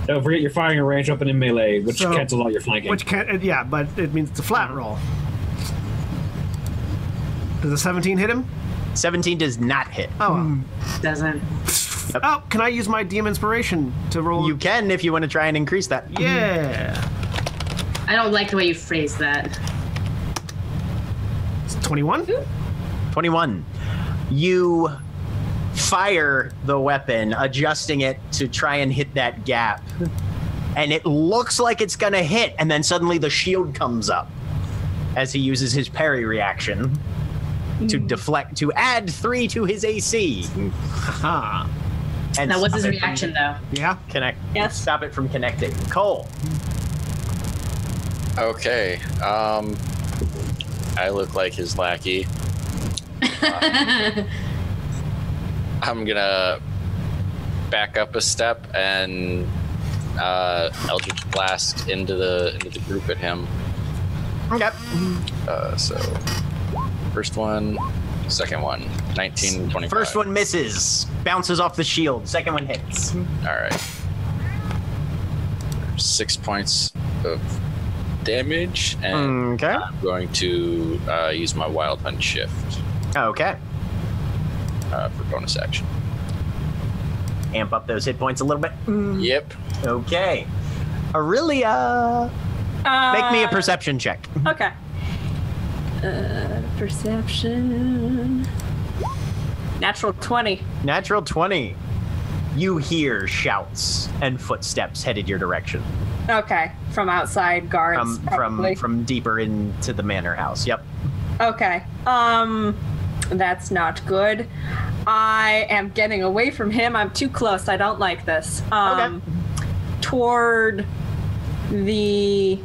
Speaker 9: Don't forget you're firing a range weapon in melee, which
Speaker 1: So-
Speaker 9: cancels all your flanking.
Speaker 1: Which can't uh, yeah, but it means it's a flat roll. Does a 17 hit him?
Speaker 2: 17 does not hit.
Speaker 1: Oh.
Speaker 10: Doesn't.
Speaker 1: Oh, can I use my DM inspiration to roll?
Speaker 2: You can if you want to try and increase that.
Speaker 1: Yeah.
Speaker 10: I don't like the way you phrase that.
Speaker 1: 21?
Speaker 2: 21. You fire the weapon, adjusting it to try and hit that gap. And it looks like it's going to hit. And then suddenly the shield comes up as he uses his parry reaction to
Speaker 1: Hmm.
Speaker 2: deflect, to add three to his AC.
Speaker 1: Haha.
Speaker 2: And
Speaker 10: that was his
Speaker 2: stop it from-
Speaker 10: reaction, though.
Speaker 1: Yeah.
Speaker 2: Connect. Stop it from connecting. Cole.
Speaker 7: Okay. Um, I look like his lackey. I'm gonna back up a step and uh, Eldritch blast into the into the group at him.
Speaker 2: Okay.
Speaker 7: Uh, so first one, second one, 19, 25.
Speaker 2: First one misses, bounces off the shield. Second one hits.
Speaker 1: Hmm.
Speaker 7: All right. Six points of damage, and
Speaker 2: Okay.
Speaker 7: I'm going to uh, use my wild hunt shift.
Speaker 2: Okay.
Speaker 7: uh, for bonus action.
Speaker 2: Amp up those hit points a little bit.
Speaker 5: Mm.
Speaker 7: Yep.
Speaker 2: Okay. Aurelia,
Speaker 5: Uh,
Speaker 2: make me a perception check.
Speaker 5: Okay. Uh, perception. Natural 20.
Speaker 2: Natural 20. You hear shouts and footsteps headed your direction
Speaker 5: Okay. From outside guards.
Speaker 2: from
Speaker 5: probably.
Speaker 2: from from deeper into the manor house. Yep.
Speaker 5: Okay. Um, that's not good. I am getting away from him. I'm too close. I don't like this. Um, Toward the.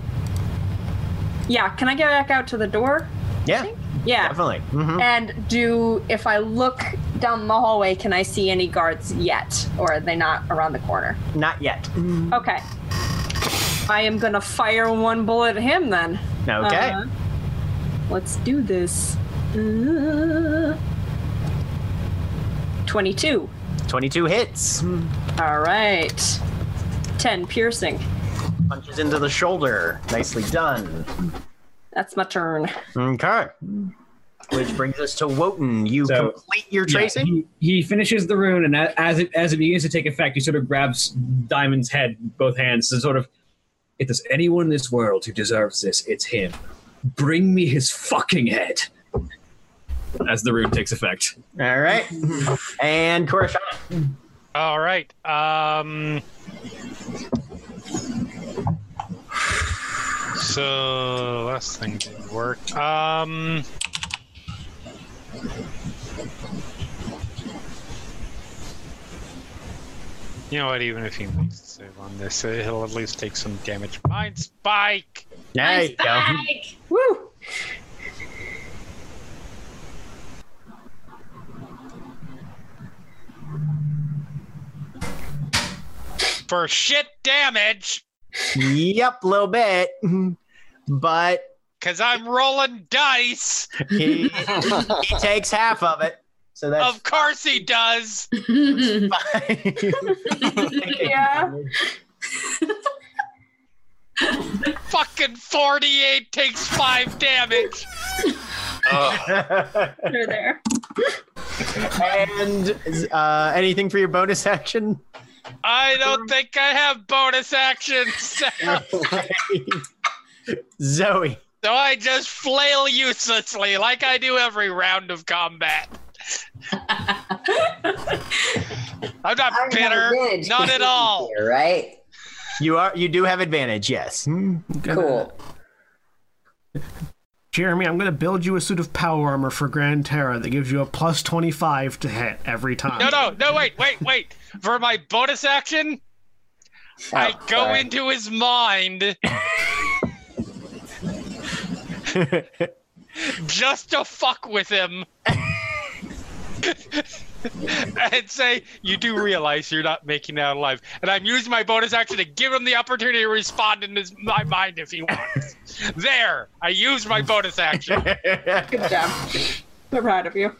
Speaker 5: Yeah. Can I get back out to the door?
Speaker 2: Yeah.
Speaker 5: Yeah.
Speaker 2: Definitely. Mhm.
Speaker 5: And do if I look down the hallway, can I see any guards yet, or are they not around the corner?
Speaker 2: Not yet.
Speaker 5: Okay. I am gonna fire one bullet at him then.
Speaker 2: Okay.
Speaker 5: Uh, let's do this. Uh, Twenty-two.
Speaker 2: 22 hits.
Speaker 5: All right. Ten piercing.
Speaker 2: Punches into the shoulder. Nicely done.
Speaker 5: That's my turn.
Speaker 2: Okay. Which brings us to Wotan. You
Speaker 9: So-
Speaker 2: complete your
Speaker 9: Yeah,
Speaker 2: tracing.
Speaker 9: he, he finishes the rune, and a- as it as it begins to take effect, he sort of grabs Diamond's head, with both hands, and sort of, if there's anyone in this world who deserves this, it's him. Bring me his fucking head. As the rune takes effect.
Speaker 2: All right. And Coruscant.
Speaker 8: All right. Um. So last thing didn't work. Um. You know what? Even if he makes the save on this, uh, he'll at least take some damage. Mind spike.
Speaker 2: There you go.
Speaker 5: Woo!
Speaker 8: for shit damage.
Speaker 2: Yep, a little bit. But
Speaker 8: Cause I'm rolling dice.
Speaker 2: he, he takes half of it. So that's
Speaker 8: Of course he does.
Speaker 5: Yeah.
Speaker 8: Fucking 48 takes five damage.
Speaker 5: They're there.
Speaker 2: and uh, anything for your bonus action?
Speaker 8: I don't think I have bonus actions, so
Speaker 2: Zoe.
Speaker 8: so I just flail uselessly like I do every round of combat. I'm not
Speaker 3: I have
Speaker 8: bitter,
Speaker 3: advantage
Speaker 8: not
Speaker 3: 'cause
Speaker 8: at
Speaker 3: you're
Speaker 8: all.
Speaker 3: here, right?
Speaker 2: You are you do have advantage, yes.
Speaker 3: Cool.
Speaker 1: Jeremy, I'm going to build you a suit of power armor for Grand Terra that gives you a plus 25 to hit every time.
Speaker 8: No, no, no, wait, wait, wait. For my bonus action, I
Speaker 3: Oh,
Speaker 8: go
Speaker 3: sorry.
Speaker 8: into his mind just to fuck with him. and say, you do realize you're not making out alive. And I'm using my bonus action to give him the opportunity to respond in his my mind if he wants. there! I used my bonus action.
Speaker 5: Good job. I'm proud of you.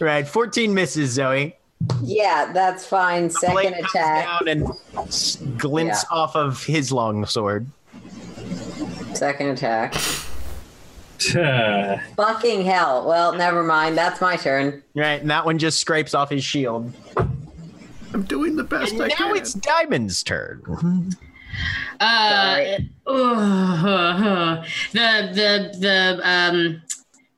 Speaker 2: right, 14 misses, Zoe.
Speaker 3: Yeah, that's fine. Second
Speaker 2: Blade comes
Speaker 3: attack.
Speaker 2: down and s- glints off of his long sword.
Speaker 3: Second attack.
Speaker 9: Uh,
Speaker 3: Fucking hell. Well, never mind. That's my turn.
Speaker 2: Right, and that one just scrapes off his shield.
Speaker 1: I'm doing the best I
Speaker 2: Now
Speaker 1: can.
Speaker 2: it's Diamond's turn.
Speaker 10: Uh, ugh. the the the um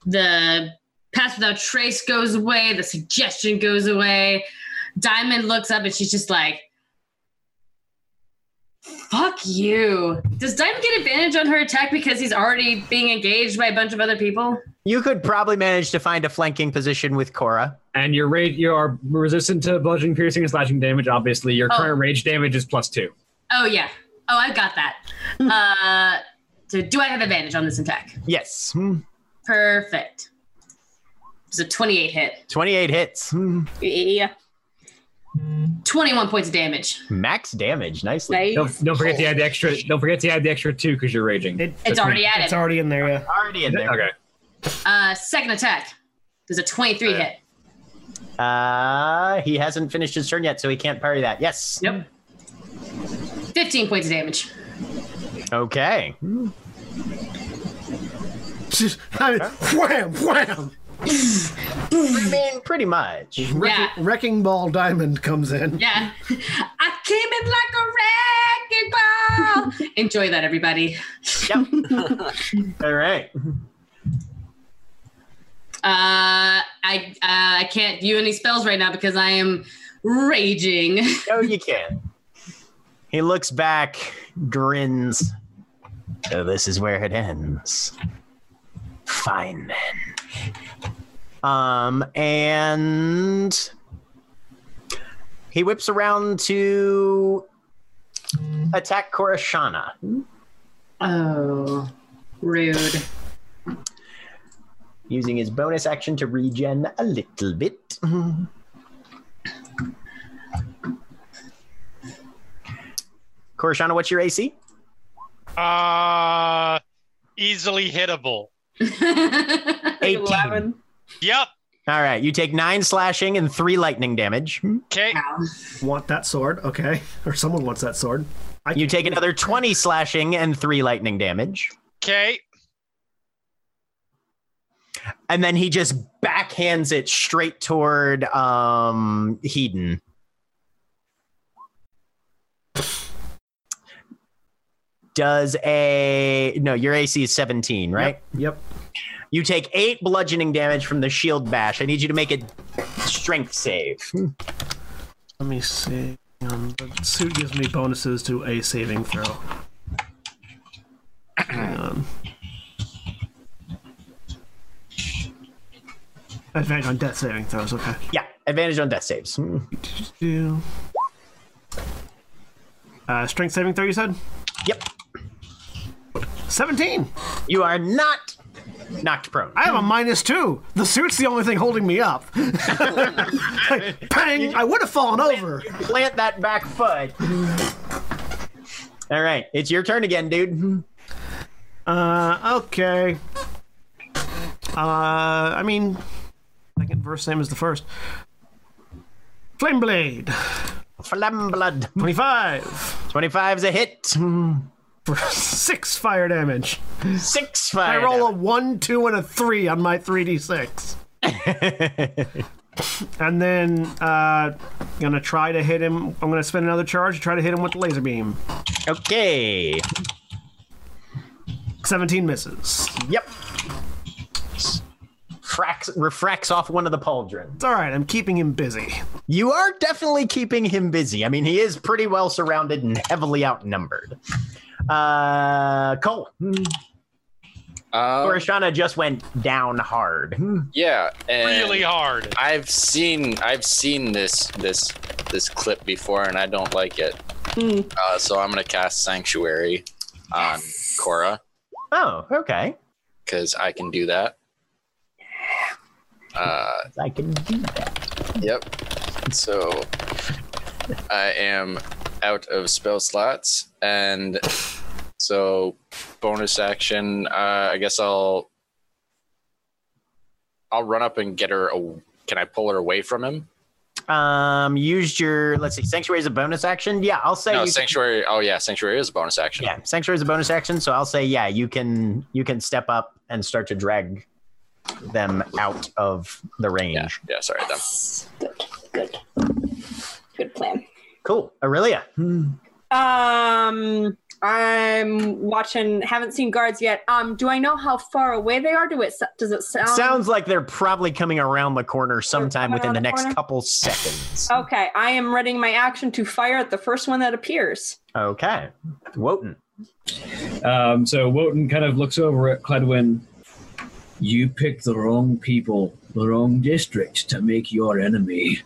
Speaker 10: the pass without trace goes away. The suggestion goes away. Diamond looks up and she's just like, "Fuck you." Does Diamond get advantage on her attack because he's already being engaged by a bunch of other people?
Speaker 2: You could probably manage to find a flanking position with Cora.
Speaker 9: and your rage, you are resistant to bludgeoning, piercing, and slashing damage. Obviously, your
Speaker 10: Oh.
Speaker 9: current rage damage is plus two.
Speaker 10: Oh yeah. Oh, I got that. uh, so do I have advantage on this attack?
Speaker 2: Yes. Hmm.
Speaker 10: Perfect. It's a 28 hit.
Speaker 2: 28 hits. Hmm.
Speaker 5: Yeah.
Speaker 10: 21 points of damage.
Speaker 2: Max damage. Nicely.
Speaker 5: Nice.
Speaker 9: Don't, don't forget to add the extra. Don't forget to add the extra two because you're raging.
Speaker 1: It-
Speaker 10: It's already added.
Speaker 1: It's already in there, yeah.
Speaker 2: Already in there.
Speaker 9: Okay.
Speaker 10: Uh, second attack. There's a 23 hit.
Speaker 2: Uh, he hasn't finished his turn yet, so he can't parry that. Yes.
Speaker 10: Yep. 15 points of damage.
Speaker 2: Okay.
Speaker 1: Just, I mean, wham, wham.
Speaker 2: I mean, pretty much.
Speaker 10: Yeah.
Speaker 1: Wrecking, wrecking Ball Diamond comes in.
Speaker 10: Yeah. I came in like a wrecking ball. Enjoy that, everybody.
Speaker 2: All right.
Speaker 10: Uh, I uh, I can't do any spells right now because I am raging.
Speaker 2: No, you can. He looks back, grins. So this is where it ends. Fine then. Um, and he whips around to attack Korashana.
Speaker 10: Oh, rude.
Speaker 2: Using his bonus action to regen a little bit. Korashana, what's your AC?
Speaker 8: Uh, easily hittable.
Speaker 2: 18.
Speaker 5: 11.
Speaker 8: Yep.
Speaker 2: All right, you take nine slashing and three lightning damage.
Speaker 8: Okay.
Speaker 1: Want that sword? Okay. Or someone wants that sword. I
Speaker 2: You take another 20 slashing and three lightning damage.
Speaker 8: Okay.
Speaker 2: And then he just backhands it straight toward um Hedon. Does a no, your AC is 17, right?
Speaker 1: Yep.
Speaker 2: You take eight bludgeoning damage from the shield bash. I need you to make a strength save.
Speaker 1: Let me see. Um, the suit gives me bonuses to a saving throw. Hang on. Advantage on death saving throws. Okay.
Speaker 2: Yeah, advantage on death saves.
Speaker 1: Do. Uh, strength saving throw. You said
Speaker 2: Yep.
Speaker 1: seventeen.
Speaker 2: You are not knocked prone.
Speaker 1: I have a minus two. The suit's the only thing holding me up. Bang! I would have fallen over.
Speaker 2: plant that back foot. All right, it's your turn again, dude.
Speaker 1: Uh, okay. Uh, I mean, second verse same as the first. Flame blade,
Speaker 2: Flame blood.
Speaker 1: twenty-five
Speaker 2: 25's a hit.
Speaker 1: for six fire damage.
Speaker 2: Six fire.
Speaker 1: I roll a one, two, and a three on my three d six, and then uh, gonna try to hit him. I'm gonna spend another charge to try to hit him with the laser beam.
Speaker 2: okay.
Speaker 1: Seventeen misses.
Speaker 2: Yep. Fracks, refracts off one of the pauldrons.
Speaker 1: It's all right. I'm keeping him busy.
Speaker 2: You are definitely keeping him busy. I mean, he is pretty well surrounded and heavily outnumbered. Uh, Cole,
Speaker 7: Um,
Speaker 2: Korishana just went down hard.
Speaker 7: yeah. And
Speaker 8: Really hard.
Speaker 7: I've seen I've seen this this this clip before, and I don't like it.
Speaker 2: Hmm.
Speaker 7: Uh, so I'm gonna cast Sanctuary on Cora
Speaker 2: Oh, okay.
Speaker 7: because I can do that. Uh,
Speaker 2: I can do that.
Speaker 7: Yep. So I am out of spell slots, and so bonus action. Uh, I guess I'll I'll run up and get her. A, can I pull her away from him?
Speaker 2: Um, used your let's see, sanctuary is a bonus action. Yeah, I'll say
Speaker 7: No,
Speaker 2: you,
Speaker 7: sanctuary. Oh yeah, sanctuary is a bonus action.
Speaker 2: yeah, sanctuary is a bonus action. So I'll say yeah, you can you can step up and start to drag them out of the range.
Speaker 7: yeah, yeah. Sorry, them.
Speaker 5: Good, good, good plan.
Speaker 2: Cool, Aurelia.
Speaker 1: Hmm.
Speaker 5: Um, I'm watching. Haven't seen guards yet. Um, do I know how far away they are? Do it? Does it sound?
Speaker 2: Sounds like they're probably coming around the corner sometime
Speaker 5: coming
Speaker 2: within
Speaker 5: around
Speaker 2: the
Speaker 5: the
Speaker 2: next
Speaker 5: corner?
Speaker 2: couple seconds.
Speaker 5: Okay, I am readying my action to fire at the first one that appears.
Speaker 2: Okay, Wotan.
Speaker 6: Um, so Wotan kind of looks over at Cledwin. You picked the wrong people, the wrong district to make your enemy.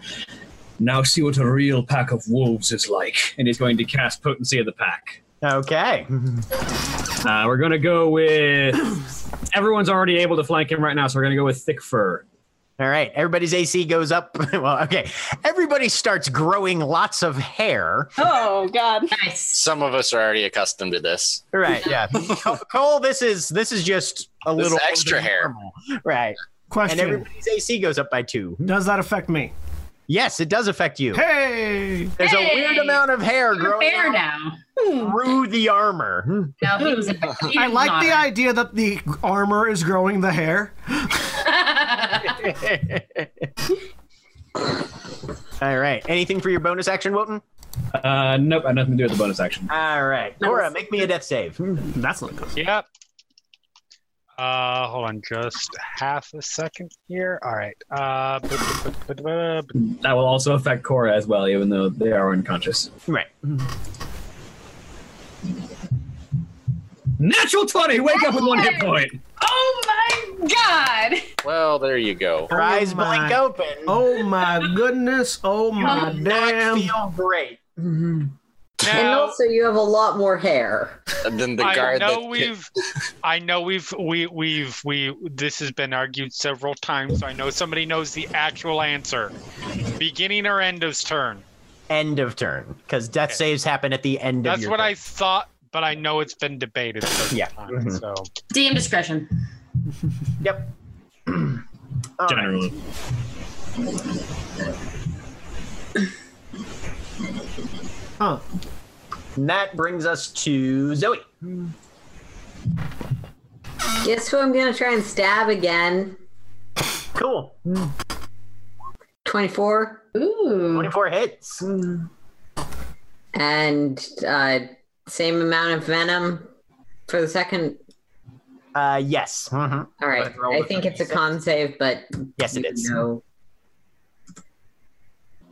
Speaker 6: Now see what a real pack of wolves is like.
Speaker 9: and he's going to cast Potency of the Pack.
Speaker 2: Okay,
Speaker 9: Uh, we're going to go with. Everyone's already able to flank him right now, so we're going to go with Thick Fur.
Speaker 2: all right. Everybody's AC goes up. well, okay. Everybody starts growing lots of hair.
Speaker 5: Oh God!
Speaker 10: Nice.
Speaker 7: Some of us are already accustomed to this.
Speaker 2: Right. Yeah. Cole, Cole, this is this is just a
Speaker 7: This is
Speaker 2: little
Speaker 7: extra
Speaker 2: more than
Speaker 7: hair.
Speaker 2: normal. Right.
Speaker 1: Question:
Speaker 2: And everybody's AC goes up by two.
Speaker 1: Does that affect me?
Speaker 2: Yes, it does affect you.
Speaker 1: Hey!
Speaker 2: There's a
Speaker 10: Hey!
Speaker 2: weird amount of hair
Speaker 10: You're
Speaker 2: growing
Speaker 10: fair
Speaker 2: out
Speaker 10: now.
Speaker 1: Hmm.
Speaker 2: through the armor.
Speaker 10: No, he was.
Speaker 1: I like the idea that the armor is growing the hair.
Speaker 10: idea.
Speaker 2: All right. Anything for your bonus action, Wotan?
Speaker 9: Uh, nope, I have nothing to do with the bonus action.
Speaker 2: All right. Cora, make me a death save.
Speaker 1: Hmm, That's not good.
Speaker 8: Yep. Uh, hold on just half a second here. All right. Uh, bu- bu- bu- bu- bu- bu-
Speaker 9: That will also affect Cora as well, even though they are unconscious.
Speaker 2: Right.
Speaker 9: Natural 20! Wake up with one hit point!
Speaker 10: Oh my god!
Speaker 7: Well, there you go.
Speaker 2: Her eyes
Speaker 1: Oh my-
Speaker 2: blink open.
Speaker 1: Oh my goodness. Oh my damn.
Speaker 2: Feel great. Mm-hmm.
Speaker 3: and
Speaker 8: Now,
Speaker 3: also, you have a lot more hair.
Speaker 7: And then the
Speaker 8: I
Speaker 7: guard
Speaker 8: know
Speaker 7: that kicked
Speaker 8: we've, I know we've, we, we've, we. This has been argued several times. So I know somebody knows the actual answer. Beginning or end of's turn.
Speaker 2: End of turn. Because death
Speaker 8: Okay.
Speaker 2: saves happen at the end of
Speaker 8: That's
Speaker 2: your
Speaker 8: what
Speaker 2: turn.
Speaker 8: I thought, but I know it's been debated. several
Speaker 2: Yeah.
Speaker 8: times,
Speaker 2: Mhm.
Speaker 1: Mm-hmm.
Speaker 8: So
Speaker 10: DM discretion.
Speaker 2: Yep. All right.
Speaker 9: Generally.
Speaker 1: Huh.
Speaker 10: Oh.
Speaker 2: And that brings us to Zoe.
Speaker 3: Guess who I'm gonna try and stab again?
Speaker 2: Cool.
Speaker 3: 24
Speaker 10: Ooh.
Speaker 2: 24 hits.
Speaker 3: and uh, same amount of venom for the second.
Speaker 2: Uh, yes. Mhm.
Speaker 3: All right,
Speaker 2: Let's roll
Speaker 3: I
Speaker 2: the
Speaker 3: think it's a con save, but
Speaker 2: Yes, it
Speaker 3: you
Speaker 2: is.
Speaker 3: know,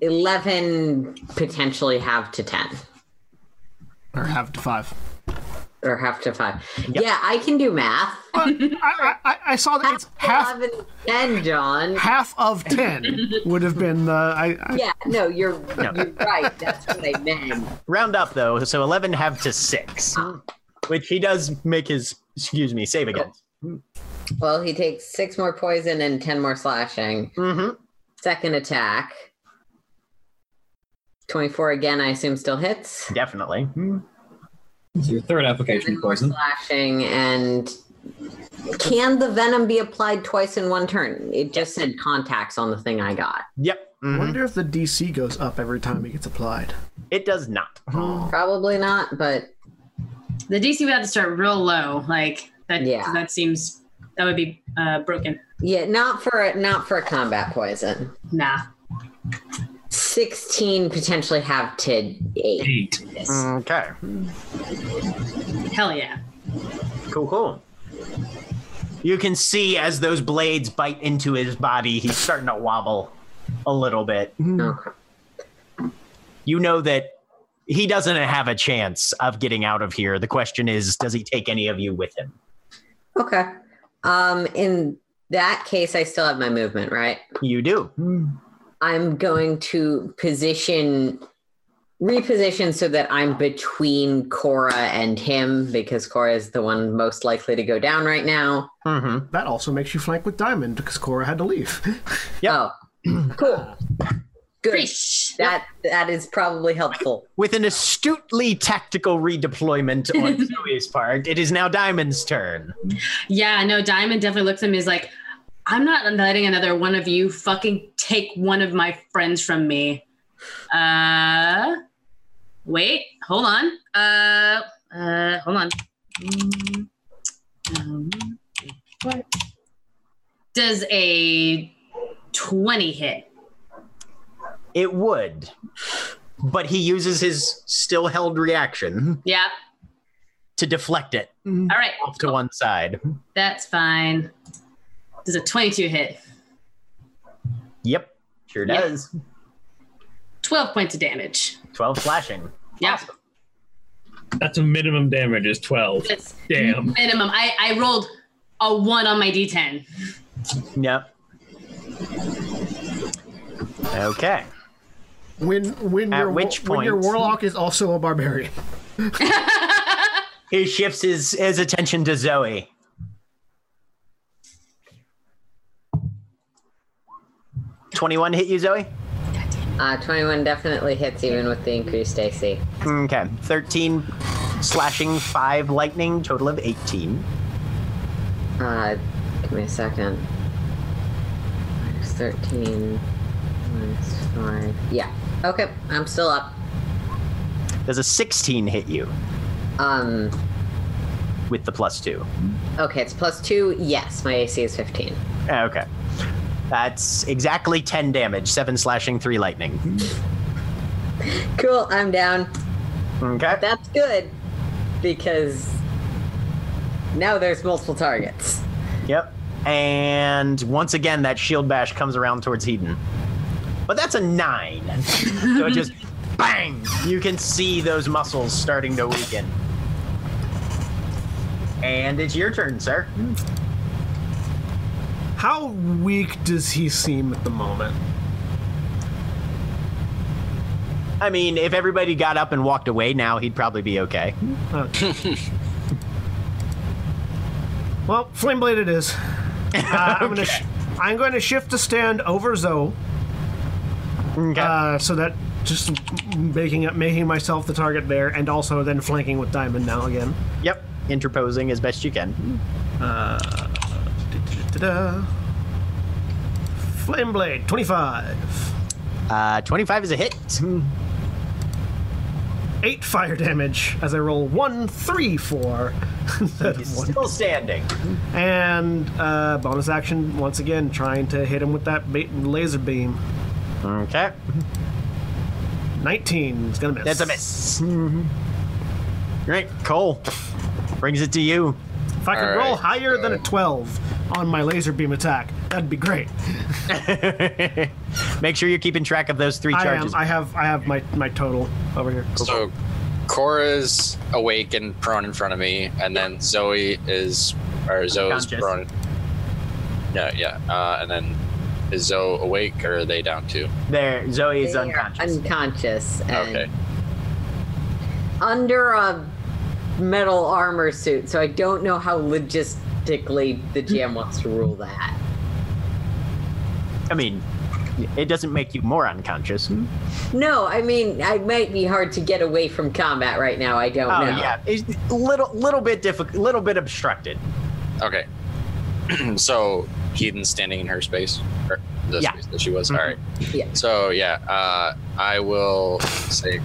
Speaker 3: Eleven potentially have to ten
Speaker 1: Or half to five.
Speaker 3: or half to five. Yeah, I can do math.
Speaker 1: I, I, I saw that it's half
Speaker 3: Eleven, ten, John.
Speaker 1: half of ten would have been the. I, I,
Speaker 3: Yeah, no, you're you're right. That's what I meant.
Speaker 2: Round up, though. So 11 have to 6, which he does make his, excuse me, save again.
Speaker 3: Well, he takes six more poison and ten more slashing.
Speaker 2: hmm
Speaker 3: Second attack. 24 again, I assume still hits.
Speaker 2: Definitely.
Speaker 9: It's your third application
Speaker 3: And
Speaker 9: of
Speaker 3: more
Speaker 9: poison.
Speaker 3: slashing and can the venom be applied twice in one turn? It just said contacts on the thing I got.
Speaker 2: Yep.
Speaker 1: I
Speaker 2: Mhm.
Speaker 1: wonder if the DC goes up every time it gets applied.
Speaker 2: It does not.
Speaker 3: Probably not, but
Speaker 10: The DC would have to start real low. Like that.
Speaker 3: Yeah.
Speaker 10: That seems that would be uh, broken.
Speaker 3: yeah, not for a, not for a combat poison.
Speaker 10: Nah.
Speaker 3: 16 potentially have to 8.
Speaker 9: Eight.
Speaker 10: Yes.
Speaker 2: Okay.
Speaker 10: Hell yeah.
Speaker 2: Cool, cool. You can see as those blades bite into his body, he's starting to wobble a little bit.
Speaker 3: Okay.
Speaker 2: Mm-hmm. You know that he doesn't have a chance of getting out of here. The question is, does he take any of you with him?
Speaker 3: Okay. Um in that case I still have my movement, right?
Speaker 2: You do.
Speaker 3: I'm going to position, reposition so that I'm between Cora and him because Cora is the one most likely to go down right now.
Speaker 2: Mm-hmm.
Speaker 1: That also makes you flank with Diamond because Cora had to leave.
Speaker 2: Yep.
Speaker 3: Oh, cool. Good.
Speaker 10: Preach.
Speaker 3: That that is probably helpful.
Speaker 2: With an astutely tactical redeployment on Zoe's part, it is now Diamond's turn.
Speaker 10: Yeah, no, Diamond definitely looks at me and is like, I'm not letting another one of you fucking take one of my friends from me. Uh wait, hold on. Uh uh hold on. Mm, um, what? Does a 20 hit?
Speaker 2: It would, but he uses his still held reaction
Speaker 10: Yeah.
Speaker 2: to deflect it
Speaker 10: All right.
Speaker 2: off to one side.
Speaker 10: That's fine. Does a 22 hit?
Speaker 2: Yep, sure
Speaker 10: Yep.
Speaker 2: does.
Speaker 10: 12 points of damage.
Speaker 2: 12 slashing.
Speaker 10: Yeah.
Speaker 9: That's a minimum damage is 12.
Speaker 10: That's
Speaker 9: Damn.
Speaker 10: minimum. I, I rolled a one on my D10.
Speaker 2: Yep. Okay.
Speaker 1: When when
Speaker 2: At
Speaker 1: your,
Speaker 2: which
Speaker 1: when your
Speaker 2: point-
Speaker 1: warlock is also a barbarian.
Speaker 2: He shifts his, his attention to Zoe. Twenty-one hit you, Zoe?
Speaker 3: Uh, 21 definitely hits even with the increased AC.
Speaker 2: Okay. Thirteen slashing, five lightning, total of eighteen.
Speaker 3: Uh, give me a second. Minus 13, minus 5. Yeah. Okay, I'm still up.
Speaker 2: Does a sixteen hit you
Speaker 3: Um,
Speaker 2: with the plus two?
Speaker 3: okay, it's plus 2. Yes, my AC is 15.
Speaker 2: Ah, Okay. That's exactly 10 damage, 7 slashing, 3 lightning.
Speaker 3: Cool, I'm down.
Speaker 2: Okay.
Speaker 3: That's good because now there's multiple targets.
Speaker 2: Yep. And once again, that shield bash comes around towards Hedon. But that's a 9. so it just bang! You can see those muscles starting to weaken. And it's your turn, sir.
Speaker 1: How weak does he seem at the moment?
Speaker 2: I mean, if everybody got up and walked away now, he'd probably be okay.
Speaker 1: Well, flame blade it is. Uh, I'm gonna sh- I'm going to shift to stand over Zoe.
Speaker 2: Okay.
Speaker 1: Uh, so that just making up making myself the target there, and also then flanking with Diamond now again.
Speaker 2: Yep. Interposing as best you can.
Speaker 1: Uh, Da-da. Flame blade twenty five.
Speaker 2: Uh, 25 is a hit.
Speaker 1: Hmm. Eight fire damage as I roll one, three, four. instead of
Speaker 2: He's
Speaker 1: one.
Speaker 2: still standing.
Speaker 1: And uh, bonus action once again, trying to hit him with that bait laser beam.
Speaker 2: Okay.
Speaker 1: 19 is gonna miss.
Speaker 2: That's a miss. Great. Cole brings it to you.
Speaker 1: If I could
Speaker 7: All
Speaker 1: roll
Speaker 7: right,
Speaker 1: higher than a
Speaker 7: so-
Speaker 1: 12 on my laser beam attack, that'd be great.
Speaker 2: Make sure you're keeping track of those three
Speaker 1: I
Speaker 2: charges.
Speaker 1: am. I have. I have my my total over here.
Speaker 7: So Cora's awake and prone in front of me, and then Zoe is or Zoe's
Speaker 2: Unconscious.
Speaker 7: prone. Yeah, yeah. Uh, and then is Zoe awake or are they down too?
Speaker 2: there, Zoe is
Speaker 3: They are
Speaker 2: unconscious.
Speaker 3: Unconscious. And
Speaker 7: Okay.
Speaker 3: Under a metal armor suit, so I don't know how logistically the GM wants to rule that.
Speaker 2: I mean, it doesn't make you more unconscious.
Speaker 3: No, I mean, I might be hard to get away from combat right now. I don't
Speaker 2: Oh
Speaker 3: know.
Speaker 2: yeah, it's a little little bit difficult, little bit obstructed.
Speaker 7: Okay. so Keaton's standing in her space, or the
Speaker 2: Yeah.
Speaker 7: space that she was.
Speaker 2: Mhm.
Speaker 7: All right.
Speaker 3: Mm-hmm. Yeah.
Speaker 7: So yeah, uh, I will say,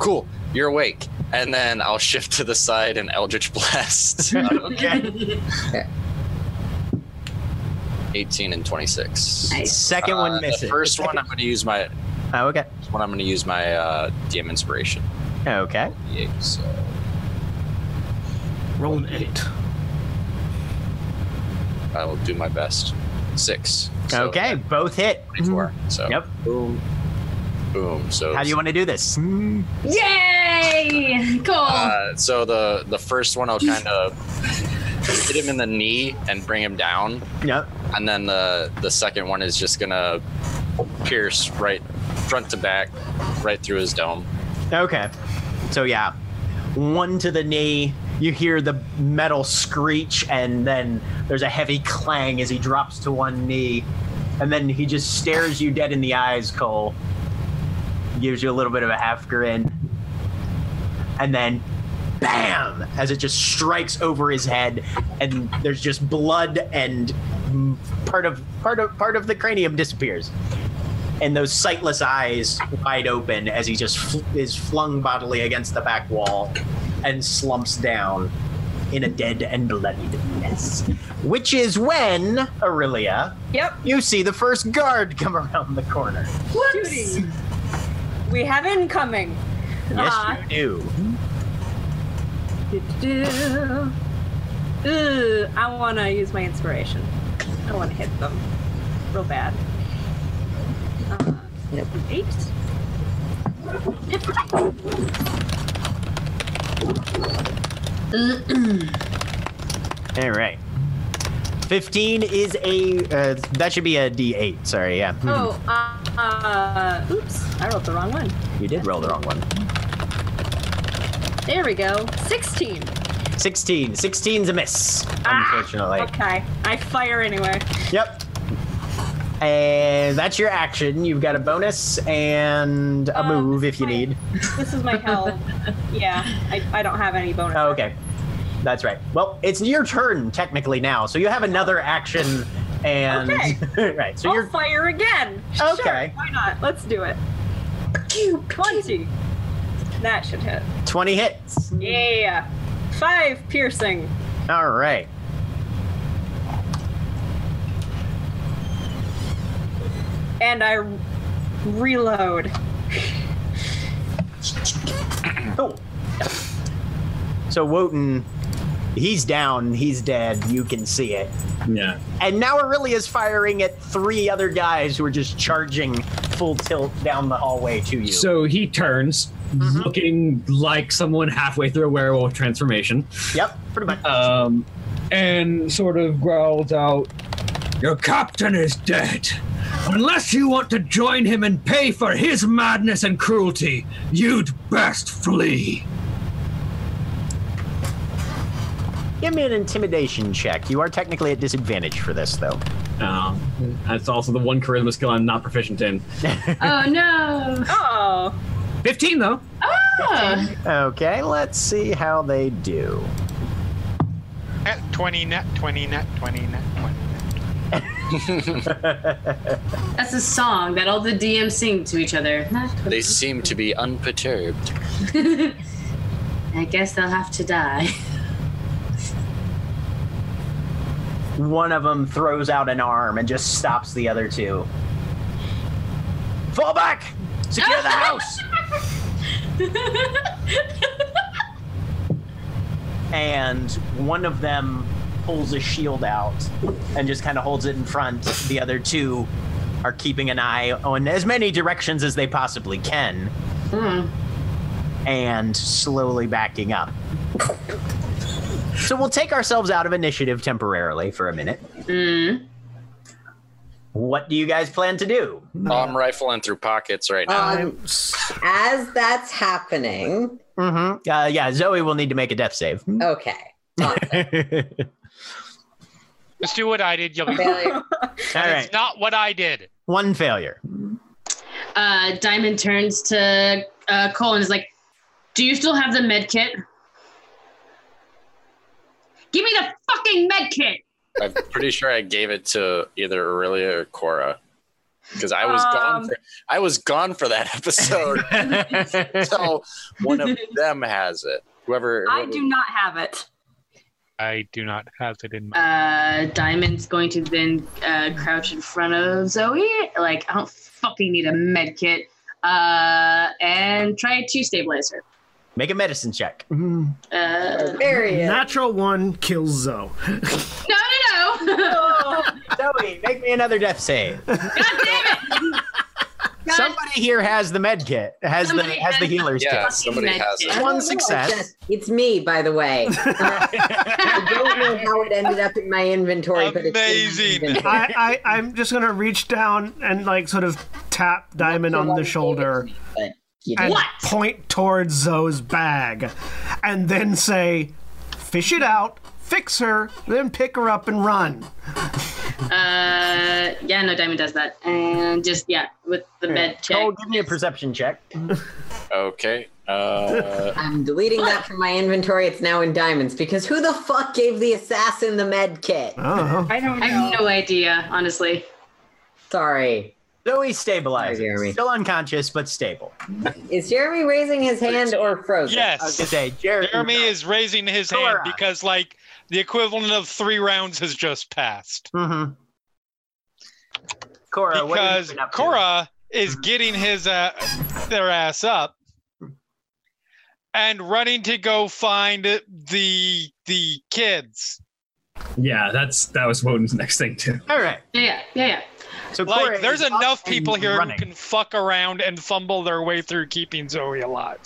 Speaker 7: "Cool, you're awake," and then I'll shift to the side and Eldritch Blast.
Speaker 2: Okay.
Speaker 7: Eighteen and twenty-six.
Speaker 2: Second
Speaker 7: Uh,
Speaker 2: one misses.
Speaker 7: The first one, I'm going to use my.
Speaker 2: Oh, okay.
Speaker 7: first One, I'm going to use my uh, DM inspiration.
Speaker 2: Okay.
Speaker 7: Yeah, so
Speaker 1: Roll an eight.
Speaker 7: I will do my best. Six. So,
Speaker 2: okay. Both hit.
Speaker 7: Twenty-four. So
Speaker 2: Yep.
Speaker 7: Boom. Boom. So
Speaker 2: How do you want to do this?
Speaker 10: Yay! Cool.
Speaker 2: Oh.
Speaker 7: Uh, so the the first one I'll kind of hit him in the knee and bring him down,
Speaker 2: Yep.
Speaker 7: and then the the second one is just gonna pierce right front to back, right through his dome.
Speaker 2: Okay. So yeah, one to the knee. You hear the metal screech, and then there's a heavy clang as he drops to one knee, and then he just stares you dead in the eyes, Cole. Gives you a little bit of a half grin, and then, bam! As it just strikes over his head, and there's just blood and mm, part of part of part of the cranium disappears and those sightless eyes wide open as he just fl- is flung bodily against the back wall and slumps down in a dead and bloodied mess. Which is when, Aurelia,
Speaker 5: Yep.
Speaker 2: you see the first guard come around the corner.
Speaker 5: Judy. We have incoming.
Speaker 2: Yes,
Speaker 5: Ah.
Speaker 2: you do.
Speaker 5: Do-do-do. Ooh, I want to use my inspiration. I want to hit them real bad. Uh,
Speaker 3: Yep.
Speaker 5: Eight.
Speaker 2: All right. 15 is a. Uh, that should be a D8. Sorry, yeah.
Speaker 5: Oh, uh, uh, oops. I rolled the wrong one.
Speaker 2: You did roll the wrong one.
Speaker 5: There we go. 16.
Speaker 2: 16. 16's a miss,
Speaker 5: Ah,
Speaker 2: unfortunately.
Speaker 5: Okay. I fire anyway.
Speaker 2: Yep. And that's your action. You've got a bonus and a
Speaker 5: Um,
Speaker 2: move if you
Speaker 5: my-
Speaker 2: need.
Speaker 5: This is my hell. yeah. I, I don't have any bonus.
Speaker 2: Oh, okay. That's right. Well, it's your turn technically now, so you have another action and right. So
Speaker 5: I'll
Speaker 2: you're
Speaker 5: fire again. Sure,
Speaker 2: Okay.
Speaker 5: why not? Let's do it. 20. That should hit.
Speaker 2: 20 hits.
Speaker 5: Yeah. Five piercing.
Speaker 2: All right.
Speaker 5: and I reload.
Speaker 2: Cool. Oh. So Wotan, he's down, he's dead, you can see it.
Speaker 9: Yeah.
Speaker 2: And now Aurelia's firing at three other guys who are just charging full tilt down the hallway to you.
Speaker 9: So he turns,
Speaker 2: Mm-hmm.
Speaker 9: looking like someone halfway through a werewolf transformation.
Speaker 2: Yep, pretty much.
Speaker 9: Um, and sort of growls out, "Your captain is dead. Unless you want to join him and pay for his madness and cruelty, you'd best flee."
Speaker 2: Give me an intimidation check. You are technically at disadvantage for this, though.
Speaker 9: Um, that's also the one charisma skill I'm not proficient in.
Speaker 4: Oh no.
Speaker 5: Oh,
Speaker 9: 15 though.
Speaker 10: Ah.
Speaker 4: Oh.
Speaker 2: Okay, let's see how they do.
Speaker 8: Net 20, net 20, net 20, net 20.
Speaker 4: That's a song that all the DMs sing to each other.
Speaker 7: They seem to be unperturbed.
Speaker 4: I guess they'll have to die.
Speaker 2: One of them throws out an arm and just stops the other two. Fall back! Secure the house! and one of them pulls a shield out and just kind of holds it in front. The other two are keeping an eye on as many directions as they possibly can
Speaker 4: Mm-hmm.
Speaker 2: and slowly backing up. so we'll take ourselves out of initiative temporarily for a minute.
Speaker 4: Mm.
Speaker 2: What do you guys plan to do?
Speaker 7: Oh, I'm rifling through pockets right now.
Speaker 3: Um, as that's happening,
Speaker 2: Mm-hmm. Uh, yeah, Zoe will need to make a death save.
Speaker 3: okay.
Speaker 8: Just do what I did. You'll be fine.
Speaker 3: Failure.
Speaker 2: All
Speaker 8: And
Speaker 2: right,
Speaker 8: It's not what I did.
Speaker 2: one failure.
Speaker 4: Uh, Diamond turns to uh, Cole and is like, "Do you still have the med kit? Give me the fucking med kit."
Speaker 7: I'm pretty sure I gave it to either Aurelia or Cora because I was
Speaker 5: Um.
Speaker 7: gone. For, I was gone for that episode, so one of them has it. Whoever.
Speaker 5: I do not have it.
Speaker 8: I do not have it in my.
Speaker 4: Uh, Diamond's going to then uh, crouch in front of Zoe, like, "I don't fucking need a med kit," uh, and try to stabilize her.
Speaker 2: Make a medicine check.
Speaker 4: Uh,
Speaker 3: There he is.
Speaker 1: Natural one kills Zoe.
Speaker 4: no, no, no!
Speaker 2: Zoe, make me another death save.
Speaker 4: God damn it! God
Speaker 2: Somebody here has the med kit. Has
Speaker 4: Somebody
Speaker 2: the has the
Speaker 4: has the-
Speaker 2: healer's
Speaker 7: Yeah,
Speaker 2: kit.
Speaker 7: somebody
Speaker 4: Med
Speaker 7: has
Speaker 4: kit.
Speaker 7: it.
Speaker 3: I
Speaker 2: One
Speaker 3: don't know,
Speaker 2: success.
Speaker 3: It's me, by the way. Uh, I don't know how it ended up in my inventory, but it's in
Speaker 8: Amazing.
Speaker 3: my inventory.
Speaker 1: I, I, I'm just gonna reach down and like sort of tap Diamond on the shoulder
Speaker 3: But, you know,
Speaker 1: and
Speaker 4: What?
Speaker 1: point towards Zoe's bag, and then say, "Fish it out, fix her, then pick her up and run."
Speaker 4: Uh, yeah, no, Diamond does that, and just yeah, with the med check.
Speaker 2: Cole, Uh, give me a perception check.
Speaker 7: Okay. Uh,
Speaker 3: I'm deleting that from my inventory. It's now in diamonds because who the fuck gave the assassin the med kit?
Speaker 1: Oh,
Speaker 5: I don't know.
Speaker 4: I have no idea, honestly.
Speaker 3: Sorry.
Speaker 2: Zoe stabilized.
Speaker 3: Sorry, Jeremy.
Speaker 2: Still unconscious, but stable.
Speaker 3: Is Jeremy raising his hand or frozen?
Speaker 2: I
Speaker 8: Yes.
Speaker 2: was gonna say, Jeremy.
Speaker 8: Jeremy is raising his hand
Speaker 2: Cora.
Speaker 8: because, like, the equivalent of three rounds has just passed.
Speaker 2: Mm-hmm. Cora, what are you
Speaker 8: Because
Speaker 2: been up to? Mm-hmm.
Speaker 8: Cora is getting his uh, their ass up and running to go find the the kids.
Speaker 9: Yeah, that's that was Woden's next thing too.
Speaker 2: All right.
Speaker 4: Yeah, yeah, yeah. yeah.
Speaker 2: So
Speaker 8: Like,
Speaker 2: Cora
Speaker 8: there's
Speaker 2: is up
Speaker 8: enough people
Speaker 2: and
Speaker 8: here
Speaker 2: running.
Speaker 8: who can fuck around and fumble their way through keeping Zoe alive.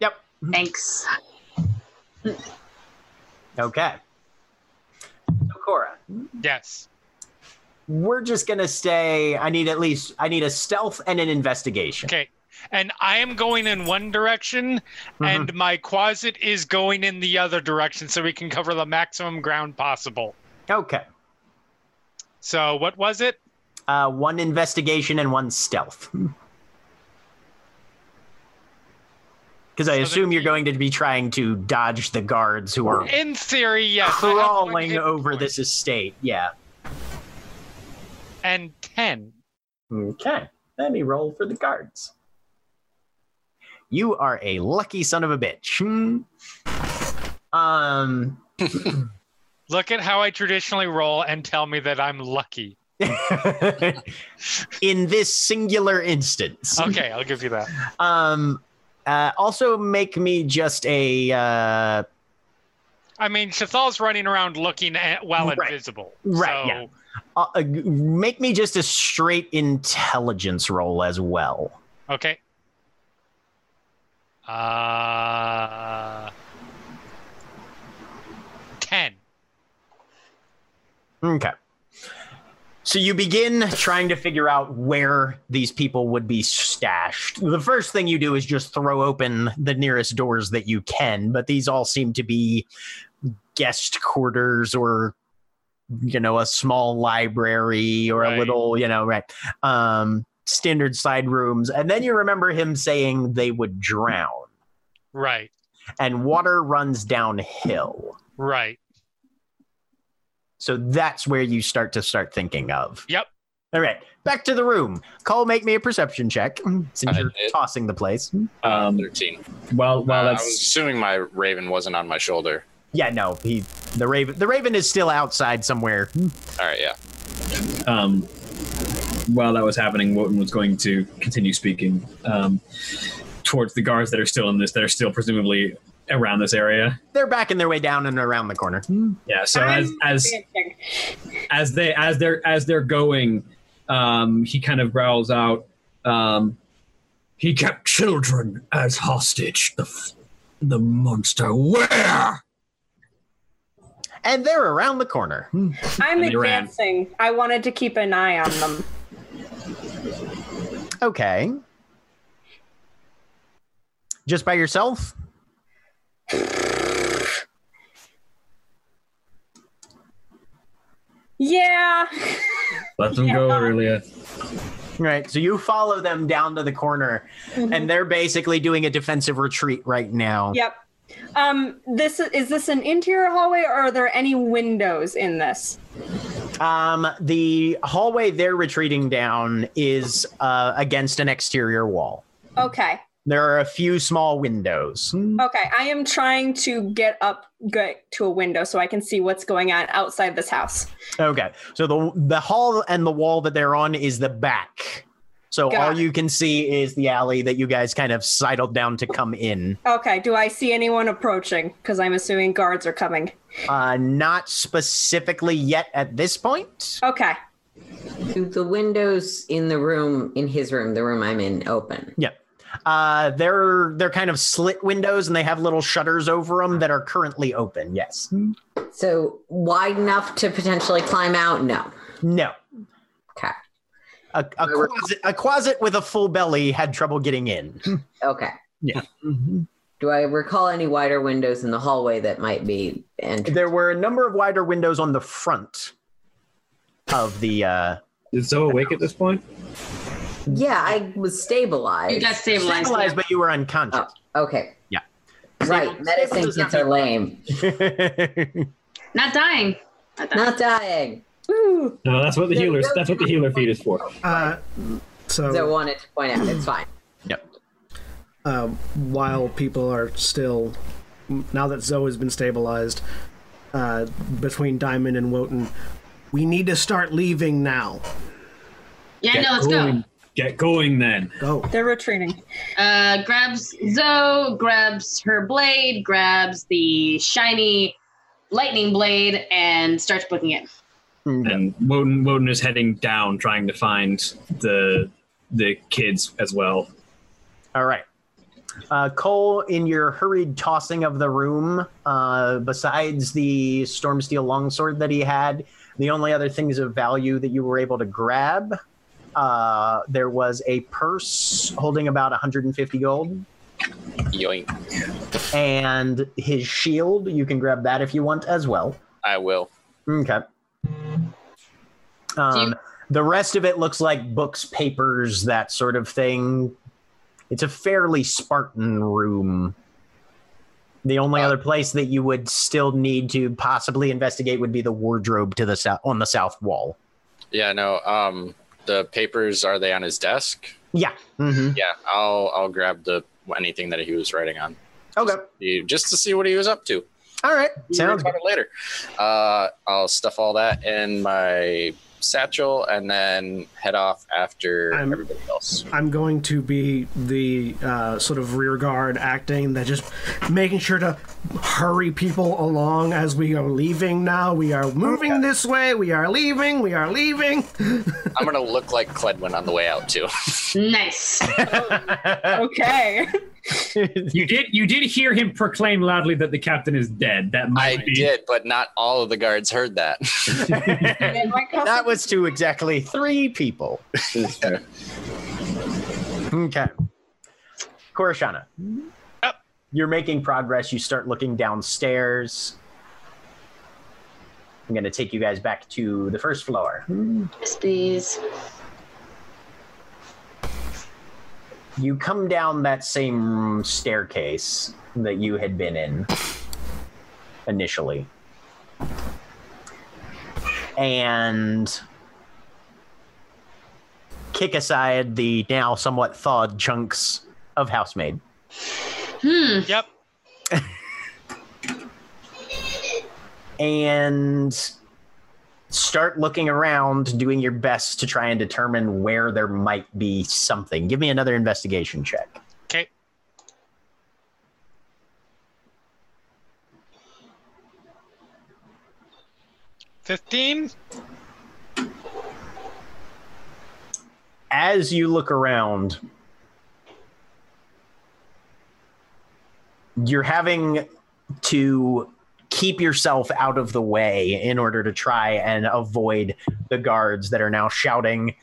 Speaker 2: Yep.
Speaker 4: Thanks.
Speaker 2: Okay. So Cora,
Speaker 8: Yes.
Speaker 2: we're just gonna stay. I need at least. I need a stealth and an investigation.
Speaker 8: Okay. And I am going in one direction,
Speaker 2: Mm-hmm.
Speaker 8: and my closet is going in the other direction, so we can cover the maximum ground possible.
Speaker 2: Okay.
Speaker 8: So what was it?
Speaker 2: Uh, one investigation and one stealth. Hmm. Because I assume you're going to be trying to dodge the guards who are
Speaker 8: In theory, yes. I have one
Speaker 2: crawling
Speaker 8: hit
Speaker 2: over
Speaker 8: point
Speaker 2: this estate. Yeah.
Speaker 8: And ten.
Speaker 2: Okay. Let me roll for the guards. You are a lucky son of a bitch. Hmm. Um.
Speaker 8: Look at how I traditionally roll and tell me that I'm lucky.
Speaker 2: in this singular instance.
Speaker 8: Okay, I'll give you that.
Speaker 2: Um, uh, also, make me just a. Uh,
Speaker 8: I mean, Cathal's running around looking at, well
Speaker 2: Right.
Speaker 8: invisible.
Speaker 2: Right,
Speaker 8: So,
Speaker 2: yeah. uh, uh, make me just a straight intelligence roll as well.
Speaker 8: Okay. Uh, ten.
Speaker 2: Okay. So you begin trying to figure out where these people would be stashed. The first thing you do is just throw open the nearest doors that you can, but these all seem to be guest quarters or you know a small library or a
Speaker 8: Right.
Speaker 2: little you know right um standard side rooms and then you remember him saying they would drown
Speaker 8: Right.
Speaker 2: and water runs downhill
Speaker 8: Right.
Speaker 2: so that's where you start to start thinking of
Speaker 8: Yep.
Speaker 2: All right, back to the room. Cole, make me a perception check since
Speaker 7: I
Speaker 2: you're
Speaker 7: did.
Speaker 2: tossing the place.
Speaker 9: Um,
Speaker 7: Thirteen.
Speaker 9: while
Speaker 7: Uh,
Speaker 9: while
Speaker 7: I was
Speaker 9: that's
Speaker 7: assuming my raven wasn't on my shoulder.
Speaker 2: Yeah, no, he the raven the raven is still outside somewhere.
Speaker 7: All right, yeah.
Speaker 9: um, while that was happening, Wotan was going to continue speaking um, towards the guards that are still in this, that are still presumably around this area.
Speaker 2: They're backing their way down and around the corner.
Speaker 6: Hmm.
Speaker 9: Yeah. So as as
Speaker 5: Dancing.
Speaker 9: as they as they're as they're going, um, he kind of growls out. Um, he kept children as hostage. The f- the monster. Where?
Speaker 2: And they're around the corner.
Speaker 5: I'm
Speaker 9: And they ran.
Speaker 5: advancing. I wanted to keep an eye on them.
Speaker 2: Okay. Just by yourself?
Speaker 5: Yeah.
Speaker 9: Let them go, Aurelia.
Speaker 2: Right. So you follow them down to the corner
Speaker 5: Mm-hmm.
Speaker 2: and they're basically doing a defensive retreat right now.
Speaker 5: Yep. Um, this is this an interior hallway or are there any windows in this?
Speaker 2: Um the hallway they're retreating down is uh, against an exterior wall.
Speaker 5: Okay.
Speaker 2: There are a few small windows.
Speaker 5: Okay. I am trying to get up get to a window so I can see what's going on outside this house.
Speaker 2: Okay. So the the hall and the wall that they're on is the back. So
Speaker 5: Got
Speaker 2: all
Speaker 5: it.
Speaker 2: you can see is the alley that you guys kind of sidled down to come in.
Speaker 5: Okay. Do I see anyone approaching? Because I'm assuming guards are coming.
Speaker 2: Uh, not specifically yet at this point.
Speaker 5: Okay.
Speaker 3: Do the windows in the room, in his room, the room I'm in, open?
Speaker 2: Uh, they're they're kind of slit windows and they have little shutters over them that are currently open. Yes.
Speaker 3: So wide enough to potentially climb out? No.
Speaker 2: No.
Speaker 3: Okay.
Speaker 2: A, a, closet, a closet with a full belly had trouble getting in.
Speaker 3: Okay.
Speaker 2: Yeah.
Speaker 6: Mm-hmm.
Speaker 3: Do I recall any wider windows in the hallway that might be and
Speaker 2: There were a number of wider windows on the front of the uh,
Speaker 6: Is Zoe awake at this point?
Speaker 3: yeah, I was stabilized. Oh,
Speaker 10: You got stabilized.
Speaker 2: stabilized, but you were unconscious.
Speaker 3: okay.
Speaker 2: Yeah.
Speaker 3: Right. Medicine
Speaker 2: does not
Speaker 3: kits are lame.
Speaker 10: Not dying. Not dying.
Speaker 3: Not dying.
Speaker 5: Woo.
Speaker 6: No, that's what the
Speaker 3: There
Speaker 6: healer.
Speaker 3: goes
Speaker 6: That's what the healer feed is for.
Speaker 1: Uh,
Speaker 3: So I
Speaker 1: so
Speaker 3: wanted to point out it's fine.
Speaker 1: uh, while people are still, now that Zoe has been stabilized, uh, between Diamond and Wotan, we need to start leaving now.
Speaker 10: Yeah, no, let's
Speaker 6: going.
Speaker 10: go.
Speaker 6: Get going then.
Speaker 1: Go.
Speaker 5: They're retreating.
Speaker 10: Uh, grabs Zoe, grabs her blade, grabs the shiny lightning blade, and starts booking it.
Speaker 6: And Woden Woden is heading down, trying to find the the kids as well.
Speaker 2: All right. Uh, Cole, in your hurried tossing of the room, uh, besides the Stormsteel longsword that he had, the only other things of value that you were able to grab, uh, there was a purse holding about 150 gold
Speaker 7: Yoink.
Speaker 2: and his shield. You can grab that if you want as well.
Speaker 7: I will.
Speaker 2: Okay. Um,
Speaker 10: you-
Speaker 2: the rest of it looks like books, papers, that sort of thing. It's a fairly Spartan room. The only other place that you would still need to possibly investigate would be the wardrobe to the south on the south wall.
Speaker 7: Yeah, no. Um, the papers are they on his desk?
Speaker 2: Yeah. hmm
Speaker 7: Yeah, I'll I'll grab the anything that he was writing on,
Speaker 2: Okay.
Speaker 7: You- just to see what he was up to.
Speaker 2: All right.
Speaker 7: We'll
Speaker 2: Sounds
Speaker 7: read about
Speaker 2: good.
Speaker 7: it later. Uh, I'll stuff all that in my satchel and then head off after
Speaker 1: I'm-
Speaker 7: everybody else.
Speaker 1: I'm going to be the uh, sort of rear guard acting that just making sure to hurry people along as we are leaving now. We are moving this way. We are leaving. We are leaving.
Speaker 7: I'm gonna look like Cledwin on the way out too.
Speaker 10: Nice.
Speaker 5: Okay.
Speaker 9: You did you did hear him proclaim loudly that the captain is dead. That
Speaker 7: I
Speaker 9: might be
Speaker 7: did, but not all of the guards heard that.
Speaker 5: And my cousin-
Speaker 2: That was to exactly three people. okay. Koroshana. You're making progress. You start looking downstairs. I'm going to take you guys back to the first floor.
Speaker 10: yes, please.
Speaker 2: You come down that same staircase that you had been in initially. And kick aside the now somewhat thawed chunks of housemaid.
Speaker 10: Hmm.
Speaker 8: Yep.
Speaker 2: and start looking around, doing your best to try and determine where there might be something. Give me another investigation check.
Speaker 8: Okay. Fifteen.
Speaker 2: As you look around, you're having to keep yourself out of the way in order to try and avoid the guards that are now shouting.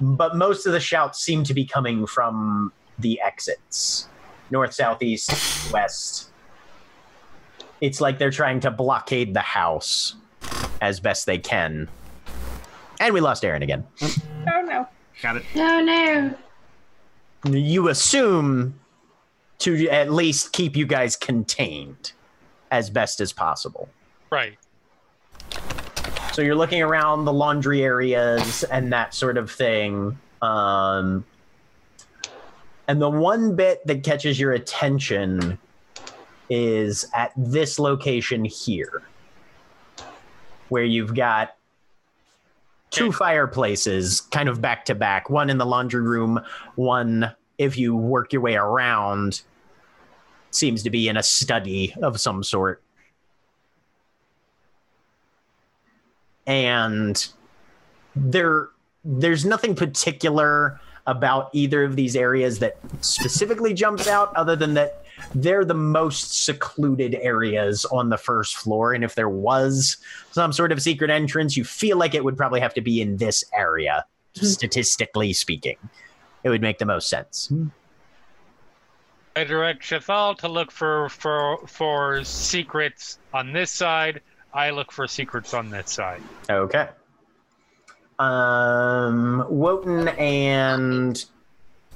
Speaker 2: But most of the shouts seem to be coming from the exits north, south, east, west. It's like they're trying to blockade the house as best they can. And we lost Aaron again.
Speaker 5: oh no.
Speaker 1: Got it.
Speaker 10: No, no.
Speaker 2: You assume to at least keep you guys contained as best as possible.
Speaker 8: Right.
Speaker 2: So you're looking around the laundry areas and that sort of thing. Um, and the one bit that catches your attention is at this location here, where you've got two
Speaker 8: Okay.
Speaker 2: fireplaces kind of back to back one in the laundry room, one, if you work your way around, seems to be in a study of some sort. and there there's nothing particular about either of these areas that specifically jumps out other than that they're the most secluded areas on the first floor and if there was some sort of secret entrance you feel like it would probably have to be in this area statistically speaking it would make the most sense
Speaker 8: I direct Shethal to look for for for secrets on this side. I look for secrets on that side.
Speaker 2: okay um wotan and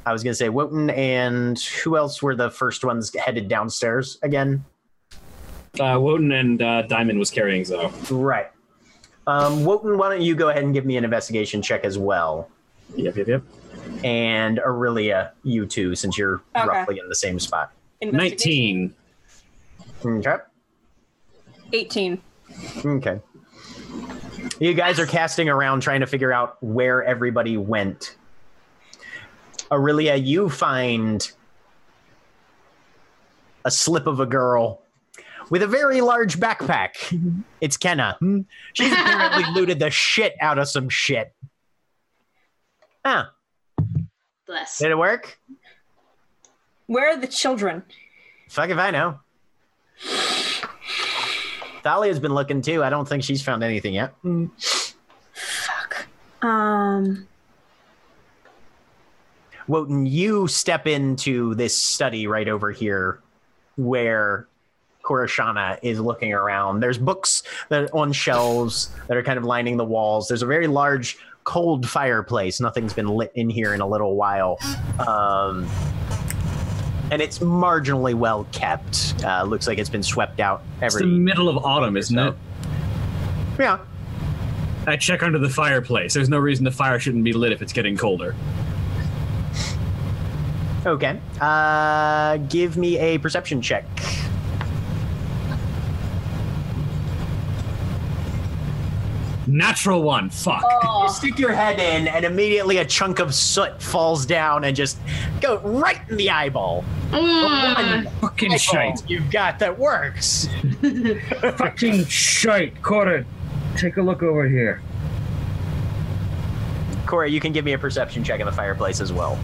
Speaker 2: i was gonna say wotan and who else were the first ones headed downstairs again
Speaker 9: Uh, Woden and uh, Diamond was carrying Zoe.
Speaker 2: Right. Um, Wotan, why don't you go ahead and give me an investigation check as well?
Speaker 9: Yep, yep, yep.
Speaker 2: And Aurelia, you too, since you're
Speaker 5: Okay.
Speaker 2: roughly in the same spot.
Speaker 5: Investigation.
Speaker 9: Nineteen.
Speaker 2: Okay.
Speaker 5: 18.
Speaker 2: Okay. You guys are casting around trying to figure out where everybody went. Aurelia, you find a slip of a girl with a very large
Speaker 5: Mm-hmm.
Speaker 2: backpack. It's Kenna. Hmm? She's apparently looted the shit out of some shit. Huh.
Speaker 10: Bless.
Speaker 2: Did it work?
Speaker 5: Where are the children?
Speaker 2: Fuck if I know. Thalia's been looking too. I don't think she's found anything yet.
Speaker 5: Um.
Speaker 2: Wotan, you step into this study right over here where Koroshana is looking around. There's books that are on shelves that are kind of lining the walls. There's a very large cold fireplace. Nothing's been lit in here in a little while. Um, and it's marginally well kept. Uh, looks like it's been swept out
Speaker 9: It's the
Speaker 2: every.
Speaker 9: middle of autumn, isn't it?
Speaker 2: Yeah.
Speaker 9: I check under the fireplace. There's no reason the fire shouldn't be lit if it's getting colder.
Speaker 2: Okay. Uh, give me a perception check.
Speaker 9: Natural one. Fuck.
Speaker 2: You stick your head in, and immediately a chunk of soot falls down and just go right in the eyeball.
Speaker 10: Mm.
Speaker 9: Fucking shite.
Speaker 2: You've got that works.
Speaker 9: Fucking shite. Cora, take a look over here.
Speaker 2: Corey, you can give me a perception check in the fireplace as well.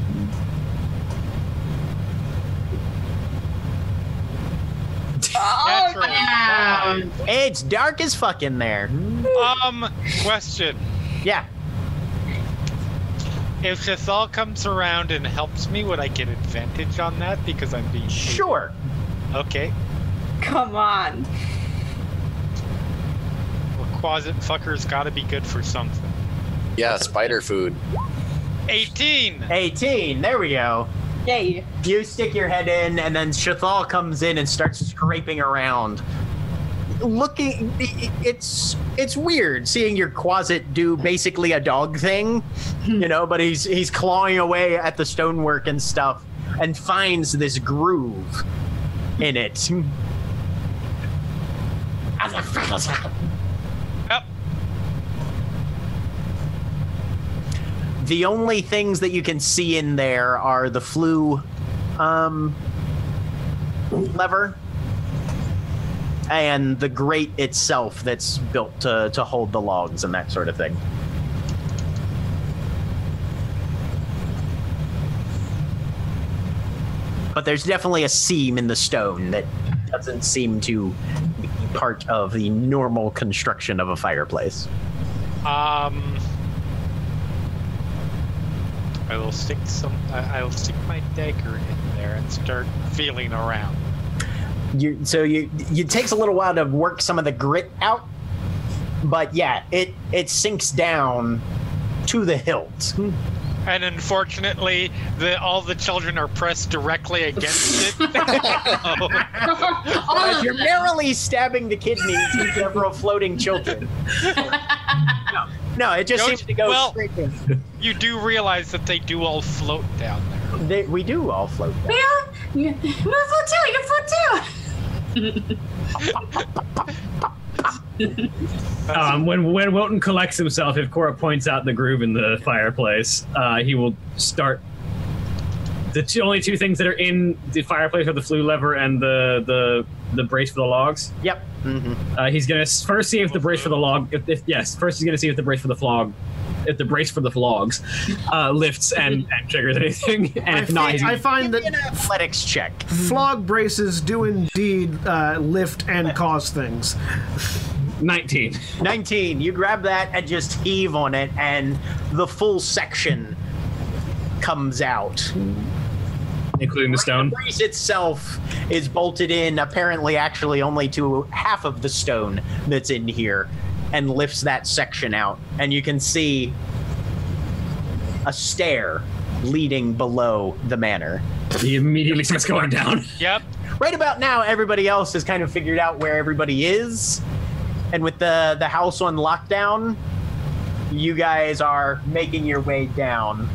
Speaker 8: Natural
Speaker 10: Damn.
Speaker 2: It's dark as fuck in there.
Speaker 8: five. Um, question.
Speaker 2: Yeah.
Speaker 8: If this all comes around and helps me, would I get advantage on that because I'm being
Speaker 2: Sure.
Speaker 8: okay?
Speaker 5: Come on.
Speaker 8: Well, Quasit fucker's got to be good for something.
Speaker 7: Yeah, spider food.
Speaker 8: 18.
Speaker 2: 18. There we go.
Speaker 5: Yay.
Speaker 2: You stick your head in, and then Shathal comes in and starts scraping around. Looking, it's it's weird seeing your Quasit do basically a dog thing, you know. But he's he's clawing away at the stonework and stuff, and finds this groove in it.
Speaker 8: Yep.
Speaker 2: The only things that you can see in there are the flu um, lever and the grate itself that's built to, to hold the logs and that sort of thing. But there's definitely a seam in the stone that doesn't seem to be part of the normal construction of a fireplace.
Speaker 8: Um, I will stick some. I I will stick my dagger in there and start feeling around.
Speaker 2: you so you it takes a little while to work some of the grit out but yeah it it sinks down to the hilt
Speaker 8: And unfortunately, the all the children are pressed directly against it. So,
Speaker 10: All
Speaker 2: As
Speaker 10: of
Speaker 2: you're
Speaker 10: them.
Speaker 2: merrily stabbing the kidneys in several floating children no, no it just
Speaker 8: Don't-
Speaker 2: seems to go
Speaker 8: well-
Speaker 2: straight in.
Speaker 8: you do realize that they do all float down there.
Speaker 2: They, we do all float down.
Speaker 10: Well, Move foot too. Your foot too.
Speaker 9: Um, when when Wilton collects himself, if Cora points out the groove in the fireplace, uh, he will start. The two, only two things that are in the fireplace are the flue lever and the the, the brace for the logs.
Speaker 2: yep hmm
Speaker 9: Uh, he's gonna s- first see if the brace for the log. If, if yes, first he's gonna see if the brace for the flog, if the brace for the flogs, uh, lifts and, and triggers anything. And
Speaker 1: I,
Speaker 9: if not,
Speaker 1: fi-
Speaker 9: he's
Speaker 1: I
Speaker 9: gonna,
Speaker 1: find
Speaker 2: an
Speaker 1: that
Speaker 2: athletics check
Speaker 1: flog braces do indeed uh, lift and cause things.
Speaker 9: nineteen.
Speaker 2: 19 you grab that and just heave on it and the full section comes out
Speaker 9: including the stone.
Speaker 2: The brace itself is bolted in, apparently, actually only to half of the stone that's in here, and lifts that section out. And you can see a stair leading below the manor.
Speaker 9: He immediately starts going down.
Speaker 8: Yep.
Speaker 2: Right about now, everybody else has kind of figured out where everybody is. And with the, the house on lockdown, you guys are making your way down.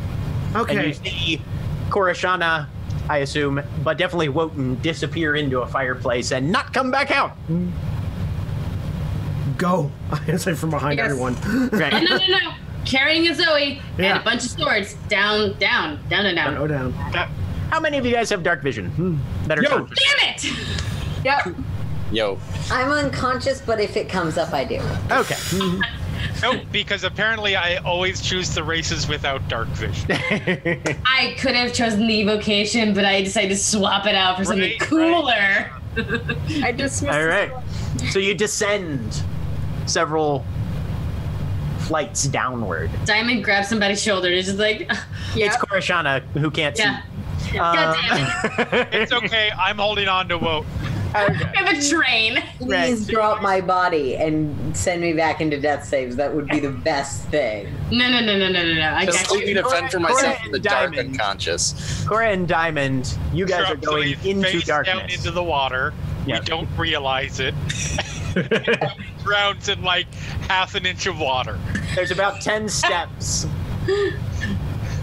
Speaker 2: And
Speaker 1: Okay.
Speaker 2: you see Koroshana, I assume, but definitely Wotan disappear into a fireplace and not come back out.
Speaker 1: go. I answered from behind
Speaker 5: Yes.
Speaker 1: everyone.
Speaker 10: No,
Speaker 2: Right.
Speaker 10: Oh, no, no, no. Carrying a Zoe and
Speaker 1: Yeah.
Speaker 10: a bunch of swords down, down, down, and
Speaker 6: Oh,
Speaker 10: down.
Speaker 1: Go Oh, down.
Speaker 2: How many of you guys have dark vision? Hmm, That are
Speaker 9: Yo.
Speaker 2: conscious?
Speaker 10: Damn it!
Speaker 5: Yep.
Speaker 7: Yo,
Speaker 3: I'm unconscious, but if it comes up, I do.
Speaker 2: Okay.
Speaker 8: No, because apparently I always choose the races without dark vision.
Speaker 10: I could have chosen the evocation, but I decided to swap it out for something
Speaker 8: Right,
Speaker 10: cooler.
Speaker 5: I dismissed.
Speaker 2: All right. So you descend several flights downward.
Speaker 10: Diamond grabs somebody's shoulder and is just like,
Speaker 5: Yep.
Speaker 2: It's Uh, Koroshana who can't
Speaker 10: yeah.
Speaker 2: see. Um,
Speaker 10: God damn it.
Speaker 8: It's okay. I'm holding on to Woat.
Speaker 10: I have a train.
Speaker 2: Right.
Speaker 3: Please drop my body and send me back into death saves. That would be the best thing.
Speaker 10: No, no, no, no, no, no, no. I
Speaker 7: just
Speaker 10: got
Speaker 7: let me
Speaker 10: you.
Speaker 7: defend for myself
Speaker 2: Cora
Speaker 7: in the
Speaker 2: and
Speaker 7: dark
Speaker 2: Diamond.
Speaker 7: unconscious.
Speaker 2: Cora and Diamond, you guys are
Speaker 8: Drop
Speaker 2: going
Speaker 8: Zoe
Speaker 2: into
Speaker 8: face down
Speaker 2: darkness.
Speaker 8: into the water.
Speaker 2: Yeah.
Speaker 8: We don't realize it. Drowns in like half an inch of water.
Speaker 2: There's about 10 steps.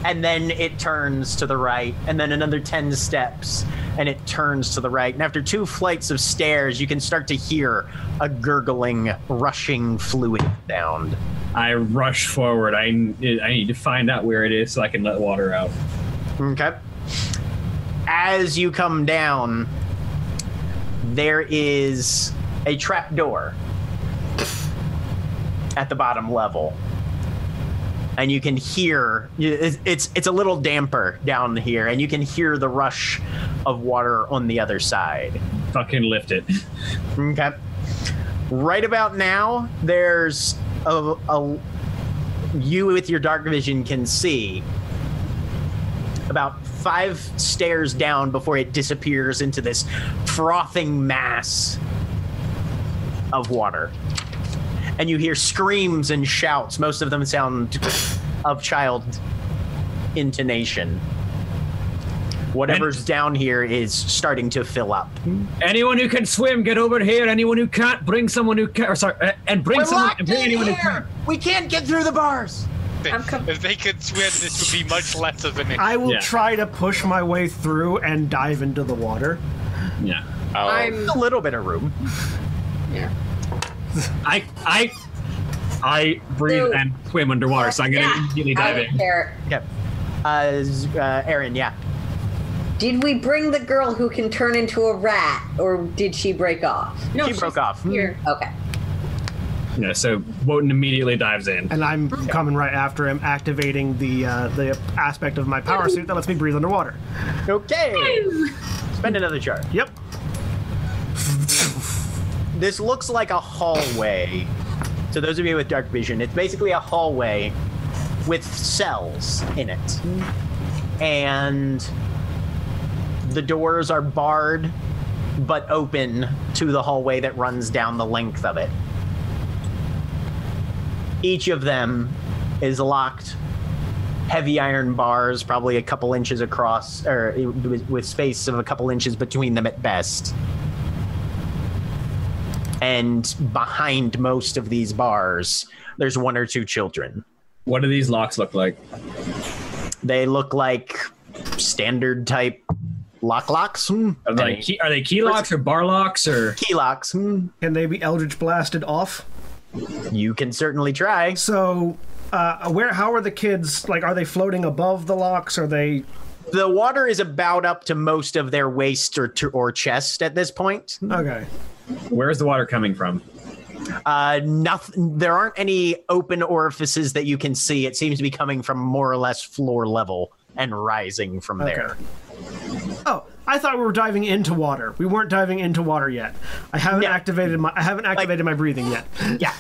Speaker 2: and then it turns to the right, and then another 10 steps, and it turns to the right. And after two flights of stairs, you can start to hear a gurgling, rushing fluid sound.
Speaker 9: I rush forward. I, I need to find out where it is so I can let water out.
Speaker 2: Okay. As you come down, there is a trap door at the bottom level. And you can hear it's it's- it's a little damper down here, and you can hear the rush of water on the other side.
Speaker 9: Fucking lift it.
Speaker 2: Okay. Right about now, there's a, a you with your dark vision can see about five stairs down before it disappears into this frothing mass of water. And you hear screams and shouts. Most of them sound of child intonation. Whatever's down here is starting to fill up.
Speaker 9: Anyone who can swim, get over here. Anyone who can't, bring someone who can. Or sorry, uh, and bring
Speaker 2: We're
Speaker 9: someone.
Speaker 2: locked
Speaker 9: And bring
Speaker 2: in
Speaker 9: anyone who
Speaker 2: here!
Speaker 9: can.
Speaker 2: We can't get through the bars.
Speaker 8: if they could swim, this would be much less of an.
Speaker 1: I will
Speaker 9: Yeah.
Speaker 1: try to push my way through and dive into the water.
Speaker 9: Yeah.
Speaker 8: Oh.
Speaker 5: I'm
Speaker 2: A little bit of room.
Speaker 9: I I I breathe
Speaker 3: So-
Speaker 9: and swim underwater, so I'm gonna
Speaker 3: Yeah,
Speaker 9: immediately
Speaker 3: I
Speaker 9: dive
Speaker 3: don't
Speaker 9: in.
Speaker 3: care.
Speaker 2: Yep. Uh, z- uh, Aaron, yeah.
Speaker 3: Did we bring the girl who can turn into a rat, or did she break off?
Speaker 5: no,
Speaker 2: she broke off.
Speaker 5: here.
Speaker 3: Okay.
Speaker 9: Yeah, so Wotan immediately dives in.
Speaker 1: And I'm coming right after him, activating the uh, the aspect of my power suit that lets me breathe underwater.
Speaker 2: Okay. Spend another charge.
Speaker 1: Yep.
Speaker 2: This looks like a hallway. So those of you with dark vision, it's basically a hallway with cells in it. And the doors are barred but open to the hallway that runs down the length of it. Each of them is locked heavy iron bars, probably a couple inches across, or with, with space of a couple inches between them at best. And behind most of these bars, there's one or two children.
Speaker 9: What do these locks look like?
Speaker 2: They look like standard type lock locks, hmm.
Speaker 9: Are they,
Speaker 2: Any-
Speaker 9: key, are they key locks or bar locks or?
Speaker 2: key locks. hmm.
Speaker 1: Can they be Eldritch blasted off?
Speaker 2: You can certainly try.
Speaker 1: So, uh, where? How are the kids? Like, are they floating above the locks? Are they?
Speaker 2: The water is about up to most of their waist or or chest at this point.
Speaker 1: Okay.
Speaker 9: Where is the water coming from?
Speaker 2: Uh, nothing. There aren't any open orifices that you can see. It seems to be coming from more or less floor level and rising from
Speaker 1: Okay.
Speaker 2: there.
Speaker 1: Oh, I thought we were diving into water. We weren't diving into water yet. I haven't
Speaker 2: No.
Speaker 1: activated my I haven't activated my breathing yet.
Speaker 2: Yeah,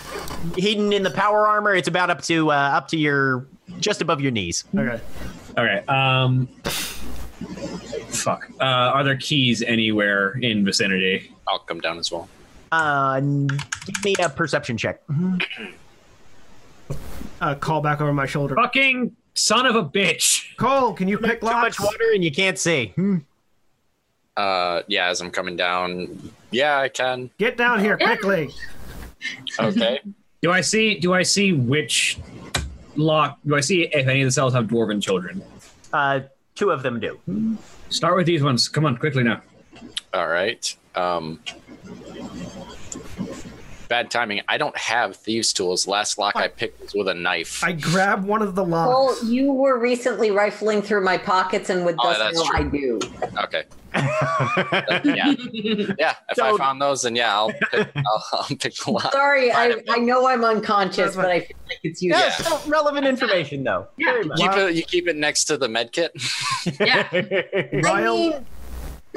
Speaker 2: hidden in the power armor, it's about up to uh, up to your just above your knees.
Speaker 1: Okay.
Speaker 9: Okay. Um. Fuck. Uh, are there keys anywhere in vicinity?
Speaker 7: I'll come down as well.
Speaker 2: Uh, give me a perception check.
Speaker 1: Uh, call back over my shoulder.
Speaker 9: Fucking son of a bitch!
Speaker 1: Cole, can you pick
Speaker 2: Too much
Speaker 1: locks?
Speaker 2: water and you can't see. Hmm.
Speaker 7: Uh, yeah, as I'm coming down, yeah, I can.
Speaker 1: Get down here quickly.
Speaker 7: Okay.
Speaker 9: Do I see? Do I see which lock? Do I see if any of the cells have dwarven children?
Speaker 2: Uh, two of them do.
Speaker 9: Start with these ones. Come on, quickly now.
Speaker 7: All right. Um, bad timing. I don't have thieves' tools. Last lock I picked was with a knife.
Speaker 1: I grab one of the
Speaker 3: Well,
Speaker 1: locks.
Speaker 3: you were recently rifling through my pockets, and with
Speaker 7: Oh,
Speaker 3: this,
Speaker 7: that's
Speaker 3: no,
Speaker 7: true.
Speaker 3: I do.
Speaker 7: Okay. yeah. Yeah. If
Speaker 2: So-
Speaker 7: I found those, then yeah, I'll pick, I'll, I'll pick the lock.
Speaker 3: Sorry,
Speaker 7: Fine,
Speaker 3: I,
Speaker 7: I'm
Speaker 3: I know I'm unconscious,
Speaker 1: That's fine.
Speaker 3: but I feel like it's you.
Speaker 2: Yeah,
Speaker 7: Yeah.
Speaker 2: still relevant information though. Very much.
Speaker 7: Keep it, you keep it next to the med kit.
Speaker 10: Yeah.
Speaker 3: I
Speaker 1: Ryle-
Speaker 3: mean,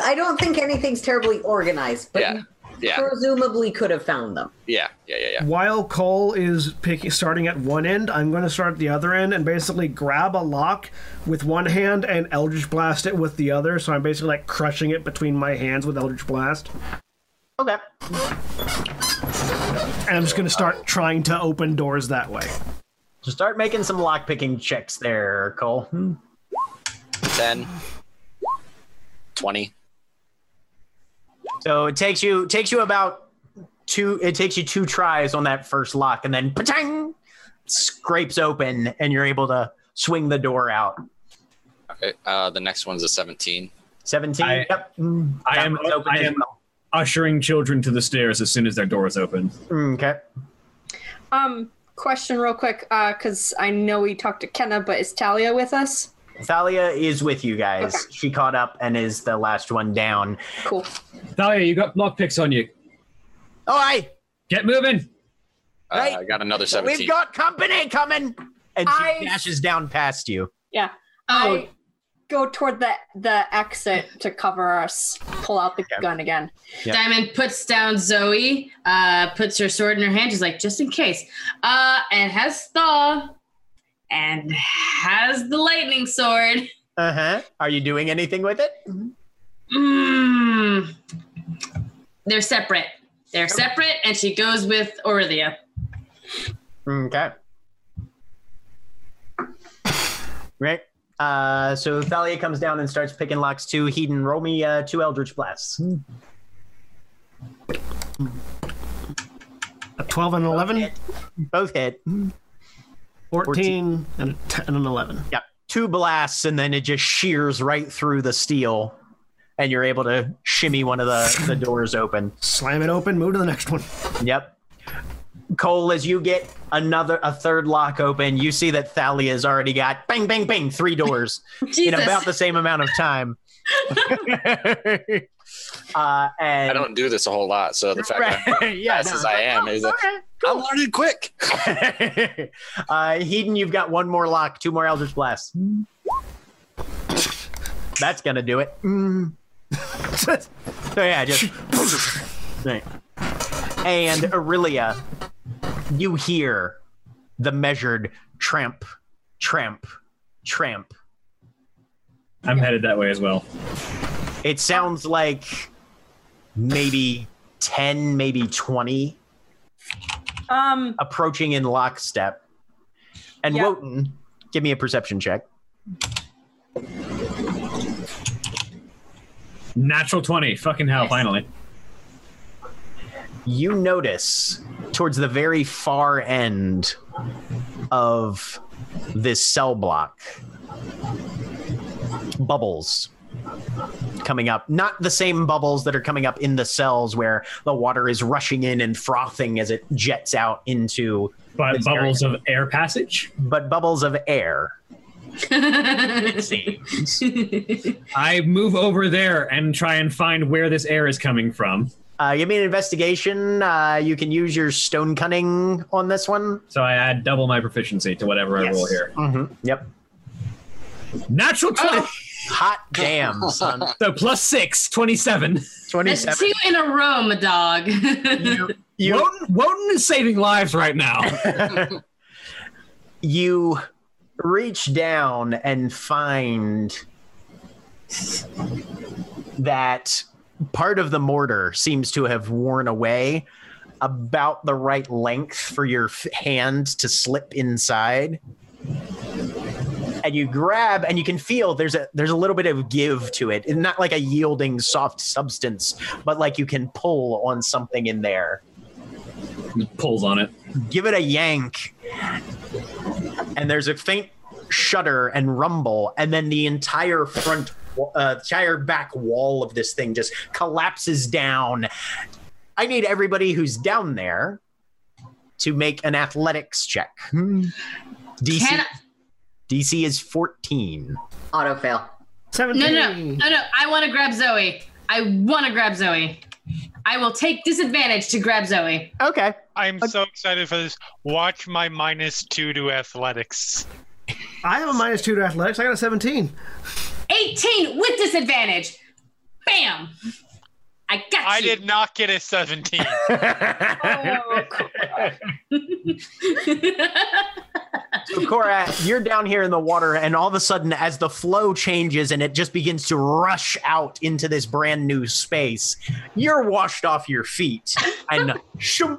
Speaker 3: I don't think anything's terribly organized, but
Speaker 7: Yeah.
Speaker 3: you
Speaker 7: Yeah.
Speaker 3: presumably could have found them.
Speaker 7: Yeah. Yeah. Yeah. Yeah.
Speaker 1: While Cole is picking, starting at one end, I'm going to start at the other end and basically grab a lock with one hand and Eldritch Blast it with the other. So I'm basically like crushing it between my hands with Eldritch Blast.
Speaker 2: Okay.
Speaker 1: And I'm just going to start trying to open doors that way.
Speaker 2: So start making some lock picking checks there, Cole. Hmm.
Speaker 7: 10, 20.
Speaker 2: So it takes you takes you about two. It takes you two tries on that first lock, and then patang scrapes open, and you're able to swing the door out.
Speaker 7: Okay, uh, the next one's a 17.
Speaker 2: 17.
Speaker 6: I-
Speaker 2: yep.
Speaker 6: I
Speaker 2: That
Speaker 6: am-
Speaker 2: one's open
Speaker 6: I
Speaker 2: as
Speaker 6: am-
Speaker 2: well.
Speaker 6: Ushering children to the stairs as soon as their door is open.
Speaker 2: Mm, Okay.
Speaker 5: Um, question real quick, because I know we talked to Kenna, but is Talia with us?
Speaker 2: Thalia is with you guys.
Speaker 5: Okay.
Speaker 2: She caught up and is the last one down.
Speaker 5: Cool.
Speaker 6: Thalia, you got lockpicks on you.
Speaker 2: All right.
Speaker 6: Get moving.
Speaker 7: Uh,
Speaker 2: Right.
Speaker 7: I got another 17.
Speaker 2: We've got company coming. And she
Speaker 5: I-
Speaker 2: dashes down past you.
Speaker 5: Yeah.
Speaker 10: Oh,
Speaker 5: I go toward the the exit to cover us. Pull out the
Speaker 2: Yeah.
Speaker 5: gun again.
Speaker 2: Yeah.
Speaker 4: Diamond puts down Zoe, uh, puts her sword in her hand. She's like, just in case. Uh, and has Thaw and has the lightning sword.
Speaker 2: Uh huh. Are you doing anything with it?
Speaker 4: Mm. They're separate. They're separate, and she goes with Orithia.
Speaker 2: Okay. Right. Uh, so Thalia comes down and starts picking locks too. Heaton, roll me uh, two Eldritch Blasts.
Speaker 6: Hmm.
Speaker 1: A 12 and an 11,
Speaker 2: Both hit.
Speaker 1: 14, and, a 10 and an 11.
Speaker 2: Yep. Two blasts, and then it just shears right through the steel, and you're able to shimmy one of the, the doors open.
Speaker 1: Slam it open, move to the next one.
Speaker 2: Yep. Cole, as you get another a third lock open, you see that Thalia's already got bang, bang, bang, three doors in
Speaker 4: Jesus.
Speaker 2: about the same amount of time. uh, and
Speaker 7: I don't do this a whole lot, so the fact that I'm
Speaker 2: Right. yeah,
Speaker 7: as
Speaker 2: no,
Speaker 7: fast as I am is like, I'm learning quick.
Speaker 2: uh, Heaton, you've got one more lock, two more Eldritch Blasts. That's gonna do it. So yeah, just right. And Aurelia, you hear the measured tramp, tramp, tramp.
Speaker 6: I'm headed that way as well.
Speaker 2: It sounds like maybe ten, maybe twenty
Speaker 5: Um,
Speaker 2: approaching in lockstep. And
Speaker 5: Yeah.
Speaker 2: Wotan, give me a perception check.
Speaker 6: Natural 20. Fucking hell, finally.
Speaker 2: you notice towards the very far end of this cell block bubbles coming up not the same bubbles that are coming up in the cells where the water is rushing in and frothing as it jets out into
Speaker 6: But
Speaker 2: It's
Speaker 6: bubbles of air passage.
Speaker 2: but bubbles of air
Speaker 6: I move over there and try and find where this air is coming from.
Speaker 2: uh, give me an investigation uh, you can use your stone cunning on this one
Speaker 6: So I add double my proficiency to whatever I roll here.
Speaker 2: Mhm. yep
Speaker 6: Natural 20.
Speaker 2: hot damn son
Speaker 6: So plus six, 27.
Speaker 4: That's
Speaker 2: 27
Speaker 4: two in a row, my dog.
Speaker 2: you, you
Speaker 6: Woden, Woden is saving lives right now.
Speaker 2: you reach down and find that part of the mortar seems to have worn away about the right length for your f- hand to slip inside and you grab and you can feel there's a there's a little bit of give to it and not like a yielding soft substance but like you can pull on something in there
Speaker 6: Pulls on it.
Speaker 2: give it a yank and there's a faint shudder and rumble and then the entire front wa- uh, entire back wall of this thing just collapses down i need everybody who's down there to make an athletics check dc
Speaker 4: Can
Speaker 2: dc is 14
Speaker 3: Auto fail.
Speaker 1: 17.
Speaker 4: No, no, no, no, no. I want to grab Zoe. I want to grab Zoe. I will take disadvantage to grab Zoe.
Speaker 2: okay Uh,
Speaker 8: I'm so excited for this. Watch my minus two to athletics.
Speaker 1: I have a minus two to athletics. I got a 17.
Speaker 4: 18 with disadvantage. Bam. I got
Speaker 8: I
Speaker 4: you.
Speaker 8: did not get a 17.
Speaker 5: oh, cool.
Speaker 2: So Cora, you're down here in the water, and all of a sudden, as the flow changes and it just begins to rush out into this brand new space, you're washed off your feet and shoom,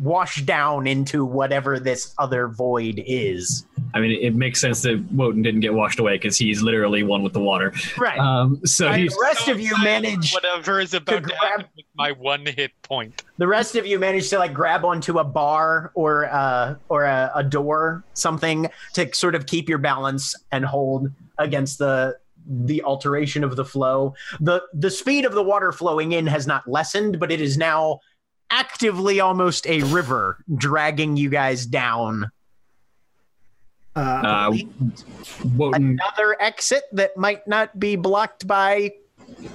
Speaker 2: washed down into whatever this other void is.
Speaker 6: I mean, it makes sense that Woden didn't get washed away because he's literally one with the water.
Speaker 2: Right.
Speaker 6: Um, so
Speaker 2: And
Speaker 6: he's
Speaker 2: the rest
Speaker 8: So
Speaker 2: of you
Speaker 8: excited for
Speaker 2: manage.
Speaker 8: whatever is about to,
Speaker 2: grab-
Speaker 8: happen with my one hit point.
Speaker 2: The rest of you manage to like grab onto a bar or uh, or a, a door, something to sort of keep your balance and hold. against the the alteration of the flow. The the speed of the water flowing in has not lessened, but it is now actively almost a river dragging you guys down.
Speaker 1: Uh,
Speaker 6: Uh, Wotan,
Speaker 2: Another exit that might not be blocked by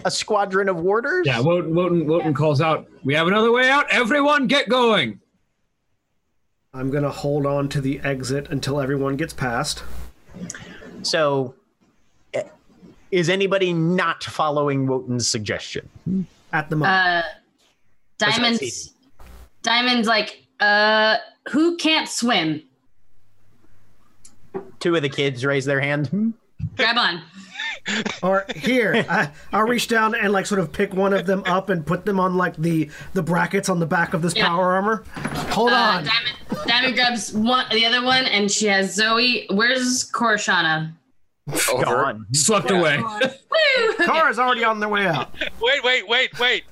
Speaker 2: a squadron of warders.
Speaker 6: yeah, Wotan, Wotan, Wotan calls out, "We have another way out! Everyone, get going!"
Speaker 1: I'm gonna hold on to the exit until everyone gets past.
Speaker 2: So, eh, is anybody not following Wotan's suggestion?
Speaker 1: At the moment,
Speaker 10: Uh, diamonds. Diamonds like uh, who can't swim?
Speaker 2: Two of the kids raise their hand. Hmm.
Speaker 10: Grab on.
Speaker 1: or here, I, I'll reach down and like sort of pick one of them up and put them on like the the brackets on the back of this
Speaker 10: Yeah.
Speaker 1: power armor. Hold
Speaker 10: Uh,
Speaker 1: on.
Speaker 10: Diamond, Diamond grabs one, the other one, and she has Zoe. Where's Korshana?
Speaker 7: Over.
Speaker 2: Gone.
Speaker 6: Swept away.
Speaker 10: Woo!
Speaker 1: Kara's already on their way out.
Speaker 8: Wait, wait, wait, wait.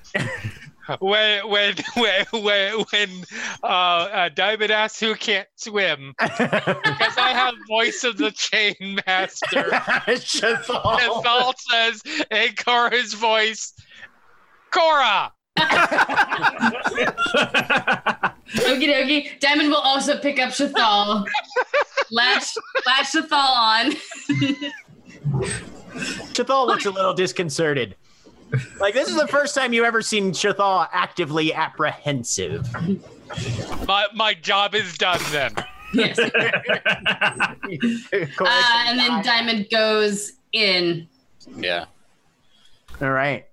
Speaker 8: when, when, when, when, when uh, uh, Diamond asks who can't swim, because I have voice of the chain master. And
Speaker 2: Shazal.
Speaker 8: Saul says in Cora's voice, Cora!
Speaker 10: Okie dokie. Diamond will also pick up Shathal. lash, lash Shathal on.
Speaker 2: Shathal looks a little disconcerted. Like this is the first time you've ever seen Shathal actively apprehensive.
Speaker 8: My, my job is done then.
Speaker 10: Yes. Uh, and then Diamond goes in.
Speaker 7: Yeah.
Speaker 2: All right.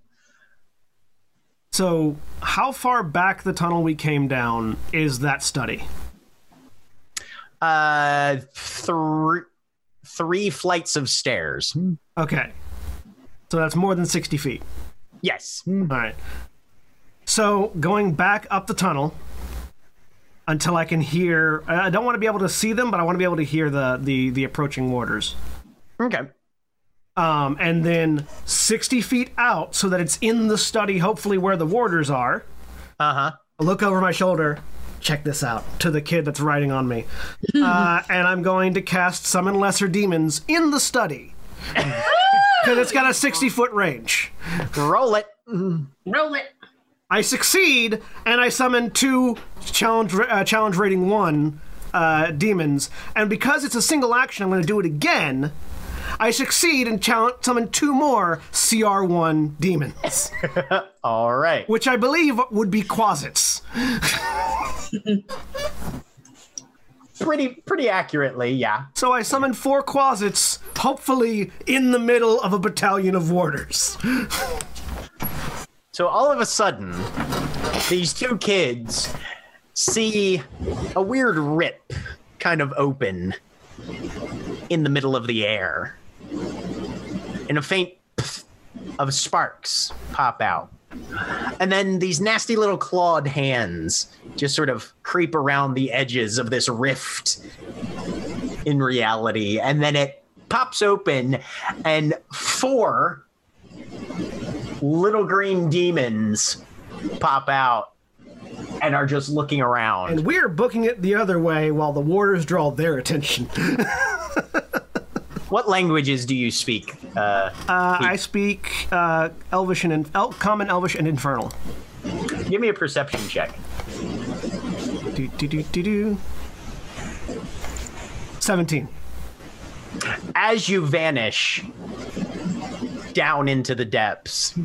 Speaker 1: So, how far back the tunnel we came down is that study?
Speaker 2: Uh, three three flights of stairs. Hmm.
Speaker 1: Okay, so that's more than sixty feet.
Speaker 2: Yes. Hmm.
Speaker 1: All right. So going back up the tunnel until I can hear. I I don't want to be able to see them, but I want to be able to hear the the the approaching warders.
Speaker 2: Okay.
Speaker 1: Um, and then sixty feet out, so that it's in the study, hopefully where the warders are.
Speaker 2: Uh huh.
Speaker 1: I look over my shoulder. Check this out to the kid that's riding on me, uh, and I'm going to cast summon lesser demons in the study because it's got a sixty foot range.
Speaker 2: Roll it.
Speaker 10: Roll it.
Speaker 1: I succeed, and I summon two challenge uh, challenge rating one uh, demons. And because it's a single action, I'm going to do it again. I succeed and challenge, summon two more CR one demons,
Speaker 2: All right.
Speaker 1: which I believe would be quasits.
Speaker 2: Pretty pretty accurately. Yeah.
Speaker 1: So I summon four quasits, hopefully in the middle of a battalion of warders.
Speaker 2: So all of a sudden, these two kids see a weird rip kind of open in the middle of the air. And a faint pfft of sparks pop out. And then these nasty little clawed hands just sort of creep around the edges of this rift in reality. And then it pops open, and four little green demons pop out and are just looking around.
Speaker 1: And we're booking it the other way while the warders draw their attention.
Speaker 2: What languages do you speak? Uh,
Speaker 1: Uh, I speak uh, Elvish and in- El- Common Elvish and Infernal.
Speaker 2: give me a perception check.
Speaker 1: Do, do, do, do, do. 17.
Speaker 2: As you vanish down into the depths,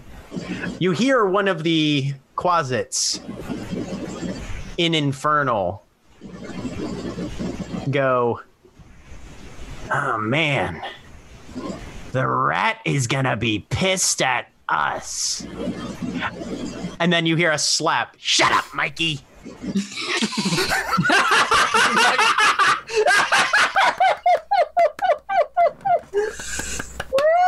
Speaker 2: you hear one of the quasits in Infernal go, Oh man, the rat is gonna be pissed at us. And then you hear a slap. Shut up, Mikey.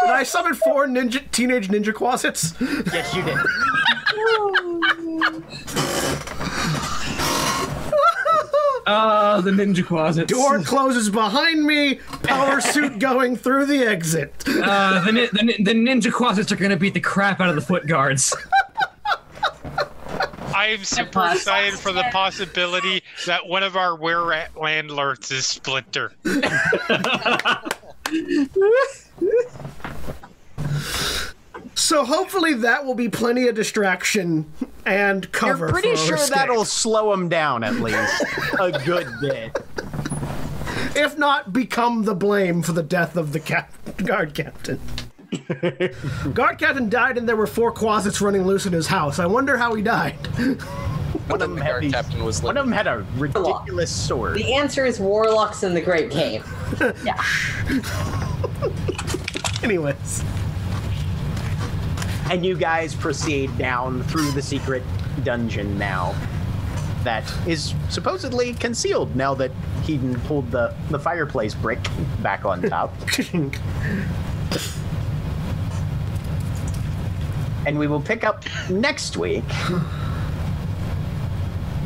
Speaker 1: Did I summon four ninja teenage ninja quasits?
Speaker 2: Yes, you did.
Speaker 6: Mm-hmm. Ah, the ninja closet.
Speaker 1: Uh, Door closes behind me, power suit going through the exit.
Speaker 6: Uh, the, nin- the, nin- the ninja closets are gonna beat the crap out of the foot guards.
Speaker 8: I'm super
Speaker 10: Plus.
Speaker 8: excited for the possibility that one of our were landlords is Splinter.
Speaker 1: So hopefully that will be plenty of distraction and cover.
Speaker 2: You're pretty
Speaker 1: for
Speaker 2: sure
Speaker 1: escape.
Speaker 2: that'll slow him down at least a good bit.
Speaker 1: if not become the blame for the death of the cap- guard captain. guard captain died, and there were four closets running loose in his house. I wonder how he died.
Speaker 2: One of them had these-
Speaker 7: Captain was
Speaker 2: one of them had a ridiculous sword.
Speaker 3: The answer is warlocks in the Great Cave.
Speaker 1: Anyways,
Speaker 2: And you guys proceed down through the secret dungeon now. That is supposedly concealed now that Heaton pulled the, the fireplace brick back on top. and we will pick up next week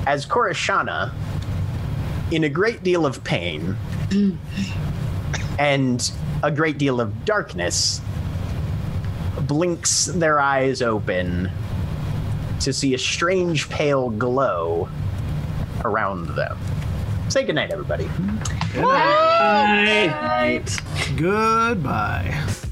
Speaker 2: as Korishana, in a great deal of pain and a great deal of darkness, blinks their eyes open to see a strange pale glow around them. Say goodnight, everybody.
Speaker 1: goodbye.